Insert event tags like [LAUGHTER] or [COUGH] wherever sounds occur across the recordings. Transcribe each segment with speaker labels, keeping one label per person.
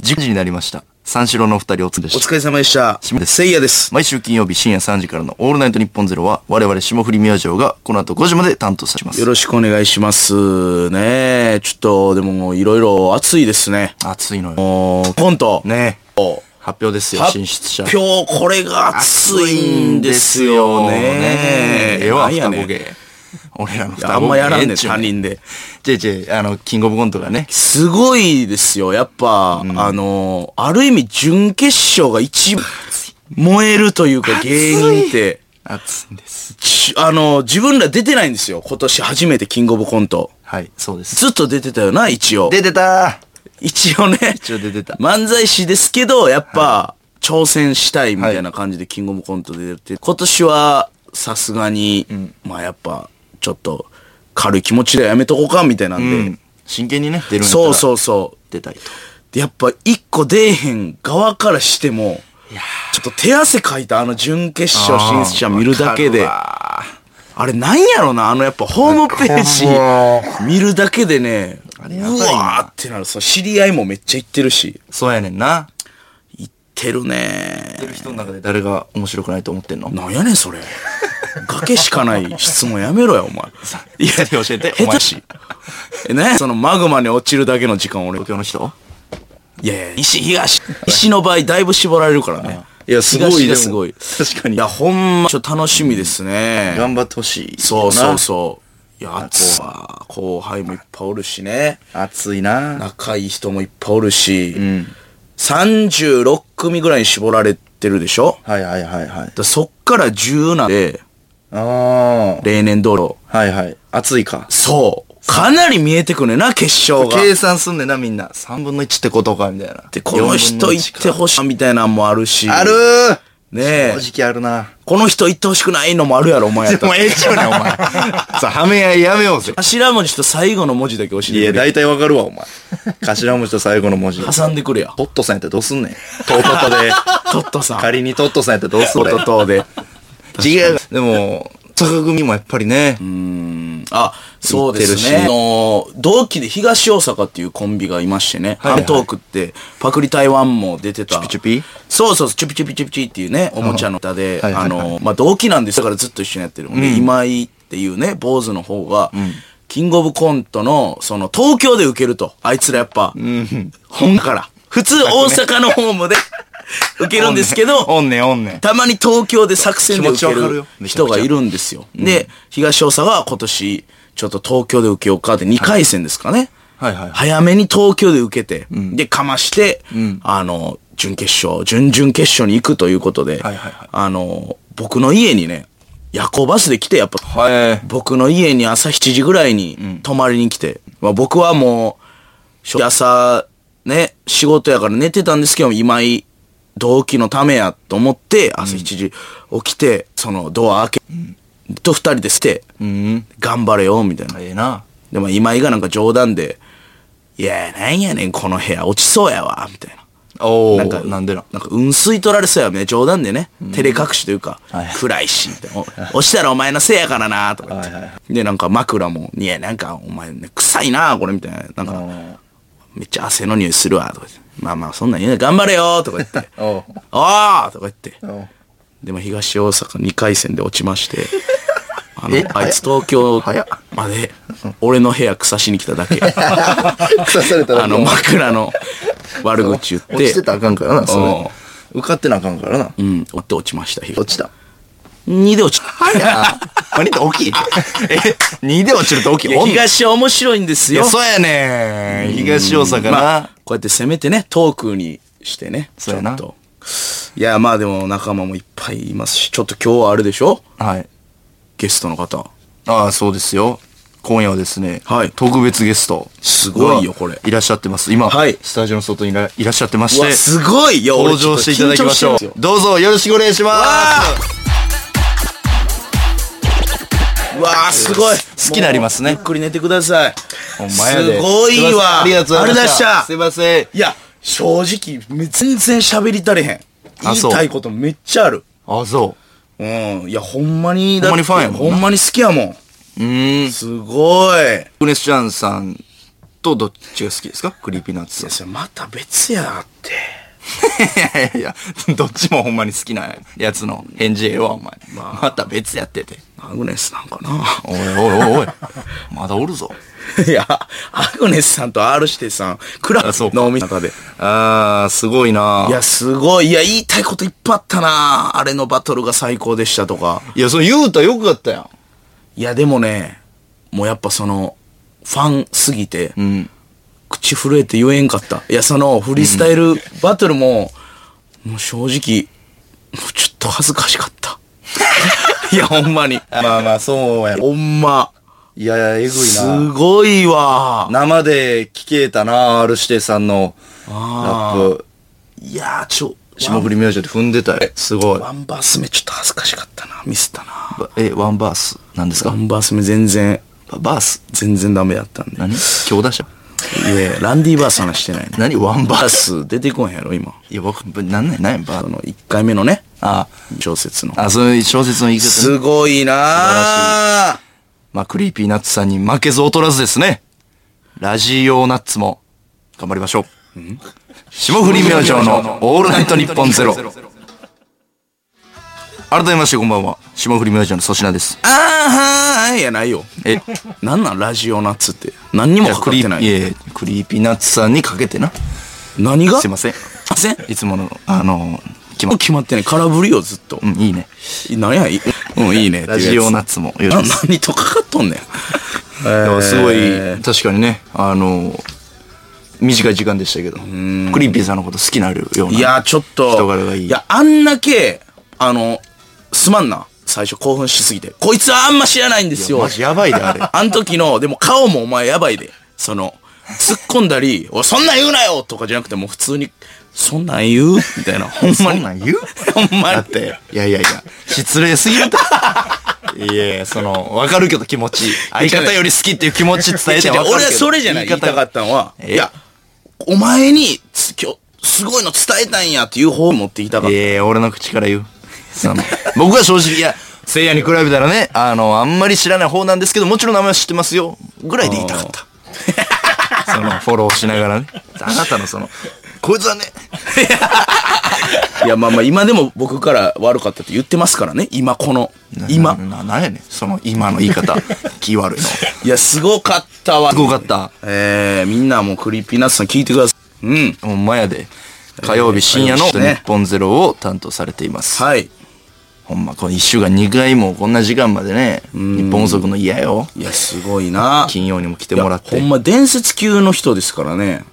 Speaker 1: 時時になりました。三四郎のお二人おつで
Speaker 2: お
Speaker 1: した。
Speaker 2: 疲れ様でした。
Speaker 1: 島です
Speaker 2: せいやです。
Speaker 1: 毎週金曜日深夜3時からのオールナイトニッポンゼロは、我々霜降り明星がこの後5時まで担当します
Speaker 2: よ。ろしくお願いします。ねえ、ちょっと、でももういろいろ暑いですね。
Speaker 1: 暑いのよ。
Speaker 2: もう、コント。
Speaker 1: ね
Speaker 2: お
Speaker 1: 発表ですよ、
Speaker 2: 発
Speaker 1: 進出者。
Speaker 2: 今日これが暑いんですよね。
Speaker 1: ええわ、
Speaker 2: なんや
Speaker 1: 双
Speaker 2: ねん
Speaker 1: 子芸。俺らの双子芸。
Speaker 2: あんまやらんねん、
Speaker 1: ちゅう
Speaker 2: 他人で。
Speaker 1: じゃあじゃああの、キングオブコントがね。
Speaker 2: すごいですよ。やっぱ、あの、ある意味準決勝が一番燃えるというか芸人って、
Speaker 1: 暑いんです。
Speaker 2: ちあの、自分ら出てないんですよ。今年初めてキングオブコント。
Speaker 1: はい、そうです。
Speaker 2: ずっと出てたよな、一応。
Speaker 1: 出てた
Speaker 2: 一応ね、
Speaker 1: 一応出てた
Speaker 2: 漫才師ですけど、やっぱ、挑戦したいみたいな感じでキングオブコント出てて、今年はさすがに、まあやっぱ、ちょっと、軽い気持ちでやめとこうか、みたいな
Speaker 1: うんん。真剣にね、出るん
Speaker 2: で。
Speaker 1: やったら
Speaker 2: そうそうそう。
Speaker 1: 出たいと。
Speaker 2: でやっぱ一個出えへん側からしても、ちょっと手汗かいたあの準決勝進出者見るだけで、あ
Speaker 1: あ
Speaker 2: れなんやろな、あのやっぱホームペ
Speaker 1: わ
Speaker 2: ージ見るだけでね、う
Speaker 1: あれやばいな
Speaker 2: わーってなる。そう知り合いもめっちゃ行ってるし、
Speaker 1: ーそうやねんな。
Speaker 2: 行ってるね
Speaker 1: 出る人の中で誰が面白くないと思ってんの
Speaker 2: なんやねんそれ。崖しかない質問やめろや、お前。
Speaker 1: いや、教えて、お前。東
Speaker 2: え、ねそのマグマに落ちるだけの時間俺
Speaker 1: 京の人
Speaker 2: いやいや、西、東。西の場合、だいぶ絞られるからね。いや、す
Speaker 1: ごい
Speaker 2: 東
Speaker 1: で
Speaker 2: が
Speaker 1: も
Speaker 2: すごい。
Speaker 1: 確かに
Speaker 2: いや、ほんま、ちょっと楽しみですね。
Speaker 1: 頑張ってほしい。
Speaker 2: そうそう
Speaker 1: う。
Speaker 2: そう。いや、暑いわ後輩もいっぱいおるしね。
Speaker 1: 暑いな。
Speaker 2: 仲いい人もいっぱいおるし。36組ぐらいに絞られてるでしょ
Speaker 1: はいはいはいはい。
Speaker 2: だそっから10なんで、
Speaker 1: ああ。
Speaker 2: 例年通り。
Speaker 1: はいはい。暑いか。
Speaker 2: そう。かなり見えてくねんな、決勝が。
Speaker 1: 計算すんねんな、みんな。3分の1ってことか、みたいな。
Speaker 2: で、この人行ってほしいみたいなんもあるし。
Speaker 1: あるー
Speaker 2: ねえ。
Speaker 1: 正直あるな。
Speaker 2: この人行ってほしくないのもあるやろ、お前やったら。
Speaker 1: うええっちゃう
Speaker 2: [LAUGHS]
Speaker 1: ねん、お前。さあ、はめややめようぜ。
Speaker 2: 頭文字と最後の文字だけ教えてく
Speaker 1: い
Speaker 2: れ
Speaker 1: や、。大体わかるわ、お前。 [LAUGHS] 頭文字と最後の文 [LAUGHS] 字。
Speaker 2: 挟んでくれや。
Speaker 1: トットさんやったらどうすんねん。トットトで。
Speaker 2: トットさん。
Speaker 1: 仮にトットさんやったらどうすん
Speaker 2: ト
Speaker 1: ねん
Speaker 2: ト。トで。
Speaker 1: 違う。でも、坂組もやっぱりね、
Speaker 2: あ、そうです
Speaker 1: 行ってる
Speaker 2: ね。
Speaker 1: し
Speaker 2: あの、同期で東大阪っていうコンビがいましてね。
Speaker 1: はいはい
Speaker 2: 関東区って、パクリ台湾も出てた。チ
Speaker 1: ピチュピ
Speaker 2: そうそうそう、チュピチュピチュピチュっていうね、おもちゃの歌で、
Speaker 1: はいはい
Speaker 2: あの、まあ、同期なんですだからずっと一緒にやってる。で、今井っていうね、坊主の方が、キングオブコントの、その、東京で受けると。あいつらやっぱ、本から。普通大阪のホームで受けるんですけ
Speaker 1: [LAUGHS]
Speaker 2: ど、
Speaker 1: おんねんおんねん。
Speaker 2: たまに東京で作戦で受
Speaker 1: 気
Speaker 2: け
Speaker 1: 持ちわかる
Speaker 2: る
Speaker 1: よめちゃ
Speaker 2: 人
Speaker 1: くちゃ
Speaker 2: がいるんですよ。で、東大阪は今年、ちょっと東京で受けようかって2回戦ですかね。
Speaker 1: はいはいはい
Speaker 2: 早めに東京で受けて、で、かまして、あの、準決勝、準々決勝に行くということで、
Speaker 1: はいはいはい
Speaker 2: あの、僕の家にね、夜行バスで来て、やっぱ、
Speaker 1: はい。
Speaker 2: 僕の家に朝7時ぐらいに泊まりに来て、まあ、僕はもうしょ朝ね仕事やから寝てたんですけど今井同期のためやと思って朝7時起きて、そのドア開け、と2人でして、
Speaker 1: うん。
Speaker 2: 頑張れよみたいな
Speaker 1: ええな。
Speaker 2: でも今井がなんか冗談で「いやなんやねんこの部屋落ちそうやわ」みたいな。
Speaker 1: お
Speaker 2: なんか、
Speaker 1: ー、なんでな。
Speaker 2: んか、うんすい取られそうやね。冗談でね。照れ隠しというか、
Speaker 1: はい
Speaker 2: 暗いし、みたいなお [LAUGHS] 押したらお前のせいやからな、とか言っ
Speaker 1: は
Speaker 2: て。
Speaker 1: いはいは
Speaker 2: で、なんか枕も、いや、なんか、お前、ね、臭いな、これ、みたいな。なん
Speaker 1: お
Speaker 2: か、
Speaker 1: ー
Speaker 2: めっちゃ汗の匂いするわ、とか言って。まあまあ、そんなん言うな、頑張れよ、とか
Speaker 1: [LAUGHS]
Speaker 2: 言って。
Speaker 1: おう
Speaker 2: おーとか言って。
Speaker 1: おう
Speaker 2: でも、東大阪2回戦で落ち
Speaker 1: [LAUGHS]
Speaker 2: まして。あの
Speaker 1: え、
Speaker 2: あいつ東京
Speaker 1: 早っ
Speaker 2: まで、俺の部屋草しに来
Speaker 1: [LAUGHS]
Speaker 2: ただけ。
Speaker 1: [LAUGHS] 刺されたら
Speaker 2: あの、枕の悪口言って。
Speaker 1: 落ちてたらあかんからな、そ
Speaker 2: おう
Speaker 1: れ。受かってなあかんからな。
Speaker 2: うん、追って落ちました、東
Speaker 1: 落ちた。
Speaker 2: 2で落ちた。
Speaker 1: [LAUGHS]
Speaker 2: いや、
Speaker 1: 何で大きいえ、2で落ちると大きい。おんねん
Speaker 2: 東は面白いんです
Speaker 1: い
Speaker 2: よ
Speaker 1: や、。そうやねん。東大阪
Speaker 2: ま
Speaker 1: な
Speaker 2: あ。、こうやって攻めてね、トークにしてね、
Speaker 1: そ
Speaker 2: ち
Speaker 1: う
Speaker 2: ょ
Speaker 1: やな
Speaker 2: っと。いや、まあでも仲間もいっぱいいますし、ちょっと今日はあれでしょ
Speaker 1: はい。
Speaker 2: ゲストの方。
Speaker 1: ああ、そうですよ。今夜はですね、
Speaker 2: はい
Speaker 1: 特別ゲスト。
Speaker 2: すごいよこれ
Speaker 1: いらっしゃってます。今、
Speaker 2: はい
Speaker 1: スタジオの外にいらいらっしゃってまし
Speaker 2: うわ、
Speaker 1: て、
Speaker 2: すごいよ
Speaker 1: 登場していただきましょう。
Speaker 2: う。
Speaker 1: どうぞよろしくお願いします。
Speaker 2: うわあ、すごい。
Speaker 1: 好きになりますね
Speaker 2: もうゆっくり寝てください。
Speaker 1: ほんまやです
Speaker 2: ごい
Speaker 1: すませんあ
Speaker 2: わ
Speaker 1: りがとうございまし
Speaker 2: ありが
Speaker 1: た。す
Speaker 2: と
Speaker 1: いうません。
Speaker 2: いや、正直、め全然喋り足れへん。
Speaker 1: あ
Speaker 2: 言い
Speaker 1: そう
Speaker 2: たいことめっちゃある。
Speaker 1: あ、そ
Speaker 2: うん。いや、ほんまに、
Speaker 1: ほんまにファンやもんな
Speaker 2: ほんまに好きやもん。
Speaker 1: う。うーん。
Speaker 2: すごい。
Speaker 1: ウネスチャンさんとどっちが好きですかクリーピーナッツさん
Speaker 2: やそれまた別やって
Speaker 1: [LAUGHS] いやいやいや、どっちもほんまに好きなやつの返事ええわ、お前。また別やってて。
Speaker 2: アグネスなんか
Speaker 1: おいおいおいおい。 [LAUGHS] まだおるぞ。
Speaker 2: な [LAUGHS] いやアグネスさんと R してさんクラ
Speaker 1: あそう
Speaker 2: ス
Speaker 1: か
Speaker 2: のお店の中で
Speaker 1: あー、すごいない
Speaker 2: やすごいいや言いたいこといっぱいあったなあれのバトルが最高でしたとか
Speaker 1: いや、その言うたらよかったやん。
Speaker 2: いやでもねもうやっぱそのファンすぎて、
Speaker 1: [LAUGHS] ん
Speaker 2: 口震えて言えんかったいやそのフリースタイルバトルも、もう正直もうちょっと恥ずかしかったいやほんまに
Speaker 1: まあまあ、そうやろ。
Speaker 2: ほんま
Speaker 1: いやいや、えぐい
Speaker 2: す
Speaker 1: な
Speaker 2: ごいわ
Speaker 1: 生で聞けたな R 指定さんのラ
Speaker 2: あ
Speaker 1: ップ。
Speaker 2: ーいやーちょ
Speaker 1: 霜降り明星で踏んでたよ。すごい。
Speaker 2: ワンバース目ちょっと恥ずかしかったなミスったな
Speaker 1: え、ワンバースなんです
Speaker 2: ワ
Speaker 1: か
Speaker 2: ンバース目全然
Speaker 1: ババース
Speaker 2: 全然ダメだったんで
Speaker 1: 何強打者
Speaker 2: いやいやランディバース話してないね
Speaker 1: 何ワンバ
Speaker 2: バ
Speaker 1: ー
Speaker 2: ー
Speaker 1: ス
Speaker 2: ス出てこんやろ今
Speaker 1: いや、僕、なんなんなんやバ
Speaker 2: そ
Speaker 1: ー
Speaker 2: の1回目のね
Speaker 1: あ
Speaker 2: 小説の
Speaker 1: あ、そういう小説の言い方ね
Speaker 2: すごいなあ
Speaker 1: まあ、クリーピーナッツさんに負けず劣らずですね。ラジオナッツも頑張りましょう。霜降り明星のオールナイトニッポンゼロ。改めましてこんばんは。霜降り明星の粗品です。
Speaker 2: あーはーいやないよ
Speaker 1: え、
Speaker 2: なんなんラジオナッツって何にも
Speaker 1: じゃあ
Speaker 2: か
Speaker 1: ク
Speaker 2: かっ
Speaker 1: リ
Speaker 2: て
Speaker 1: ー
Speaker 2: な
Speaker 1: ピー、
Speaker 2: い
Speaker 1: いえいえクリーピーナッツさんにかけてな。
Speaker 2: 何が
Speaker 1: すいません。
Speaker 2: せん
Speaker 1: いつもの、あの、決ま
Speaker 2: もう決まってない空振りよずっと
Speaker 1: うん、いいね。
Speaker 2: 何やいうんいいねっていうや
Speaker 1: ラ
Speaker 2: つ
Speaker 1: ジオナッツもよろしく
Speaker 2: な
Speaker 1: です。
Speaker 2: 何とかかっとんねん
Speaker 1: でもすごい、
Speaker 2: え
Speaker 1: 確かにね、あの、短い時間でしたけど、クリーピーさんのこと好きになるような。
Speaker 2: いや、ちょっと。
Speaker 1: 人柄がいい
Speaker 2: や、あんだけ、あの、すまんな。最初興奮しすぎて。こいつはあんま知らないんですよ。
Speaker 1: マジやばいで、あれ。
Speaker 2: あん時の、でも顔もお前やばいで。その、突っ込んだり、おいそんなん言うなよとかじゃなくてもう普通に、そんなん言うみたいな。 [LAUGHS] ほんま
Speaker 1: そん
Speaker 2: に。
Speaker 1: なん言う
Speaker 2: ほんま
Speaker 1: だ
Speaker 2: に。
Speaker 1: って、いやいやいや、失礼すぎ
Speaker 2: [LAUGHS]
Speaker 1: ると。いやいや、その、わかるけど気持ち。相方より好きっていう気持ち伝え
Speaker 2: 違
Speaker 1: て
Speaker 2: う違う
Speaker 1: わかるけど
Speaker 2: 俺はそれじゃない。
Speaker 1: 言
Speaker 2: 言い
Speaker 1: い
Speaker 2: た
Speaker 1: 方
Speaker 2: か
Speaker 1: が。
Speaker 2: ったのは、
Speaker 1: え
Speaker 2: いや、お前に、つ今日、すごいの伝えたんやっていう方を持っていたかった。
Speaker 1: ええ、俺の口から言う。その僕は正直、いや、聖夜に比べたらね、あの、あんまり知らない方なんですけど、もちろん名前は知ってますよ。ぐらいで言いたかった。その、フォローしながらね。あなたのその、こいつはね、
Speaker 2: いや、まあまあ、今でも僕から悪かったって言ってますからね。今この、今。
Speaker 1: な、ななんやねん。その、今の言い方、気悪いの。 [LAUGHS] す
Speaker 2: いや、すごかったわ。
Speaker 1: ごかった。
Speaker 2: えー、みんなもうクリーピーナッツさん聞いてください。うん。
Speaker 1: ほんまやで。火曜日深夜の日本ゼロを担当されています。
Speaker 2: はい。
Speaker 1: ほんま、この一週間2回もこんな時間までね、日本遅くの嫌よ。
Speaker 2: いや、すごいな。
Speaker 1: 金曜にも来てもらっ
Speaker 2: いや
Speaker 1: て
Speaker 2: ほん。ま伝説級の人ですからね。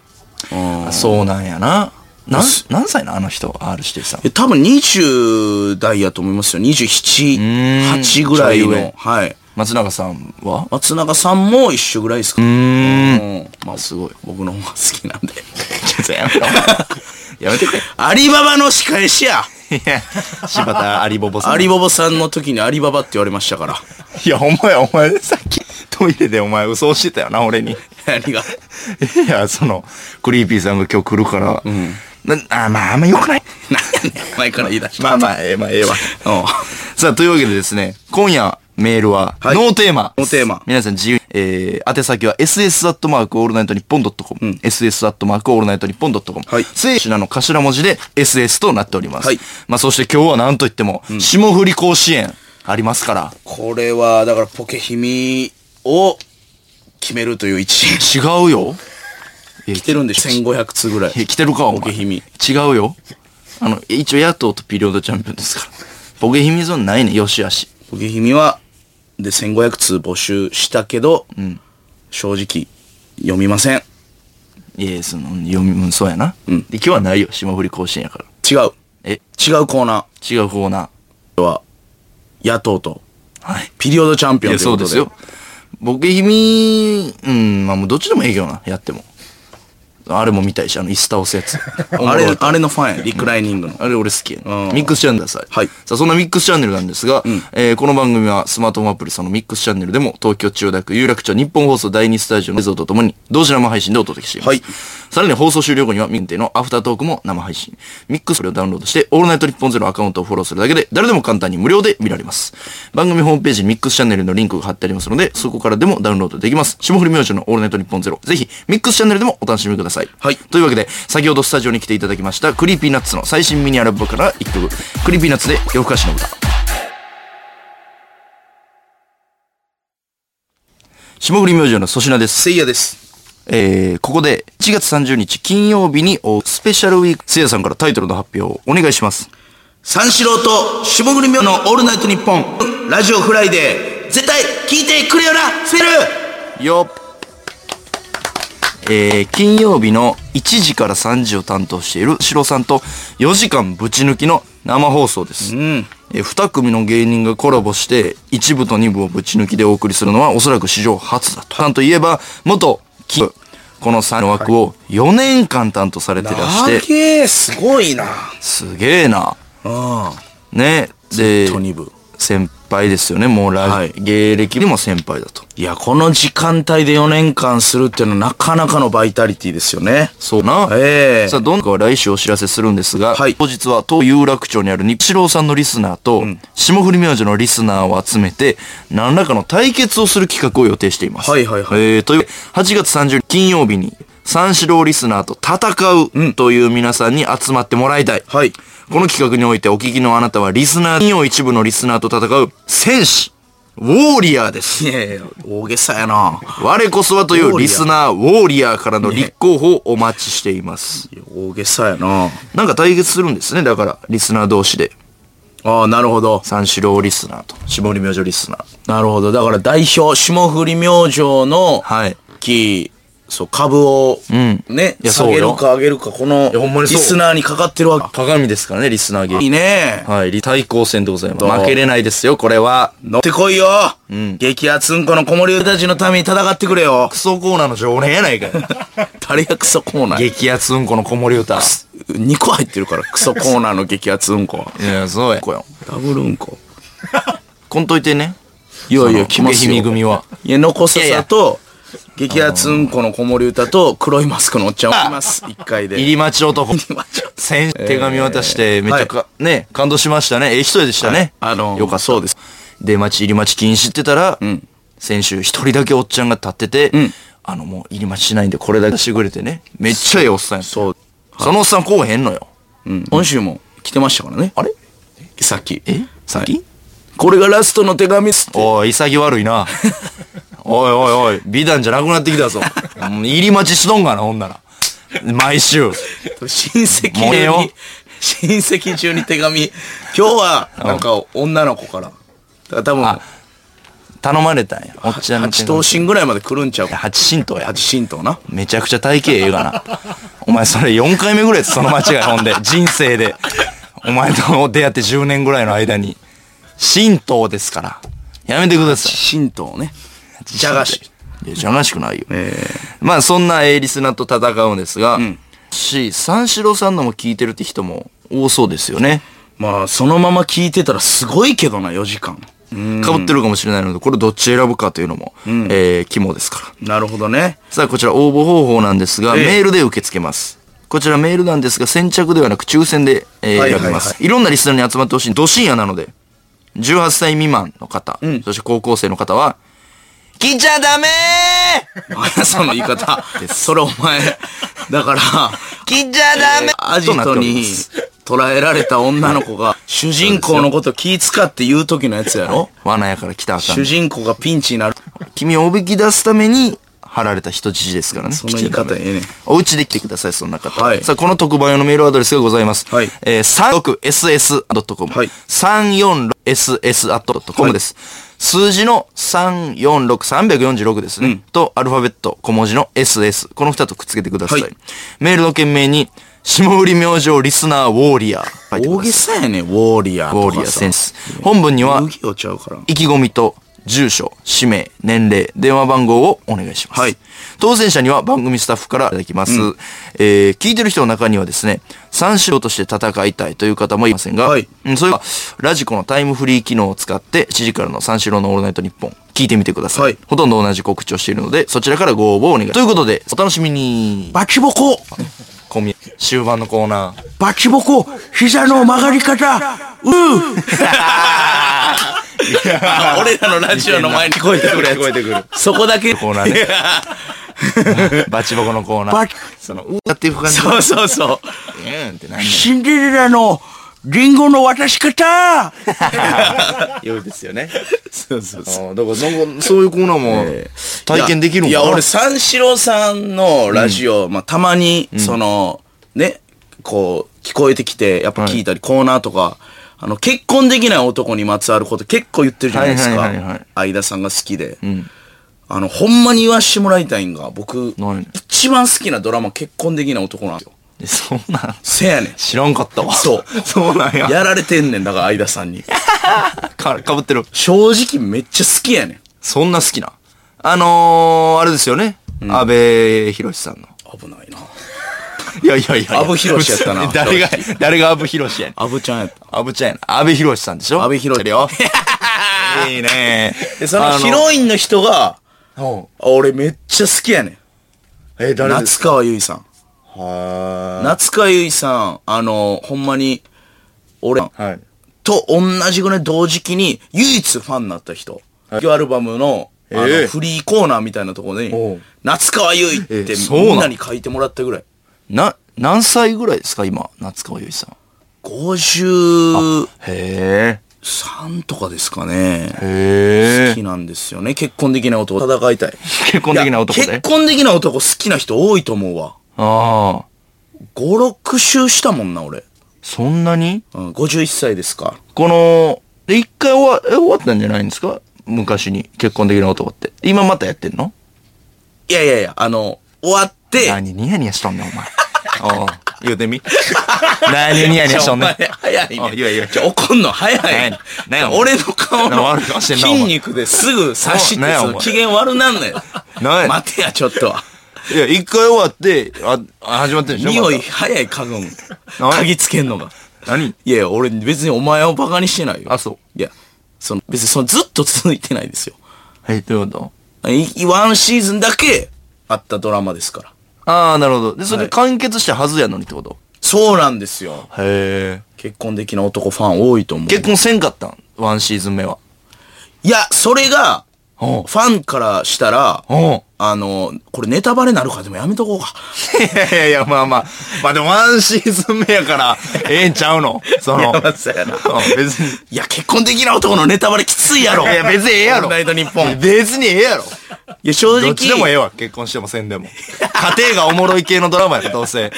Speaker 2: うん。
Speaker 1: あそうなんやな。なん、何歳なあの人、R 指定さん。
Speaker 2: え多分20代やと思いますよ。27、
Speaker 1: ーん
Speaker 2: 8ぐらい
Speaker 1: ちょい上
Speaker 2: の。はい。
Speaker 1: 松永さんは
Speaker 2: 松永さんも一緒ぐらいですか
Speaker 1: う
Speaker 2: ね。
Speaker 1: ーん。
Speaker 2: うん。まあ、
Speaker 1: すごい。
Speaker 2: 僕の方が好きなんで。 [LAUGHS]
Speaker 1: ちょっとや [LAUGHS] めろ。やめてくれ。
Speaker 2: アリババの仕返しや。
Speaker 1: いや、柴田アリボボさん。
Speaker 2: アリババさんの時にアリババって言われましたから。 [LAUGHS]
Speaker 1: いや、ほんまや、お前さっきトイレでお前嘘をしてたよな、俺に。
Speaker 2: 何が。
Speaker 1: いや、その、クリーピーさんが今日来るから、なあまあ、あんま良くない。
Speaker 2: 何やねん。前から言い出した。
Speaker 1: まあまあ、ええ、まあ、ええわ。
Speaker 2: うん。
Speaker 1: [LAUGHS] さあ、というわけでですね、今夜、メールは、
Speaker 2: はい
Speaker 1: ノーテーマ。
Speaker 2: ノーテーマ
Speaker 1: 皆さん自由に、えー、宛先は ss アットマークオールナイトニッポンドットコム。ss アットマークオールナイトニッポンドットコム。
Speaker 2: はい
Speaker 1: 聖なの頭文字で ss となっております。
Speaker 2: はい
Speaker 1: まあ、そして今日は何と言っても、霜降り甲子園ありますから、
Speaker 2: これは、だからポケヒミを決めるという一員
Speaker 1: 違うよ。
Speaker 2: 来てるんでし
Speaker 1: [LAUGHS]
Speaker 2: ょ ?1500 通ぐらい。
Speaker 1: え、来てるか、お前
Speaker 2: ボケヒミ
Speaker 1: 違うよ。あの、一応野党とピリオドチャンピオンですから。ボケ秘密ゾーンないね、よしあし。
Speaker 2: ポケヒミは、で、1500通募集したけど、正直、読みません。
Speaker 1: いや、その、読み、うん、そうやな。
Speaker 2: うん
Speaker 1: で、今日はないよ、霜降り甲子園やから。
Speaker 2: 違う。
Speaker 1: え、
Speaker 2: 違うコーナ
Speaker 1: 違うコーナー。
Speaker 2: ーは、野党と、
Speaker 1: はい。
Speaker 2: ピリオドチャン
Speaker 1: い
Speaker 2: ピオン
Speaker 1: や、
Speaker 2: という
Speaker 1: そ
Speaker 2: こ
Speaker 1: う
Speaker 2: と
Speaker 1: で
Speaker 2: で。
Speaker 1: すよ。ボケ秘密、うん、まあもうどっちでもいいけどな、やっても。あれも見たいし、あの、椅子倒すや
Speaker 2: [LAUGHS]
Speaker 1: つ。
Speaker 2: あれ、あれのファンや、リクライニングの。
Speaker 1: あれ俺好きや
Speaker 2: う
Speaker 1: ね
Speaker 2: ん
Speaker 1: ミックスチャンネルさ。
Speaker 2: はい
Speaker 1: さあ、そんなミックスチャンネルなんですが、えーこの番組はスマートフォンアプリそのミックスチャンネルでも、東京千代田区有楽町日本放送第2スタジオの映像とともに、同時生配信でお届けしています。
Speaker 2: はい
Speaker 1: さらに放送終了後には、ミンテのアフタートークも生配信。ミックスこれをダウンロードして、オールナイト日本ゼロアカウントをフォローするだけで、誰でも簡単に無料で見られます。番組ホームページにミックスチャンネルのリンクが貼ってありますので、そこからでもダウンロードできます。霜降り明星のオールナイト日本ゼロ。ぜひ、ミックスチャンネルでもお楽しみください。
Speaker 2: はい
Speaker 1: というわけで、先ほどスタジオに来ていただきました、クリーピーナッツの最新ミニアルバムから一曲、クリーピーナッツで夜更かしの歌。霜降り明星の粗品です。
Speaker 2: せいやです。
Speaker 1: えー、ここで1月30日金曜日におスペシャルウィーク、せいやさんからタイトルの発表をお願いします。
Speaker 2: 三四郎と霜降り明のオールナイトニッポン、ラジオフライデー、絶対聞いてくれよな、フェル
Speaker 1: よっえー、金曜日の1時から3時を担当しているシロさんと4時間ぶち抜きの生放送です。
Speaker 2: ん
Speaker 1: えー、2組の芸人がコラボして1部と2部をぶち抜きでお送りするのはおそらく史上初だと。さんといえば、元キング、この3の枠を4年間担当されてらして、
Speaker 2: げえ、すごいな。
Speaker 1: すげえな。
Speaker 2: あ
Speaker 1: ね。で、
Speaker 2: と二部。
Speaker 1: 先輩ですよね。もうラ、
Speaker 2: はい
Speaker 1: 芸歴でも先輩だと。
Speaker 2: いや、この時間帯で4年間するっていうのはなかなかのバイタリティですよね。
Speaker 1: そうな。
Speaker 2: ええ
Speaker 1: さあ、どんかは来週お知らせするんですが、
Speaker 2: はい
Speaker 1: 当日は東有楽町にある日郎さんのリスナーと、霜降り明星のリスナーを集めて、何らかの対決をする企画を予定しています。
Speaker 2: はいはいはい
Speaker 1: えーという、8月30日金曜日に、三四郎リスナーと戦うという皆さんに集まってもらいたい。
Speaker 2: はい。
Speaker 1: この企画においてお聞きのあなたはリスナー、金曜一部のリスナーと戦う戦士、ウォーリアーです。
Speaker 2: いやいや、大げさやな。
Speaker 1: 我こそはというリスナー、ウォーリアーからの立候補をお待ちしています。
Speaker 2: いや大げさやな。
Speaker 1: なんか対決するんですね、だから、リスナー同士で。
Speaker 2: ああ、なるほど。
Speaker 1: 三四郎リスナーと、下り明星リスナー。
Speaker 2: なるほど。だから代表、霜降り明星の、
Speaker 1: はい
Speaker 2: き、そう、株を、
Speaker 1: ん
Speaker 2: ね、
Speaker 1: いや
Speaker 2: 下
Speaker 1: そうよ
Speaker 2: げるか上げるか、この、
Speaker 1: やほんまに
Speaker 2: リ
Speaker 1: そう
Speaker 2: スナーにかかってるわ
Speaker 1: 鏡ですからね、リスナー
Speaker 2: け。いい
Speaker 1: 芸。
Speaker 2: ね。
Speaker 1: はい、リ対抗戦でございま
Speaker 2: どう
Speaker 1: す。負けれないですよ、これは。
Speaker 2: 乗ってこいよ。激アツんこの子守唄たちのために戦ってくれよ
Speaker 1: ク。ソコーナーの常連やないかよ。
Speaker 2: 誰がクソコーナーや
Speaker 1: [LAUGHS] 激アツうんこの子守歌。
Speaker 2: 2個入ってるから、クソコーナーの激アツうんこは。
Speaker 1: いや、そう [LAUGHS] や。こよ。
Speaker 2: ダブルうんこ。
Speaker 1: こんといてね。
Speaker 2: いやい
Speaker 1: その
Speaker 2: や、来ます
Speaker 1: お下
Speaker 2: よ
Speaker 1: 品。組は。
Speaker 2: いや、残ささと、激アツうんこの子守唄と、黒いマスクのおっちゃんを来ます。一回で。
Speaker 1: 入り待ち男。
Speaker 2: まちょっと
Speaker 1: 先手紙渡して、めっちゃか、ね、感動しましたね。ええ人でしたね。
Speaker 2: あのー
Speaker 1: よかった。
Speaker 2: そうです。
Speaker 1: 出待ち入り待ち禁止ってたら、先週一人だけおっちゃんが立ってて、
Speaker 2: ん
Speaker 1: あの、もう入り待ちしないんでこれだけしてくれてね。めっちゃええおっさんや。
Speaker 2: そう。
Speaker 1: そのおっさんこうへんのよ。
Speaker 2: うん。今週も来てましたからね。
Speaker 1: あれ
Speaker 2: さっき。
Speaker 1: え
Speaker 2: さっ
Speaker 1: 先
Speaker 2: きこれがラストの手紙っすって。
Speaker 1: おい、潔悪い [LAUGHS] な。おいおいおい、美談じゃなくなってきたぞ。うん入り待ちしとんがな、ほんなら。毎週。
Speaker 2: 親戚
Speaker 1: もうええ
Speaker 2: 中
Speaker 1: よ
Speaker 2: に、親戚中に手紙。今日は、なんか女の子から。だから多分、
Speaker 1: あ頼まれたんや。おっちゃんの手
Speaker 2: 八
Speaker 1: 紙
Speaker 2: 頭身ぐらいまで来るんちゃうか。
Speaker 1: 八神道や。
Speaker 2: 八神道な。
Speaker 1: めちゃくちゃ体型ええがな。お前それ4回目ぐらいやつその間違い、ほんで。人生で。お前と出会って10年ぐらいの間に。神道ですから。やめてください。
Speaker 2: 神道ね。じゃがし。
Speaker 1: いや、じゃがしくないよ。
Speaker 2: え
Speaker 1: まあそんなえーリスナーと戦うんですが、し、三四郎さんのも聞いてるって人も多そうですよね。
Speaker 2: まあ、そのまま聞いてたらすごいけどな、4時間。
Speaker 1: かぶってるかもしれないので、これどっち選ぶかというのも、えー肝ですから。
Speaker 2: なるほどね。
Speaker 1: さあ、こちら応募方法なんですが、
Speaker 2: ええ
Speaker 1: メールで受け付けます。こちらメールなんですが、先着ではなく抽選で、えー
Speaker 2: はいはいはい
Speaker 1: 選びます、いろんなリスナーに集まってほしい。ド深夜なので、18歳未満の方、そして高校生の方は、来ちゃダメー
Speaker 2: 何や [LAUGHS] その言い方。それお前、だから、 [LAUGHS]
Speaker 1: 来ちゃダメ
Speaker 2: アジトに捕らえられた女の子 [LAUGHS] が、主人公のこと気使って言う時のやつやろ
Speaker 1: 罠やから来たらあかん
Speaker 2: 主。人公がピンチになる。
Speaker 1: 君をおびき出すために、貼られた人質ですからね。
Speaker 2: その言い方
Speaker 1: 来ちゃダメ
Speaker 2: ええねん。
Speaker 1: お家で来てください、そんな方。
Speaker 2: はい
Speaker 1: さあ、この特番用のメールアドレスがございます。
Speaker 2: はい
Speaker 1: えー、36ss.com。
Speaker 2: はい
Speaker 1: 346ss.com です。数字の346、346ですね。と、アルファベット小文字の ss。この2とくっつけてください。
Speaker 2: はい
Speaker 1: メールの件名に、霜降り明星リスナーウォーリアー。書いてくだ
Speaker 2: 大
Speaker 1: さい
Speaker 2: げさやねんウォーリアー
Speaker 1: ウォ
Speaker 2: と
Speaker 1: ーリア
Speaker 2: か
Speaker 1: ー
Speaker 2: さ。
Speaker 1: センス。本文には、
Speaker 2: 麦をちゃうから。
Speaker 1: 意気込みと住所、氏名、年齢、電話番号をお願いします。
Speaker 2: はい
Speaker 1: 当選者には番組スタッフからいただきます。えー聞いてる人の中にはですね、三四郎として戦いたいという方もいませんが、
Speaker 2: はい
Speaker 1: うんそれはラジコのタイムフリー機能を使って、7時からの三四郎のオールナイトニッポン、聞いてみてください。
Speaker 2: はい
Speaker 1: ほとんど同じ告知をしているので、そちらからご応募をお願いします。ということで、お楽しみに。
Speaker 2: バキボコ
Speaker 1: コミ、終盤のコーナー。
Speaker 2: バキボコ膝の曲がり方 [LAUGHS] うー俺らのラジオの前に聞こえてくるやつ。
Speaker 1: 聞こえてくる
Speaker 2: そこだけ。
Speaker 1: コーナーね。バチボコのコーナ
Speaker 2: バ
Speaker 1: ー
Speaker 2: キ。
Speaker 1: その、うーやっていく感じ。
Speaker 2: そうそうそう。
Speaker 1: うんってなんねん
Speaker 2: シンデレラのリンゴの渡し方
Speaker 1: 良いですよね。
Speaker 2: そうそう
Speaker 1: あーだからなんかそういうコーナー [LAUGHS] も体験できる
Speaker 2: い
Speaker 1: ん
Speaker 2: や
Speaker 1: か
Speaker 2: いや
Speaker 1: な
Speaker 2: 俺三四郎さんのラジオ、まあ、たまにその、ねこう聞こえてきてやっぱ聞いたり、コーナーとかあの結婚できない男にまつわること結構言ってるじゃないですか、
Speaker 1: はいはいはいはい
Speaker 2: 相田さんが好きで、あのほんまに言わしてもらいたいんが僕
Speaker 1: 何
Speaker 2: 一番好きなドラマ結婚できない男なんですよ
Speaker 1: えそんなん
Speaker 2: せやねん
Speaker 1: 知らんかったわ。
Speaker 2: そう
Speaker 1: そうなんや。
Speaker 2: やられてんねんだから相田さんに
Speaker 1: かかぶってる。
Speaker 2: 正直めっちゃ好きやねん
Speaker 1: そんな好きな。あのー、あれですよね。安部寛さんの。
Speaker 2: 危ないない
Speaker 1: やいやいやいや。
Speaker 2: 安部寛やったな
Speaker 1: [LAUGHS] 誰が、誰が安部寛やねん。
Speaker 2: アブちゃんやった
Speaker 1: 安部ちゃんやな。安部寛さんでしょ
Speaker 2: 安部寛
Speaker 1: 知って [LAUGHS] るよ。いいね
Speaker 2: でそのヒロインの人が俺めっちゃ好きやねん
Speaker 1: え、誰です
Speaker 2: 夏川由衣さん
Speaker 1: かは
Speaker 2: 夏川由衣さんあのほんまに俺
Speaker 1: はい。
Speaker 2: と同じぐらい同時期に唯一ファンになった人、アルバムのあの、
Speaker 1: ええ
Speaker 2: フリーコーナーみたいなところ
Speaker 1: お
Speaker 2: に
Speaker 1: う
Speaker 2: 夏川由衣って
Speaker 1: えそうなん
Speaker 2: みんなに書いてもらったぐらい
Speaker 1: な、何歳ぐらいですか今、夏川由衣さん。
Speaker 2: 53
Speaker 1: へ
Speaker 2: とかですかね
Speaker 1: え。へ
Speaker 2: 好きなんですよね結婚できない男と戦いたい
Speaker 1: 結婚できない男
Speaker 2: や
Speaker 1: で
Speaker 2: 結。婚できない男好きな人多いと思うわ
Speaker 1: ああ。
Speaker 2: 56周したもんな俺、
Speaker 1: そんなに
Speaker 2: うん、51歳ですか
Speaker 1: この、で、一回終わ、え終わったんじゃないんですか昔に結婚できない男って。今またやってんの
Speaker 2: いやいやいや、あの、終わって、
Speaker 1: 何ニヤニヤしとんねん、お [LAUGHS] 前。おう言うてみ。何ニヤニヤしとんねん
Speaker 2: ちょお前。早い
Speaker 1: あ
Speaker 2: ね。
Speaker 1: いやいや
Speaker 2: ちょ怒んの早
Speaker 1: 早
Speaker 2: い
Speaker 1: い
Speaker 2: ね
Speaker 1: ね。何やお前
Speaker 2: 俺の顔
Speaker 1: なんか
Speaker 2: の
Speaker 1: 悪い顔してんなお前
Speaker 2: 筋肉ですぐ刺し
Speaker 1: お何
Speaker 2: て、
Speaker 1: や
Speaker 2: そ
Speaker 1: お
Speaker 2: の
Speaker 1: 前
Speaker 2: 機嫌悪なんねん。
Speaker 1: 何や
Speaker 2: 待てや、ちょっとは。
Speaker 1: いや、一回終わって、あ、あ始まってんでしょ
Speaker 2: 匂い
Speaker 1: ま
Speaker 2: 早い、嗅ぐん。
Speaker 1: 何
Speaker 2: 嗅ぎつけんのが。
Speaker 1: た何
Speaker 2: いやいや、俺別にお前をバカにしてないよ。。
Speaker 1: あそう
Speaker 2: いや、その、別にそのずっと続いてないですよ。
Speaker 1: え、どういうこと
Speaker 2: いワンシーズンだけあったドラマですから。
Speaker 1: ああ、なるほど。で、それ
Speaker 2: はい
Speaker 1: で完結したはずやのにってこと
Speaker 2: そうなんですよ。
Speaker 1: へえ。
Speaker 2: 結婚できない男ファン多いと思う。
Speaker 1: 結婚せんかったんワンシーズン目は。
Speaker 2: いや、それが、フ
Speaker 1: おう
Speaker 2: ァンからしたら、
Speaker 1: おう
Speaker 2: あの、これネタバレなるかでもやめとこうか。
Speaker 1: いやいやいや、まあまあ。まあでもワンシーズン目やから、ええんちゃうのその。
Speaker 2: いやまあ [LAUGHS] そうやな
Speaker 1: うん別に。
Speaker 2: いや、結婚できない男のネタバレきついやろ。
Speaker 1: いや、別にええや
Speaker 2: オー
Speaker 1: ろ。
Speaker 2: ルナイトニッポン。い
Speaker 1: 別にええやろ。
Speaker 2: や、正
Speaker 1: どっちでもえ
Speaker 2: 直、
Speaker 1: えわ。結婚してもせんでも。家庭がおもろい系のドラマやから、どう
Speaker 2: [LAUGHS]
Speaker 1: せ。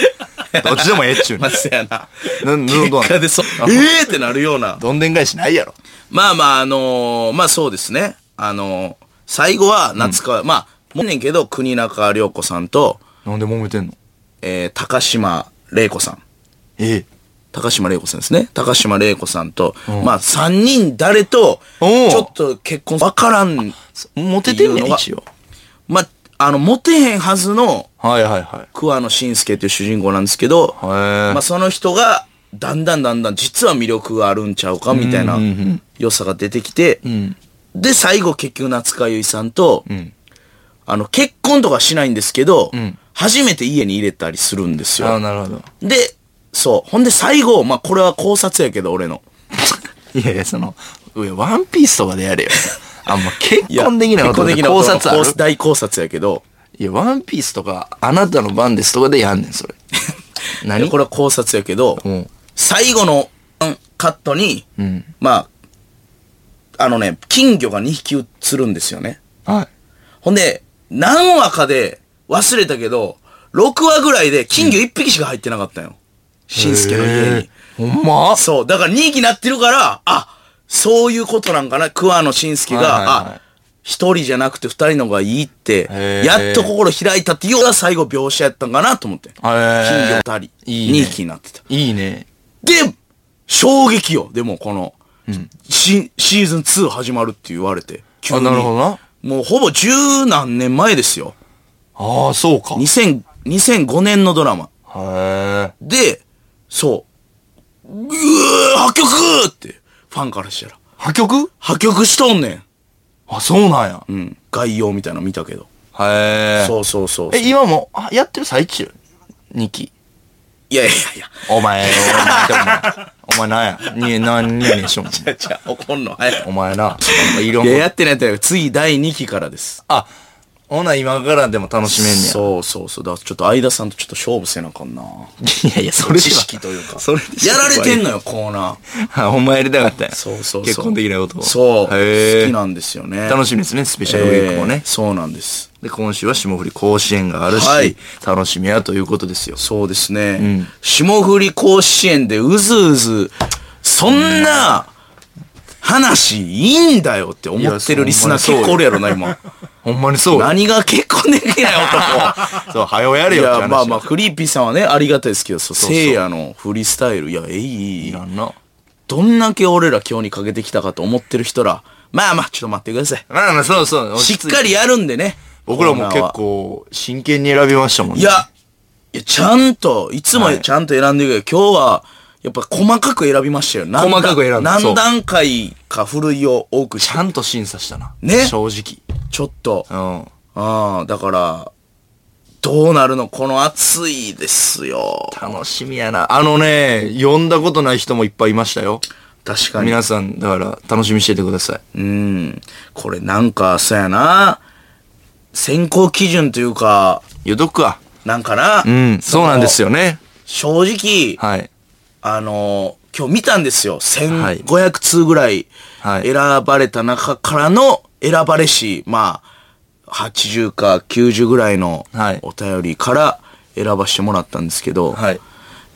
Speaker 1: どっちでもええっちゅうね
Speaker 2: まあ、そうや [LAUGHS] な。
Speaker 1: ななどうな
Speaker 2: 結
Speaker 1: ん
Speaker 2: 果でそう、えーってなるような。
Speaker 1: どんでん返しないやろ。
Speaker 2: まあまあ、あのーまあそうですね。あのー最後は夏川、まあ、もうねんけど、国中涼子さんと、
Speaker 1: なんで揉めてんの
Speaker 2: えー、高島玲子さん。
Speaker 1: ええ。
Speaker 2: 高島玲子さんですね。高島玲子さんと、
Speaker 1: ん
Speaker 2: まあ3人誰と、ち
Speaker 1: おう
Speaker 2: ょっと結婚わからん。
Speaker 1: モテてん
Speaker 2: っ
Speaker 1: ね、
Speaker 2: ていうんのが
Speaker 1: 一応。
Speaker 2: まあ、あの、モテへんはずの
Speaker 1: はいはいはい。
Speaker 2: 桑野信介っていう主人公なんですけど、
Speaker 1: へえ
Speaker 2: まあその人が、だんだんだんだん実は魅力があるんちゃうかみたいな良さが出てきて、で、最後結局夏川由衣さんと、あの、結婚とかしないんですけど、初めて家に入れたりするんですよ。
Speaker 1: ああ、なるほど。
Speaker 2: で、そう。ほんで最後、まあ、これは考察やけど、俺の。
Speaker 1: いやいや、その、いやワンピースとかでやれよ。あんま結
Speaker 2: いや
Speaker 1: 婚できない男で
Speaker 2: 結
Speaker 1: 考
Speaker 2: 婚でき
Speaker 1: 察
Speaker 2: な
Speaker 1: あ
Speaker 2: い男
Speaker 1: る
Speaker 2: の考大考察やけど、
Speaker 1: いや、ワンピースとか、あなたの番ですとかでやんねん、それ。
Speaker 2: いや
Speaker 1: 何
Speaker 2: これは考察やけど、
Speaker 1: うん
Speaker 2: 最後のうんカットに、
Speaker 1: ん
Speaker 2: まあ、あのね、金魚が2匹映るんですよね。
Speaker 1: はい。
Speaker 2: ほんで、何話かで忘れたけど、6話ぐらいで金魚1匹しか入ってなかったよ。しんすけの家に。
Speaker 1: へー。ほんま
Speaker 2: そう。だから2匹なってるから、あ、そういうことなんかな。桑野信介が、
Speaker 1: はいはいはい
Speaker 2: あ、一人じゃなくて二人の方がいいって
Speaker 1: へ、ー
Speaker 2: やっと心開いたっていうのが最後描写やったんかなと思って。金魚二人、
Speaker 1: いいね
Speaker 2: 二匹になってた。
Speaker 1: いいね。
Speaker 2: で、衝撃よ。でもこの、しシーズン2始まるって言われて、急急に。
Speaker 1: あなるほどな
Speaker 2: もうほぼ十何年前ですよ。
Speaker 1: ああ、そうか。へ
Speaker 2: 2000 2005年のドラマ。
Speaker 1: え。
Speaker 2: で、そう。うー破局って、ファンからしたら。
Speaker 1: 破局
Speaker 2: 破局しとんねん。
Speaker 1: あ、そうなんや。
Speaker 2: うん。概要みたいなの見たけど。
Speaker 1: へえ。
Speaker 2: そうそうそうそう。
Speaker 1: え、今も、あやってる最中 ?2 期。
Speaker 2: いやいやいや。
Speaker 1: お前、お前、お前なんや。に、何にや [LAUGHS] ねんしょん。
Speaker 2: じゃあ怒んの早い。
Speaker 1: お前な、いろ
Speaker 2: い
Speaker 1: ん
Speaker 2: や、
Speaker 1: な。
Speaker 2: やってないやってない。次第2期からです。
Speaker 1: あ、ほな今からでも楽しめんねや。
Speaker 2: そうそうそう。だからちょっと相田さんとちょっと勝負せなあかんな。
Speaker 1: いやいや、それでは
Speaker 2: 知識というか。
Speaker 1: それでは
Speaker 2: やられてんのよ、コーナー。
Speaker 1: あ、ほんまやりたかったんや
Speaker 2: そうそうそう。
Speaker 1: 結婚できない男。
Speaker 2: そう。
Speaker 1: へ
Speaker 2: 好き
Speaker 1: え。
Speaker 2: なんですよね。
Speaker 1: 楽
Speaker 2: し
Speaker 1: しみですね、スペシャルウィークもね。
Speaker 2: そうなんです。
Speaker 1: で、今週は霜降り甲子園があるし、
Speaker 2: はい
Speaker 1: 楽しみやということですよ。
Speaker 2: そうですね。霜降り甲子園でうずうず、そんな話いいんだよって思ってるリスナー
Speaker 1: いやそう
Speaker 2: 結構おるやろな、今。
Speaker 1: ほんまにそうよ。
Speaker 2: 何が結婚できない
Speaker 1: [LAUGHS]
Speaker 2: 男。
Speaker 1: そう、早よやれ
Speaker 2: い
Speaker 1: よって話。
Speaker 2: や、まあまあ、クリーピーさんはね、ありがたいですけど、そ
Speaker 1: う
Speaker 2: う、
Speaker 1: そう
Speaker 2: せいやのフリースタイル、いや、えい
Speaker 1: いらんな。
Speaker 2: どんだけ俺ら今日にかけてきたかと思ってる人ら、まあまあ、ちょっと待ってください。
Speaker 1: まあまあ、そうそう。
Speaker 2: しっ
Speaker 1: り。
Speaker 2: かりやるんでね。
Speaker 1: 僕らも
Speaker 2: コーナー
Speaker 1: 結
Speaker 2: は。
Speaker 1: 構、真剣に選びましたもんね。
Speaker 2: いや、いや、ちゃんと、いつも
Speaker 1: はい
Speaker 2: ちゃんと選んでるけど、今日は、やっぱ細かく選びましたよ。何段
Speaker 1: 細かく選んだそう
Speaker 2: 何段階かふるいを多くし
Speaker 1: ちゃんと審査したな。
Speaker 2: ね
Speaker 1: 正
Speaker 2: ちょっと。
Speaker 1: 直。うん。
Speaker 2: ああ、だから、どうなるのこの暑いですよ。
Speaker 1: 楽しみやな。あのね、呼んだことない人もいっぱいいましたよ。
Speaker 2: 確かに。
Speaker 1: 皆さん、だから、楽しみにしててください。
Speaker 2: うん。これなんか、そうやな。選考基準というか、
Speaker 1: 言うとくわ。
Speaker 2: なんかな。
Speaker 1: うん。そうなんです
Speaker 2: よ。
Speaker 1: よね。
Speaker 2: 正直、
Speaker 1: はい。
Speaker 2: あのー今日見たんですよ。
Speaker 1: はい
Speaker 2: 1500通ぐらい
Speaker 1: はい
Speaker 2: 選ばれた中からの選ばれし、まあ、80か90ぐらいの
Speaker 1: はい
Speaker 2: お便りから選ばしてもらったんですけど、
Speaker 1: はい。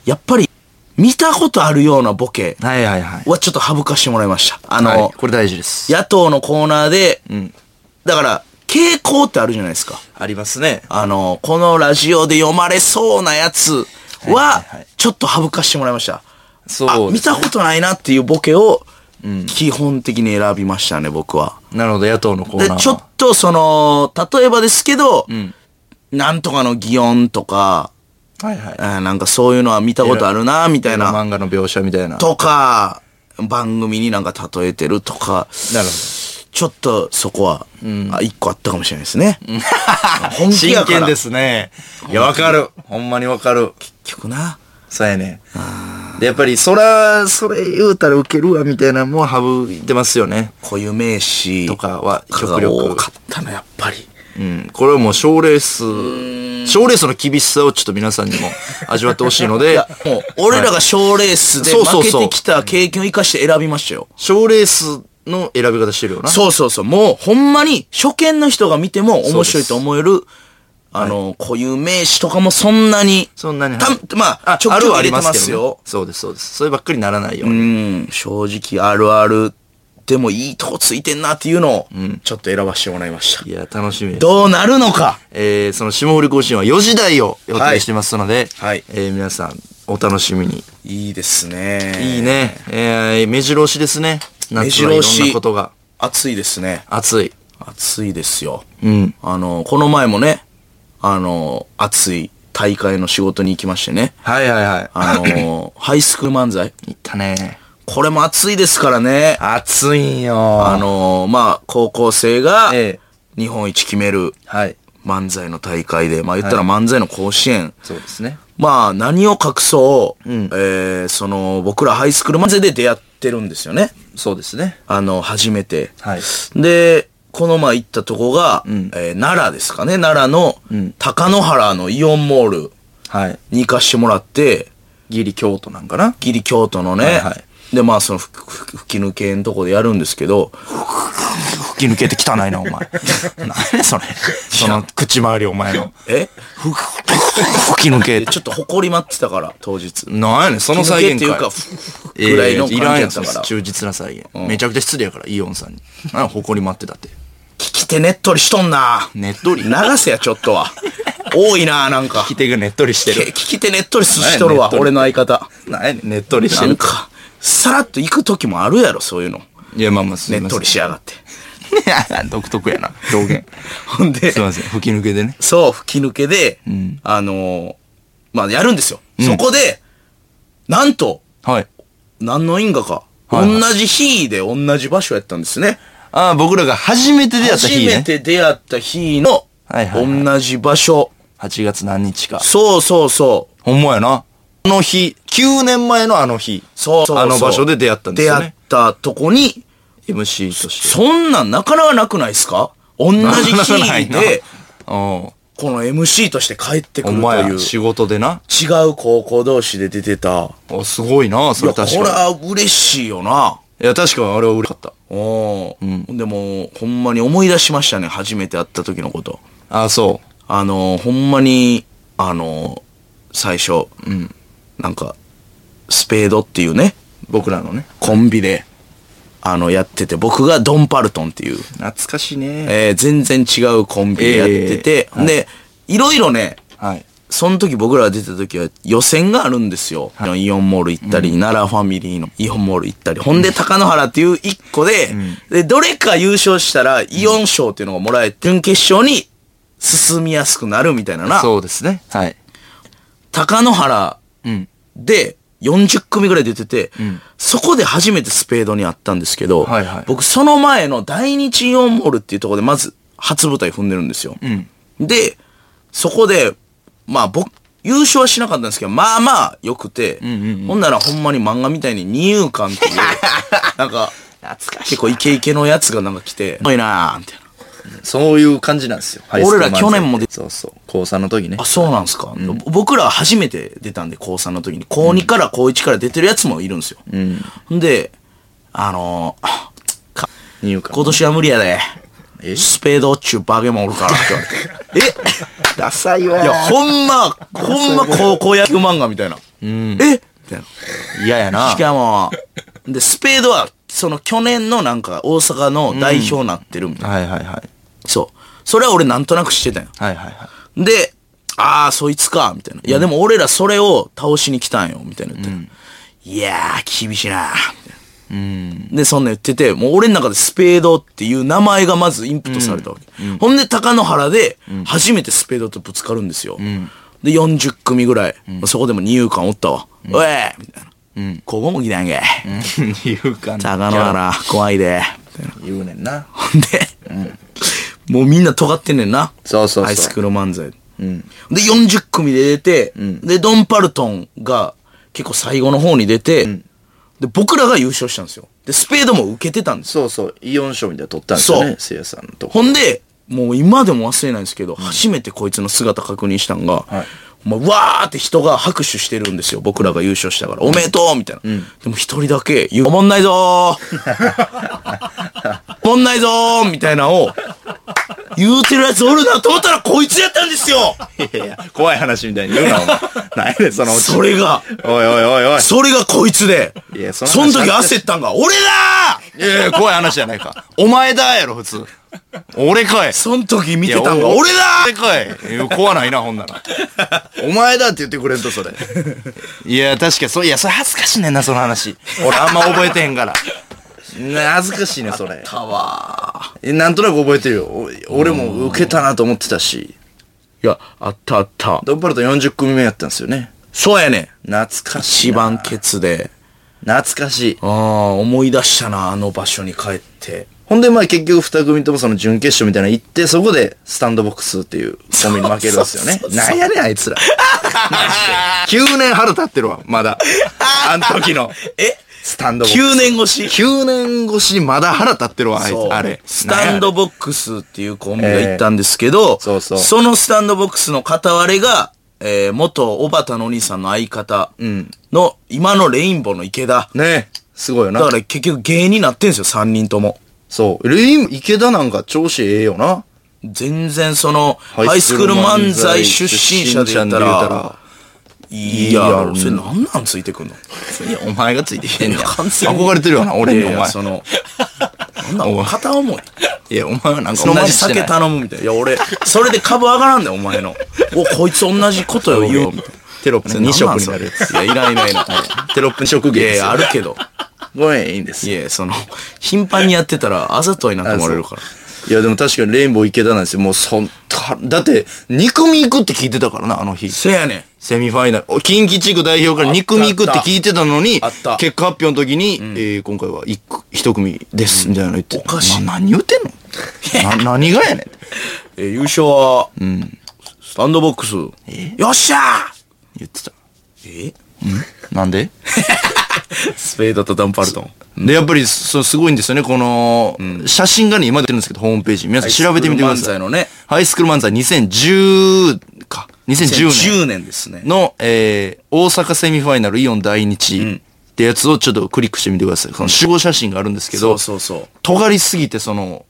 Speaker 2: やっぱり見たことあるようなボケ
Speaker 1: はいはいはい。
Speaker 2: はちょっと省かしてもらいました。あのー
Speaker 1: はい、これ大事です。
Speaker 2: 野党のコーナーで、
Speaker 1: ん
Speaker 2: だから、傾向ってあるじゃないですか。
Speaker 1: ありますね。
Speaker 2: あの、このラジオで読まれそうなやつ
Speaker 1: はい
Speaker 2: は、
Speaker 1: はいはい
Speaker 2: ちょっと省かしてもらいました。
Speaker 1: そう
Speaker 2: あ、
Speaker 1: で
Speaker 2: 見
Speaker 1: す
Speaker 2: たことないなっていうボケを、基本的に選びましたね、僕は。
Speaker 1: なので野党のコーナ
Speaker 2: で
Speaker 1: ーは。、
Speaker 2: ちょっとその、例えばですけど、なんとかの擬音とか、
Speaker 1: はいはい。
Speaker 2: あなんかそういうのは見たことあるな、みたいな、
Speaker 1: 漫画の描写みたいな。
Speaker 2: とか、番組になんか例えてるとか、
Speaker 1: なるほ
Speaker 2: ちょっとそこは、あ一個あったかもしれないで
Speaker 1: [LAUGHS]
Speaker 2: すね。本気
Speaker 1: 真
Speaker 2: やから
Speaker 1: 剣ですね。いや、わかる。ほんまにわかる。
Speaker 2: 結局な。
Speaker 1: そうやね。で、やっぱり、そら、それ言うたらウケるわ、みたいなのも省いてますよね。
Speaker 2: 固有名詞
Speaker 1: とかは、
Speaker 2: が
Speaker 1: 極
Speaker 2: 多
Speaker 1: 力。
Speaker 2: かったの、やっぱり。
Speaker 1: うん。これはもう、賞レース、賞レースの厳しさをちょっと皆さんに
Speaker 2: [LAUGHS]
Speaker 1: も味わってほしいので、
Speaker 2: もう、俺らが賞レースで
Speaker 1: そうそ
Speaker 2: 負
Speaker 1: う
Speaker 2: け
Speaker 1: そう
Speaker 2: てきた経験を生かして選びましたよ。
Speaker 1: 賞レースの選び方してるよな。
Speaker 2: そうそうそう。もう、ほんまに、初見の人が見ても面白いと思える、あの、固有名詞とかもそんなに、
Speaker 1: そんなに。
Speaker 2: たまあ、ちょ
Speaker 1: あ
Speaker 2: っ
Speaker 1: る
Speaker 2: と
Speaker 1: はあり
Speaker 2: 入れてま
Speaker 1: ますけ
Speaker 2: す
Speaker 1: どね
Speaker 2: よ。。
Speaker 1: そうです、そうです。そればっかりならないように。
Speaker 2: うん、正直あるあるでもいいとこついてんなっていうのを、ちょっと選ばせてもらいました。
Speaker 1: いや、楽しみです。
Speaker 2: どうなるのか
Speaker 1: えー、その霜降り甲子園は4時台を予定してますので、
Speaker 2: はいはい
Speaker 1: えー皆さんお楽しみに。
Speaker 2: いいですね。
Speaker 1: いい。ね。えー、目白押しですね。
Speaker 2: 目
Speaker 1: 夏
Speaker 2: 白
Speaker 1: はいろ
Speaker 2: 押し
Speaker 1: んなことが
Speaker 2: 暑いですね。
Speaker 1: 暑い。
Speaker 2: 暑いですよ。
Speaker 1: うん。
Speaker 2: あの、この前もね、あの、暑い大会の仕事に行きましてね。
Speaker 1: はいはいはい。あ
Speaker 2: あの、ハイスクール漫才。
Speaker 1: いったね。
Speaker 2: これも暑いですからね。
Speaker 1: 暑いんよ。
Speaker 2: あの、まあ、高校生が
Speaker 1: ええ、
Speaker 2: 日本一決める
Speaker 1: はい。
Speaker 2: 漫才の大会で、まあ言ったら漫才の甲子園。
Speaker 1: そうですね。
Speaker 2: まあ、何を隠そう、えーその、僕らハイスクール漫才で出会ってるんですよね。
Speaker 1: そうですね。
Speaker 2: あの、初めて。
Speaker 1: はい
Speaker 2: で、この前行ったとこが、えー奈良ですかね。奈良の、高野原のイオンモール
Speaker 1: はい。
Speaker 2: に行かしてもらって、
Speaker 1: ギリ京都なんかな。
Speaker 2: ギリ京都のね、
Speaker 1: はいは
Speaker 2: で、まあ、その、ふふ吹き抜けんとこでやるんですけど、
Speaker 1: 吹き抜けて汚い [LAUGHS] な、お前。何それ。その口周りお前の。
Speaker 2: え
Speaker 1: 吹き抜け
Speaker 2: でちょっと埃まってたから、当日。
Speaker 1: なんやねん、その再現
Speaker 2: 吹き抜けっていう
Speaker 1: か
Speaker 2: か、ふふぐらいの
Speaker 1: えー
Speaker 2: 感
Speaker 1: い
Speaker 2: じ
Speaker 1: らん
Speaker 2: や
Speaker 1: や
Speaker 2: っ
Speaker 1: つ
Speaker 2: たから。
Speaker 1: 忠実な再現、めちゃくちゃ失礼やからイオンさんに何や誇り待ってたって
Speaker 2: 聞き手ねっとりしとんな。
Speaker 1: ねっとり
Speaker 2: 長瀬や、ちょっ
Speaker 1: [LAUGHS]
Speaker 2: とは。多いな、なんか
Speaker 1: 聞。き手がねっとりして
Speaker 2: け
Speaker 1: る
Speaker 2: 聞き手ねっとりすしとる
Speaker 1: 何やねっ
Speaker 2: わ、
Speaker 1: とり
Speaker 2: 俺の相方。
Speaker 1: 何やねんねっとりして
Speaker 2: なん
Speaker 1: る
Speaker 2: か、さらっと行く時もあるやろ、そういうの。
Speaker 1: いやまあまあすい
Speaker 2: ねっ
Speaker 1: ま
Speaker 2: とり
Speaker 1: せ
Speaker 2: しやがって。
Speaker 1: [LAUGHS] 独特やな、表現。
Speaker 2: ほん
Speaker 1: [LAUGHS]
Speaker 2: で、
Speaker 1: すいません、吹き抜けでね。
Speaker 2: そう、吹き抜けで、
Speaker 1: ん
Speaker 2: あのーまあ、やるんですよ。そこで、なんと、
Speaker 1: はい。
Speaker 2: 何の因果か、
Speaker 1: はいはい
Speaker 2: 同じ日で同じ場所やったんですね。
Speaker 1: ああ、僕らが初めて出会った
Speaker 2: 初
Speaker 1: 日
Speaker 2: め
Speaker 1: ね。
Speaker 2: て出会った日の、
Speaker 1: はいはいはい
Speaker 2: 同じ場所。
Speaker 1: 8月何日か。
Speaker 2: そうそうそう。
Speaker 1: ほんまやな。あの日、9年前のあの日。
Speaker 2: そうそうそ
Speaker 1: あ
Speaker 2: う
Speaker 1: の場所で出会ったんですよ
Speaker 2: 出会っ
Speaker 1: ね。
Speaker 2: たとこに、
Speaker 1: MC として。
Speaker 2: そんなんなかなかなくないですか同じ
Speaker 1: [LAUGHS]
Speaker 2: 日で、
Speaker 1: うん。
Speaker 2: この MC として帰ってく
Speaker 1: お
Speaker 2: ると
Speaker 1: 前
Speaker 2: いう
Speaker 1: や、、仕事でな。
Speaker 2: 違う高校同士で出てた。
Speaker 1: おすごいな、そ
Speaker 2: い
Speaker 1: れ
Speaker 2: や、こ
Speaker 1: 確
Speaker 2: れ
Speaker 1: か
Speaker 2: は嬉しいよな。
Speaker 1: に。いや、確かにあれは嬉しかった。
Speaker 2: おーでも、ほんまに思い出しましたね。初めて会った時のこと。
Speaker 1: ああ、そ
Speaker 2: あの、ほんまに、あの、最初、なんか、スペードっていうね、
Speaker 1: う。僕らのね。
Speaker 2: コンビで、あの、やってて、僕がドンパルトンっていう、
Speaker 1: 懐かしいね。
Speaker 2: えー全然違うコンビでやってて、
Speaker 1: ええ
Speaker 2: で、いろいろね、
Speaker 1: はい。
Speaker 2: その時僕らが出た時は予選があるんですよ。イオンモール行ったり、奈良ファミリーのイオンモール行ったり、ほんで高野原っていう一個で、で、どれか優勝したらイオン賞っていうのがもらえて、準決勝に進みやすくなるみたいなな。
Speaker 1: そうですね。はい。
Speaker 2: 高野原
Speaker 1: うん。
Speaker 2: で40組ぐらい出てて、
Speaker 1: ん
Speaker 2: そこで初めてスペードに会ったんですけど、
Speaker 1: はいはい
Speaker 2: 僕その前の大日イオンモールっていうところでまず初舞台踏んでるんですよ。
Speaker 1: うん。
Speaker 2: で、そこで、まあ僕、優勝はしなかったんですけど、まあまあ良くて、ほんならほんまに漫画みたいに二遊間
Speaker 1: [LAUGHS]
Speaker 2: っていう、なんか、
Speaker 1: 懐か
Speaker 2: 結構イケイケのやつがなんか来て、おいなーみたいな。
Speaker 1: そういう感じなんですよ。
Speaker 2: 俺ら去年も出
Speaker 1: 出そうそう。高3の時ね
Speaker 2: あ、。そうなんすか、僕ら初めて出たんで、高3の時に。高2から高1から出てるやつもいるんですよ。んで、あのー、あか
Speaker 1: 入荷。
Speaker 2: 今年は無理やで。
Speaker 1: え
Speaker 2: スペードっちゅうバゲモンおるからって言わ
Speaker 1: [LAUGHS]
Speaker 2: れて。え
Speaker 1: ダサいわ
Speaker 2: いや、ほんま、ほんま高校野球漫画みたいな。えみたいな。
Speaker 1: 嫌やな
Speaker 2: し。かも、で、スペードは、その去年のなんか大阪の代表になってるみたいな。
Speaker 1: はいはいはい。
Speaker 2: そう。それは俺なんとなくしてたよ。
Speaker 1: はいはいはい。
Speaker 2: で、ああ、そいつか、みたいな。いや、でも俺らそれを倒しに来たんよ、みたいな言って、いやー、厳しいなみたいな。で、そんなん言ってて、もう俺の中でスペードっていう名前がまずインプットされたわけ。ほんで、高野原で、初めてスペードとぶつかるんですよ。で、40組ぐらい。そこでも二遊間おったわ。おいみたいな。ここも来たんけ。
Speaker 1: 入荷
Speaker 2: 高野原、怖いで。
Speaker 1: 言うねんな。
Speaker 2: ほんで、もうみんな尖ってんねんな。
Speaker 1: そうそうそう
Speaker 2: アイスクロ漫才。で、40組で出て、で、ドン・パルトンが結構最後の方に出て、で、僕らが優勝したんですよ。で、スペードも受けてたんですよ。
Speaker 1: そうそう。イオン賞みたいなの取ったんです
Speaker 2: そ
Speaker 1: よ
Speaker 2: う
Speaker 1: ね。せいやさんのとこ。
Speaker 2: ほんで、もう今でも忘れないんですけど、初めてこいつの姿確認したんが、
Speaker 1: はい
Speaker 2: もうわーって人が拍手してるんですよ。僕らが優勝したから。おめでとうみたいな。でも一人だけ、おもんないぞー
Speaker 1: [LAUGHS]
Speaker 2: おもんないぞーみたいなのを、言うてるやつおるなと思ったらこいつやったんですよ
Speaker 1: いやいや、怖い話みたいに言うな、お [LAUGHS] 前。何やねんそのうち。
Speaker 2: それが。
Speaker 1: おいおいおいおい。
Speaker 2: それがこいつで
Speaker 1: いや、そ
Speaker 2: そ
Speaker 1: んな
Speaker 2: の
Speaker 1: 話
Speaker 2: 時焦ったんが、俺だー
Speaker 1: いやいや、怖い話じゃないか。お前だやろ、普通。俺かい。
Speaker 2: その時見
Speaker 1: い
Speaker 2: て
Speaker 1: や
Speaker 2: たんが、
Speaker 1: お
Speaker 2: 俺だ
Speaker 1: 俺かいいや怖ないな、ほんなら。 [LAUGHS] お前だって言ってくれんと、それ。 [LAUGHS] いや、確かに、そう、いや、それ恥ずかしいねんな、その話。俺あんま覚えてへんから。 [LAUGHS] な恥ずかしいね、それ。
Speaker 2: ーわー
Speaker 1: えなんとなく覚えてるよ。お俺も受けたなと思ってたし。
Speaker 2: いや、あったあった。
Speaker 1: ドンパルト40組目やったんですよね。
Speaker 2: そうやね。
Speaker 1: 懐かしい
Speaker 2: 一
Speaker 1: な。
Speaker 2: 番ケツで。
Speaker 1: 懐かしい。
Speaker 2: ああ、思い出したな、あの場所に帰って。
Speaker 1: ほんで、まあ結局二組ともその準決勝みたいなの行って、そこでスタンドボックスっていうコンビに負けるんですよね
Speaker 2: そうそうそう。そう
Speaker 1: なんやねん、あいつら。9年腹立ってるわ、まだ。あの時の。
Speaker 2: え
Speaker 1: スタンドボック
Speaker 2: ?9 年越し
Speaker 1: ス。9年越しにまだ腹立ってるわ、あいつ
Speaker 2: そう。
Speaker 1: あれ。
Speaker 2: スタンド
Speaker 1: ボッ
Speaker 2: ボックスっていうコンビが行ったんですけど、
Speaker 1: そうそう
Speaker 2: のスタンドボックスの片割れが、えー、元小畑のお兄さんの相方の、今のレインボーの池田。
Speaker 1: クス。ねえすごいよ
Speaker 2: だ
Speaker 1: な
Speaker 2: か。ら結局芸人になってんすよ、3人とも。
Speaker 1: そう。レイン、池田なんか調子ええよな。
Speaker 2: 全然その、ハイスクール漫才出身者で言ったら、、いや、それ何なんついてくんの
Speaker 1: いや、お前がついてきてんじゃん。
Speaker 2: いや完全に
Speaker 1: 憧れてるよな、俺
Speaker 2: い
Speaker 1: に、
Speaker 2: や
Speaker 1: お
Speaker 2: いや
Speaker 1: 前。[LAUGHS]
Speaker 2: その、なんだ、お前片思
Speaker 1: い
Speaker 2: い。
Speaker 1: や、お前はなんか
Speaker 2: 同
Speaker 1: 同
Speaker 2: じ
Speaker 1: じ酒た
Speaker 2: 酒頼むみたいな。いや、俺、それで株上がらんだよ、お前の。お、こいつ同じことよ、言うみたいな。
Speaker 1: テロップね、2色に
Speaker 2: そ
Speaker 1: な
Speaker 2: れ
Speaker 1: るや [LAUGHS]
Speaker 2: いや、いらんいらんいらん。
Speaker 1: つ。テロップ2色
Speaker 2: いやい
Speaker 1: 芸
Speaker 2: や、あるけど。
Speaker 1: ごめん、いいんです。
Speaker 2: いえ、その、頻繁にやってたら、あざといなと思われるから。
Speaker 1: いや、でも確かにレインボー池田なんですよ。もうそん、ただって、2組行くって聞いてたからな、あの日。
Speaker 2: せやねん。
Speaker 1: セミファイナル。お近畿地区代表から2組行くって聞いてたのに
Speaker 2: あった、
Speaker 1: 結果発表の時に、えー今回は 1, 組です、みたいなの言って。お
Speaker 2: かしい
Speaker 1: 何言うてんの
Speaker 2: [LAUGHS]
Speaker 1: な何がやねん。
Speaker 2: えー優勝は、スタンドボックス。よっしゃ
Speaker 1: 言ってた。
Speaker 2: ーえ
Speaker 1: なんで
Speaker 2: スペードとダンパルトン。
Speaker 1: で、やっぱり、そう、すごいんですよね。この、写真がね、今出てるんですけど、ホームページ。皆さん調べてみてくだ
Speaker 2: ハイスク
Speaker 1: さ
Speaker 2: ール漫才
Speaker 1: い。
Speaker 2: のね、
Speaker 1: ハイスクール漫才2010か。2010年。
Speaker 2: 10年ですね。
Speaker 1: の、えー、大阪セミファイナルイオン第日、ってやつをちょっとクリックしてみてください。その集合写真があるんですけ
Speaker 2: そ
Speaker 1: ど
Speaker 2: う、そうそう。
Speaker 1: 尖りすぎてその、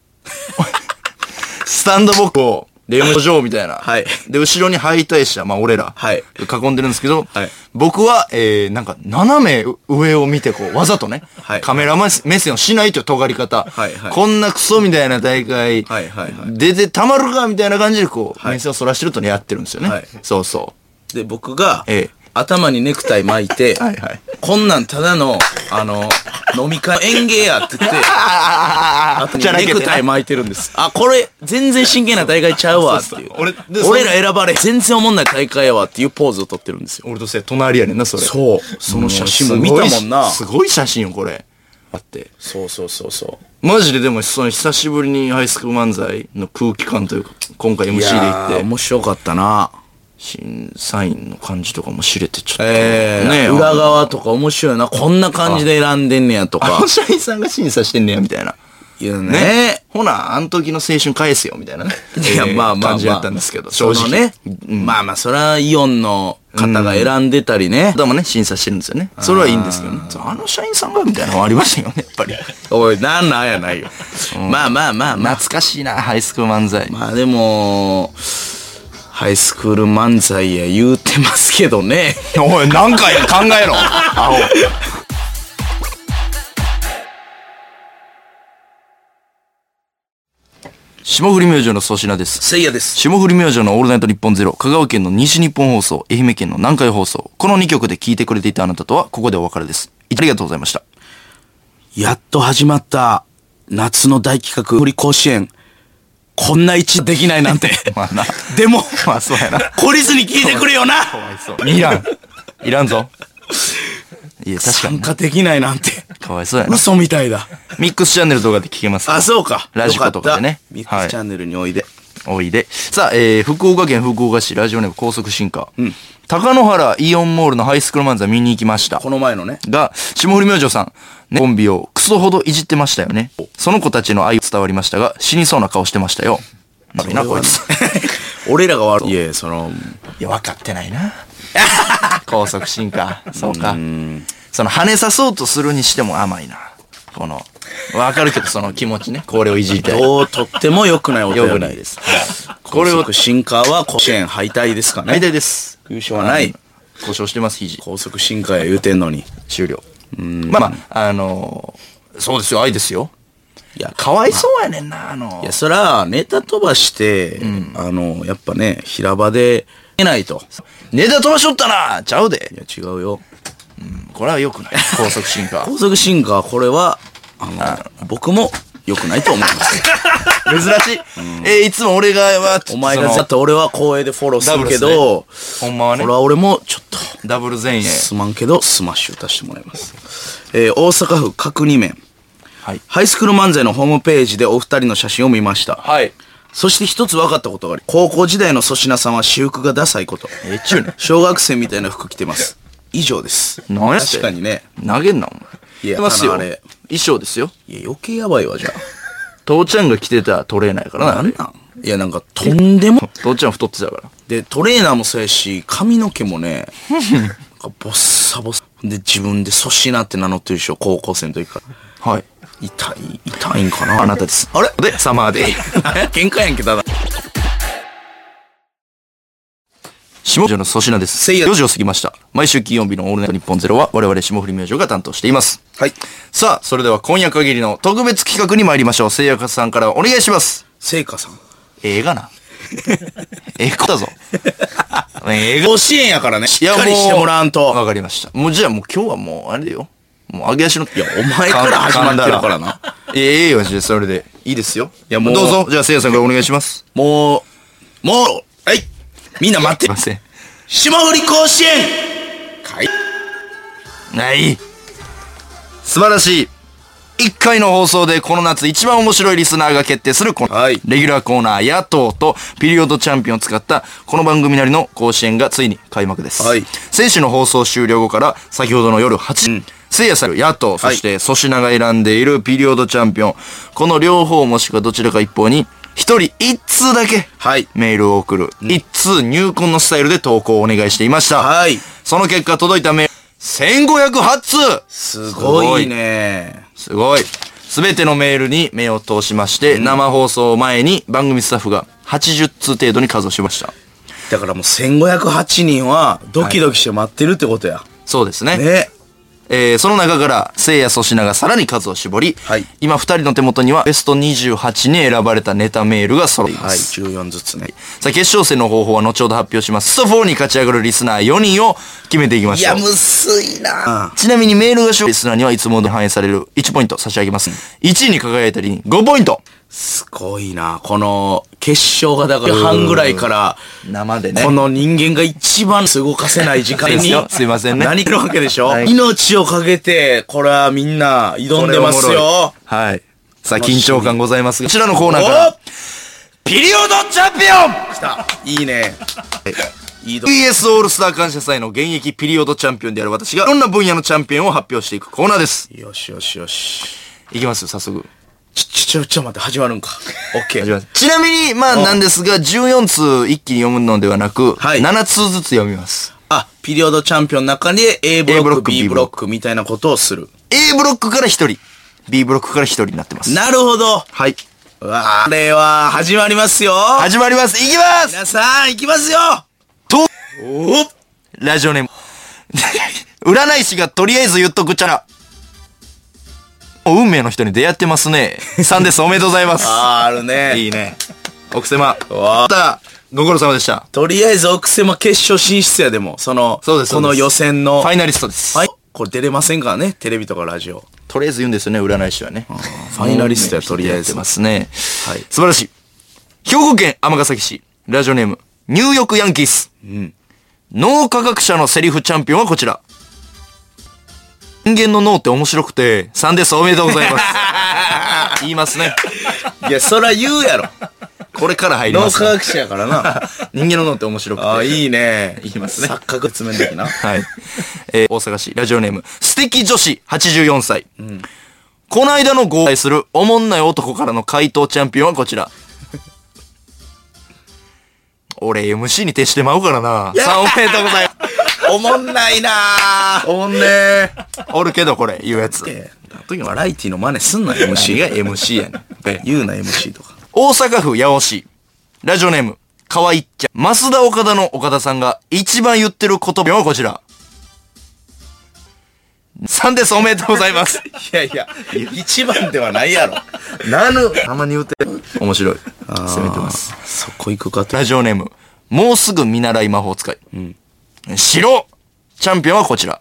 Speaker 1: スタンドボックを、レムジョーみたいな。
Speaker 2: はい
Speaker 1: で、後ろに敗退者、まあ俺ら。
Speaker 2: はい
Speaker 1: 囲んでるんですけど、
Speaker 2: はい
Speaker 1: 僕は、えー、なんか、斜め上を見て、こう、わざとね、
Speaker 2: はい
Speaker 1: カメラマン目線をしないという尖り方。
Speaker 2: はいはい
Speaker 1: こんなクソみたいな大会、
Speaker 2: はいはいは
Speaker 1: 出てたまるかみたいな感じで、こう、
Speaker 2: い
Speaker 1: 目線をそらしてるとね、やってるんですよね。
Speaker 2: はい
Speaker 1: そうそう。
Speaker 2: で、僕が
Speaker 1: ええ、
Speaker 2: 頭にネクタイ巻い [LAUGHS] て、
Speaker 1: はいはい
Speaker 2: こんなんただの、あの、飲み会、園芸やって言 [LAUGHS] って、
Speaker 1: あ
Speaker 2: 後にネクタイ巻いてるんです。あ、これ、全然真剣な大会ちゃうわって
Speaker 1: そうそ
Speaker 2: いう。
Speaker 1: うそう俺で
Speaker 2: 俺ら選ばれ、全然おもんない大会やわっていうポーズを撮ってるんですよ。
Speaker 1: 俺とせ隣やねんな、それ。
Speaker 2: そう。その写真も見たもんな。
Speaker 1: すごい写真よ、これ。あって。
Speaker 2: そうそうそうそう。
Speaker 1: マジででも、その久しぶりにハイスクール漫才の空気感というか、今回 MC
Speaker 2: い
Speaker 1: で
Speaker 2: やー
Speaker 1: 行って、
Speaker 2: 面白かったな。
Speaker 1: 審査員の感じとかも知れて、ちょっと。
Speaker 2: えー、
Speaker 1: ね
Speaker 2: 裏側とか面白いな。こんな感じで選んでんねやと
Speaker 1: あ
Speaker 2: か
Speaker 1: の。社員さんが審査してんねや、みたいな。
Speaker 2: いや
Speaker 1: ね
Speaker 2: ね。
Speaker 1: ほな、あの時の青春返すよ、みたいなね。
Speaker 2: [LAUGHS] いや、
Speaker 1: えー
Speaker 2: まあまあまあ。
Speaker 1: 感じだったんですけど、正
Speaker 2: そ
Speaker 1: 直。
Speaker 2: のね。まあまあ、それはイオンの方が選んでたりね。
Speaker 1: でもね、審査してるんですよね。それはいいんですけどね。そうあの社員さんが、みたいなのもありましたよね、やっぱり。
Speaker 2: [LAUGHS] おい、なんなんやないよ。まあまあまあまあ。
Speaker 1: 懐かしいな、ハイスクール漫才。
Speaker 2: まあでも、ハイスクール漫才や言うてますけどね。
Speaker 1: おい、何回考えろ。 [LAUGHS] アホ。霜降り明星の粗品です。
Speaker 2: せいやです。
Speaker 1: 霜降り明星のオールナイト日本ゼロ、香川県の西日本放送、愛媛県の南海放送、この2曲で聴いてくれていたあなたとは、ここでお別れです。ありがとうございました。
Speaker 2: やっと始まった夏の大企画、鳥甲子園。こんな位置できないなん [LAUGHS] て。
Speaker 1: まあな。
Speaker 2: で [LAUGHS] も、
Speaker 1: まあそうやな。
Speaker 2: 懲りずに聞いてくれよな。
Speaker 1: いらん。いらんぞ。いや、確か
Speaker 2: 参
Speaker 1: に。
Speaker 2: 加できないなんて。
Speaker 1: かわいそうやな。
Speaker 2: 嘘みたいだ。
Speaker 1: ミックスチャンネル動画で聴けます。
Speaker 2: あ、そうか。
Speaker 1: ラジコとかでね
Speaker 2: よったミックスチャンネルにおいで。
Speaker 1: おいで。さあ、えー、福岡県福岡市ラジオネーム高速進化。高野原イオンモールのハイスクール漫才見に行きました
Speaker 2: こ。の前のね。
Speaker 1: が、霜降り明星さん、ねコンビをクソほどいじってましたよね。その子たちの愛伝わりましたが、死にそうな顔してましたよ。悪いな、こいつ。
Speaker 2: [LAUGHS] 俺らが悪い。いやいや、その、
Speaker 1: [LAUGHS] いや、分かってないな。 [LAUGHS] 高速進化。そうか。その、跳ねさそうとするにしても甘いな。この、わかるけど、その気持ちね。これをいじりたい。
Speaker 2: どうとっても良くない音
Speaker 1: よ
Speaker 2: や
Speaker 1: く
Speaker 2: ね
Speaker 1: ないです。
Speaker 2: こ
Speaker 1: こ
Speaker 2: れ
Speaker 1: れ
Speaker 2: を
Speaker 1: を、
Speaker 2: 進化は甲子園敗退ですかね
Speaker 1: 大体です。
Speaker 2: 優勝はない。
Speaker 1: 故障してます、肘。
Speaker 2: 高速進化や言うてんのに
Speaker 1: 終了。まあまあ、あのーそうですよ、愛ですよ。
Speaker 2: いや
Speaker 1: かわいそうやねんな、あの
Speaker 2: いやそらネタ飛ばして、あのやっぱね平場でいけないと
Speaker 1: ネタ飛ばしとったなちゃうで
Speaker 2: い。や違うよ
Speaker 1: これは良くない。高速進化。
Speaker 2: 高速進化はこれはあの僕も良くないと思います
Speaker 1: [LAUGHS] 珍しい。えーいつも俺が、わ
Speaker 2: お前がだって俺は光栄でフォローするけ
Speaker 1: ダブ
Speaker 2: ど、
Speaker 1: ほんまは
Speaker 2: こ
Speaker 1: ね
Speaker 2: れ、は俺もちょっと
Speaker 1: ダブル前衛。
Speaker 2: すまんけどスマッシュ打たせてもらいます、えー大阪府角二面
Speaker 1: はい。
Speaker 2: ハイスクール漫才のホームページでお二人の写真を見ました
Speaker 1: はい。
Speaker 2: そして一つ分かったことがあり、高校時代の粗品さんは私服がダサいこと。
Speaker 1: えー、ちゅうね
Speaker 2: 小学生みたいな服着てます。以上です。
Speaker 1: 何やって
Speaker 2: 確かにね。
Speaker 1: 投げんな、お前。
Speaker 2: いや
Speaker 1: 着てますよ。
Speaker 2: あのあれ
Speaker 1: 衣装ですよ。
Speaker 2: いや、余計やばいわ、じゃ
Speaker 1: 父ちゃんが着てたトレーナーやからな、あ
Speaker 2: あ。なん
Speaker 1: れ。
Speaker 2: なんいや、なんか、とんでも。
Speaker 1: 父ちゃん太ってたから。
Speaker 2: で、トレーナーもそうやし、髪の毛もね、なんかボッサボサ。で、自分で粗品って名乗ってるでしょ、高校生の時から。
Speaker 1: はい。
Speaker 2: 痛い、痛いんかな
Speaker 1: あなたです。
Speaker 2: あれ
Speaker 1: で、サマーデイ。
Speaker 2: 喧嘩やんけ、ただ。
Speaker 1: 下降り明星の粗品です。
Speaker 2: せいや
Speaker 1: 4時を過ぎました。毎週金曜日のオールナイト日本ゼロは我々下降り明星が担当しています。
Speaker 2: はい。
Speaker 1: さあ、それでは今夜限りの特別企画に参りましょう。せいやかさんからお願いします。
Speaker 2: 聖火さん。
Speaker 1: 映画
Speaker 2: [LAUGHS]
Speaker 1: な。ええ子だぞ。映画。
Speaker 2: 甲子園やからね、しっかりしてもらわんと。
Speaker 1: わかりました。もうじゃあもう今日はもうあれよ。もう揚げ足の。いや、
Speaker 2: お前から始まってるからな。
Speaker 1: ええよ、じゃあそれで。いいですよ。い
Speaker 2: やもう
Speaker 1: どうぞ。じゃあ、せいやさんからお願いします。
Speaker 2: もう、もう、はいみんな待
Speaker 1: す
Speaker 2: っ
Speaker 1: い
Speaker 2: て
Speaker 1: ません。
Speaker 2: 霜降り甲子園
Speaker 1: ない。素晴らしい。一回の放送でこの夏一番面白いリスナーが決定するこの、
Speaker 2: はい
Speaker 1: レギュラーコーナー野党とピリオドチャンピオンを使ったこの番組なりの甲子園がついに開幕です。
Speaker 2: はい
Speaker 1: 選手の放送終了後から先ほどの夜8時、せいやさん、野党、そして粗品が選んでいるピリオドチャンピオン、この両方もしくはどちらか一方に一人一通だけ
Speaker 2: はい
Speaker 1: メールを送る、一通入魂のスタイルで投稿をお願いしていました。
Speaker 2: はい。
Speaker 1: その結果届いたメール、1508通
Speaker 2: すごいね。
Speaker 1: すごい。すべてのメールに目を通しまして、生放送を前に番組スタッフが80通程度に数をしました。
Speaker 2: だからもう1508人はドキドキして待ってるってことや。
Speaker 1: そうですね。
Speaker 2: ね。
Speaker 1: えーその中から、せいや粗品がさらに数を絞り、
Speaker 2: はい
Speaker 1: 今二人の手元にはベスト28に選ばれたネタメールが揃いま
Speaker 2: はい、
Speaker 1: す。
Speaker 2: 14ずつね。
Speaker 1: さあ、決勝戦の方法は後ほど発表します。スト4に勝ち上がるリスナー4人を決めていきま
Speaker 2: い
Speaker 1: しょ
Speaker 2: や、
Speaker 1: う
Speaker 2: む。ずいな。
Speaker 1: ちなみにメールが勝利リスナーにはいつも通り反映される1ポイント差し上げます。1位に輝いたりに5ポイント。
Speaker 2: すごいな。この、決勝がだから半ぐらいから、
Speaker 1: 生で
Speaker 2: この人間が一番動かせない時間に
Speaker 1: そうですよ [LAUGHS] すいませんね
Speaker 2: 何来るわけでしょ、
Speaker 1: はい
Speaker 2: 命をかけて、これはみんな挑んでますよ。
Speaker 1: はい。さあ、緊張感ございますが、こちらのコーナーから、ピリオドチャンピ
Speaker 2: お来た。いいね。いい
Speaker 1: オン !BS オールスター感謝祭の現役ピリオドチャンピオンである私が、いろんな分野のチャンピオンを発表していくコーナーです。
Speaker 2: よしよしよし。
Speaker 1: いきますよ、早速。
Speaker 2: ちょ、ちょ、ちょ、待って、始まるんか。オッケ
Speaker 1: 始めま
Speaker 2: ー。
Speaker 1: すちなみに、まあなんですが、14通一気に読むのではなく、
Speaker 2: はい
Speaker 1: 7通ずつ読みます。
Speaker 2: あ、ピリオドチャンピオンの中で A ブロ
Speaker 1: A ブロッ
Speaker 2: ック、
Speaker 1: ク
Speaker 2: B
Speaker 1: B
Speaker 2: ブ
Speaker 1: ブ
Speaker 2: ロ
Speaker 1: ロ
Speaker 2: ックみたいなことをする。
Speaker 1: A ブロックから1人、B ブロックから1人になってます。
Speaker 2: なるほど。
Speaker 1: はい。
Speaker 2: うわあれは始まりますよ。
Speaker 1: 始まりますいきます
Speaker 2: 皆さん、行きますよ
Speaker 1: と、
Speaker 2: おっ
Speaker 1: ラジオネーム。 [LAUGHS] 占い師がとりあえず言っとくチャラ。お運命の人に出会ってますね。さんです。おめでとうございます。
Speaker 2: あーあるね。
Speaker 1: いいね。奥様。
Speaker 2: わ
Speaker 1: また、ご苦労様でした。
Speaker 2: とりあえず奥様決勝進出やでも、その、
Speaker 1: そうです
Speaker 2: こ
Speaker 1: そう
Speaker 2: の
Speaker 1: です
Speaker 2: 予選
Speaker 1: フ
Speaker 2: の。
Speaker 1: ァイナリストです。
Speaker 2: はい。これ出れませんからね、テレビとかラジオ。
Speaker 1: とりあえず言うんですよね、占い師はね。
Speaker 2: ファイナリストや、とりあえず
Speaker 1: 出。ますね。
Speaker 2: はい
Speaker 1: 素晴らしい。兵庫県尼崎市、ラジオネーム、ニューヨークヤンキース。脳科学者のセリフチャンピオンはこちら。人間の脳って面白くて、3です。おめでとうござい
Speaker 2: [LAUGHS]
Speaker 1: ます。言いますね。
Speaker 2: いや、そら言
Speaker 1: [LAUGHS]
Speaker 2: うやろ。
Speaker 1: これから入り
Speaker 2: 脳
Speaker 1: ます
Speaker 2: 科
Speaker 1: ね、
Speaker 2: 学者やか
Speaker 1: [LAUGHS]
Speaker 2: らな。
Speaker 1: 人間の脳って面白くて。
Speaker 2: ああ、いいね。
Speaker 1: いきますね
Speaker 2: 錯覚詰め的な。
Speaker 1: はい。 [LAUGHS] えー大阪市、ラジオネーム、素敵女子、84歳。こないだのご愛する、おもんない男からの回答チャンピオンはこちら。 [LAUGHS] 俺、MC に徹してまうからな。さんおめでとうございます。
Speaker 2: おもんないなーおもんねー。
Speaker 1: おるけど、これ、言うやつ。
Speaker 2: ええバラエティの真似すんな、
Speaker 1: MC
Speaker 2: MC
Speaker 1: が
Speaker 2: が。
Speaker 1: MC やねん。え
Speaker 2: 言うな、MC とか。
Speaker 1: 大阪府八尾市、ラジオネーム、かわいっちゃん。増田岡田の岡田さんが一番言ってる言葉はこちら。さんです、おめでとうございます。
Speaker 2: いやいや、一番ではないやろ。
Speaker 1: なぬたまに言うて面白い。攻めてます。
Speaker 2: そこ行くかと。
Speaker 1: ラジオネーム、もうすぐ見習い魔法使い。白チャンピオンはこちら。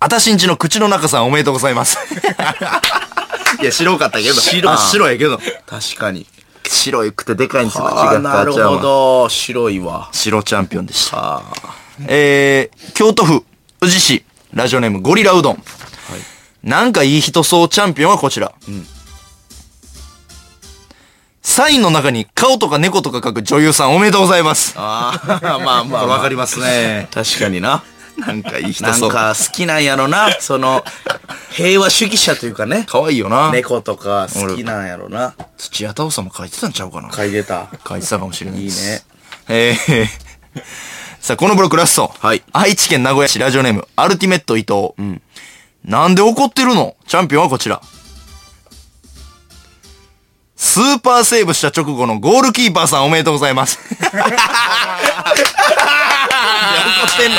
Speaker 1: あたしんちの口の中さんおめでとうございます。 [LAUGHS] いや、白かったけど。
Speaker 2: 白
Speaker 1: 白。白やけど。
Speaker 2: 確かに。
Speaker 1: 白いくてでかいんですよ、
Speaker 2: ああ、
Speaker 1: 違った
Speaker 2: なる
Speaker 1: ちゃん
Speaker 2: ほ
Speaker 1: は
Speaker 2: ど。白いわ。
Speaker 1: 白チャンピオンでした。
Speaker 2: ああ。
Speaker 1: えー、京都府宇治市ラジオネームゴリラうどん、なんかいい人そうチャンピオンはこちら、サインの中に顔とか猫とか書く女優さんおめでとうございます
Speaker 2: ああ、まあまあ、まあ。
Speaker 1: りますね
Speaker 2: 確かにな。
Speaker 1: なんかいい人
Speaker 2: なん
Speaker 1: そう
Speaker 2: か好きなんやろな。その、平和主義者というかね。
Speaker 1: かわいいよな
Speaker 2: 猫とか好きなんやろな。
Speaker 1: 土屋太鳳さんも書いてたんちゃうかな
Speaker 2: 嗅いでた。
Speaker 1: 書いてたかもしれないです
Speaker 2: いいね
Speaker 1: えー [LAUGHS] さあこのブロックラスト、
Speaker 2: はい
Speaker 1: 愛知県名古屋市ラジオネームアルティメット伊藤、なんで怒ってるのチャンピオンはこちらスーパーセーブした直後のゴールキーパーさんおめでとうございますいや怒ってん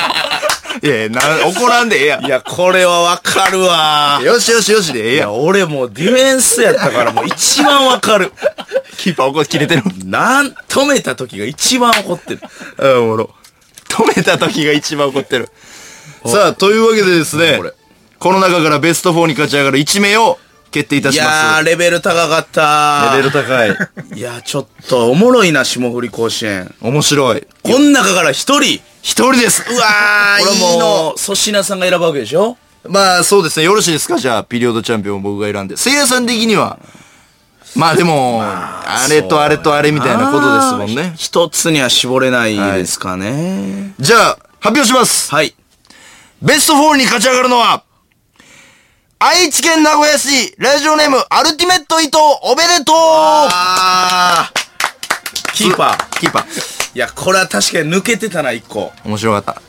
Speaker 1: ないやな怒らんでええやん
Speaker 2: いや、これはわかるわ。
Speaker 1: よしよしよしでええ
Speaker 2: い
Speaker 1: や
Speaker 2: や、
Speaker 1: ん
Speaker 2: 俺もうディフェンスやったからもう一番わかる。
Speaker 1: キーパー怒って切れてる
Speaker 2: なん、止
Speaker 1: [LAUGHS]
Speaker 2: めた時が一番怒ってる。
Speaker 1: うんおもろ。止めた時が一番怒ってる。さあ、というわけでですね
Speaker 2: これ、
Speaker 1: この中からベスト4に勝ち上がる1名を決定いた
Speaker 2: い
Speaker 1: し
Speaker 2: や
Speaker 1: ま
Speaker 2: ー、レベル高かった
Speaker 1: す。レベル高 [LAUGHS] い。
Speaker 2: いやー、ちょっと、おもろいな、霜降り甲子園。
Speaker 1: 面白い。
Speaker 2: こん中から一人
Speaker 1: 一人です。うわー、
Speaker 2: これ
Speaker 1: いい
Speaker 2: も
Speaker 1: の。
Speaker 2: う、粗品さんが選ぶわけでしょ
Speaker 1: まあ、そうですね。よろしいですかじゃあ、ピリオドチャンピオンを僕が選んで。せいやさん的には、まあでも、あれとあれとあれみたいなことですもんね。
Speaker 2: 一つには絞れないですかね。
Speaker 1: じゃあ、発表します。
Speaker 2: はい。
Speaker 1: ベスト4に勝ち上がるのは、愛知県名古屋市、ラジオネーム、アルティメット伊藤、おめでとう
Speaker 2: あー、キーパー。
Speaker 1: キーパー。
Speaker 2: いや、これは確かに抜けてたな、一個。
Speaker 1: 面白かった。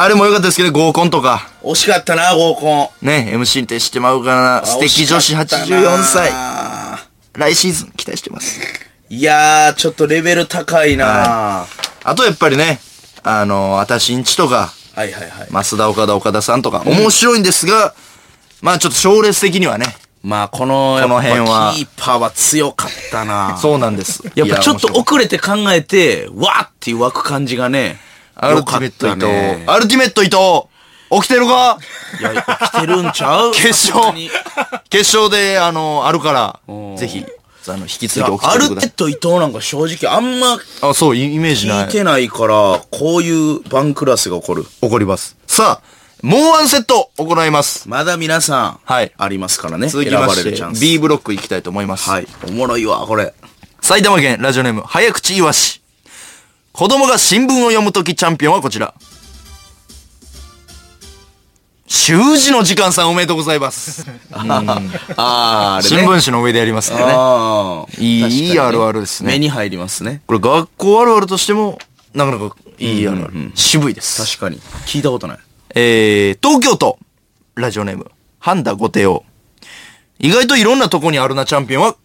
Speaker 1: あれも良かったですけど、合コンとか、
Speaker 2: 惜しかったな、合コン。
Speaker 1: ね、MC に徹してまうからな、素敵女子
Speaker 2: 惜しかったな
Speaker 1: 84歳。来シーズン期待してます。
Speaker 2: いやー、ちょっとレベル高いな
Speaker 1: あとやっぱりね、あの、あたしんちとか、
Speaker 2: はいはいはい。
Speaker 1: 増田岡田岡田さんとか、面白いんですが、まあちょっと賞レース的にはね、
Speaker 2: まあ、この、
Speaker 1: この辺は
Speaker 2: やっぱキーパーは強かったな
Speaker 1: そうなんです。
Speaker 2: やっぱちょっと
Speaker 1: 奥
Speaker 2: 遅れて考えて、わーっていう湧く感じがね、
Speaker 1: アル
Speaker 2: よ
Speaker 1: ティ
Speaker 2: か
Speaker 1: メ
Speaker 2: っ
Speaker 1: ット伊
Speaker 2: た
Speaker 1: 藤、
Speaker 2: ね。
Speaker 1: アルティメット伊藤、起きてるか
Speaker 2: いや、来てるんち [LAUGHS] ゃう
Speaker 1: 決
Speaker 2: 本
Speaker 1: 勝
Speaker 2: 当にい、
Speaker 1: 決勝で、あの、あるから、
Speaker 2: ん
Speaker 1: ぜひ、あの、引き継い
Speaker 2: や
Speaker 1: で起き
Speaker 2: ア
Speaker 1: て
Speaker 2: ル
Speaker 1: る
Speaker 2: テ
Speaker 1: くださ
Speaker 2: ッ
Speaker 1: い。
Speaker 2: ド伊藤なんか正直あんま
Speaker 1: あ、そう、イイメージな
Speaker 2: 聞い
Speaker 1: い。
Speaker 2: てないから、こういう番クラスが起こる。
Speaker 1: 怒ります。さあ、もうワンセット行います。
Speaker 2: まだ皆さん、
Speaker 1: はい
Speaker 2: ありますからね。
Speaker 1: 続きま
Speaker 2: 選ばれるチャ
Speaker 1: し
Speaker 2: ン
Speaker 1: て、
Speaker 2: ス。
Speaker 1: B ブロック行きたいと思います。
Speaker 2: はい。おもろいわ、これ。
Speaker 1: 埼玉県ラジオネーム、早口いわし。子供が新聞を読むときチャンピオンはこちら。習字の時間さんおめでとうございます。
Speaker 2: あー、あ
Speaker 1: 新
Speaker 2: れね。
Speaker 1: 聞紙の上でやりますからね。
Speaker 2: あー
Speaker 1: いい
Speaker 2: 確かにね
Speaker 1: いいあるあるですね
Speaker 2: 目に入りますね。
Speaker 1: これ学校あるあるとしても、なかなかいいあるある。渋いです。
Speaker 2: 確かに。聞いたことない。
Speaker 1: えー、東京都、ラジオネーム、ハンダご帝王。意外といろんなとこにあるなチャンピオンは、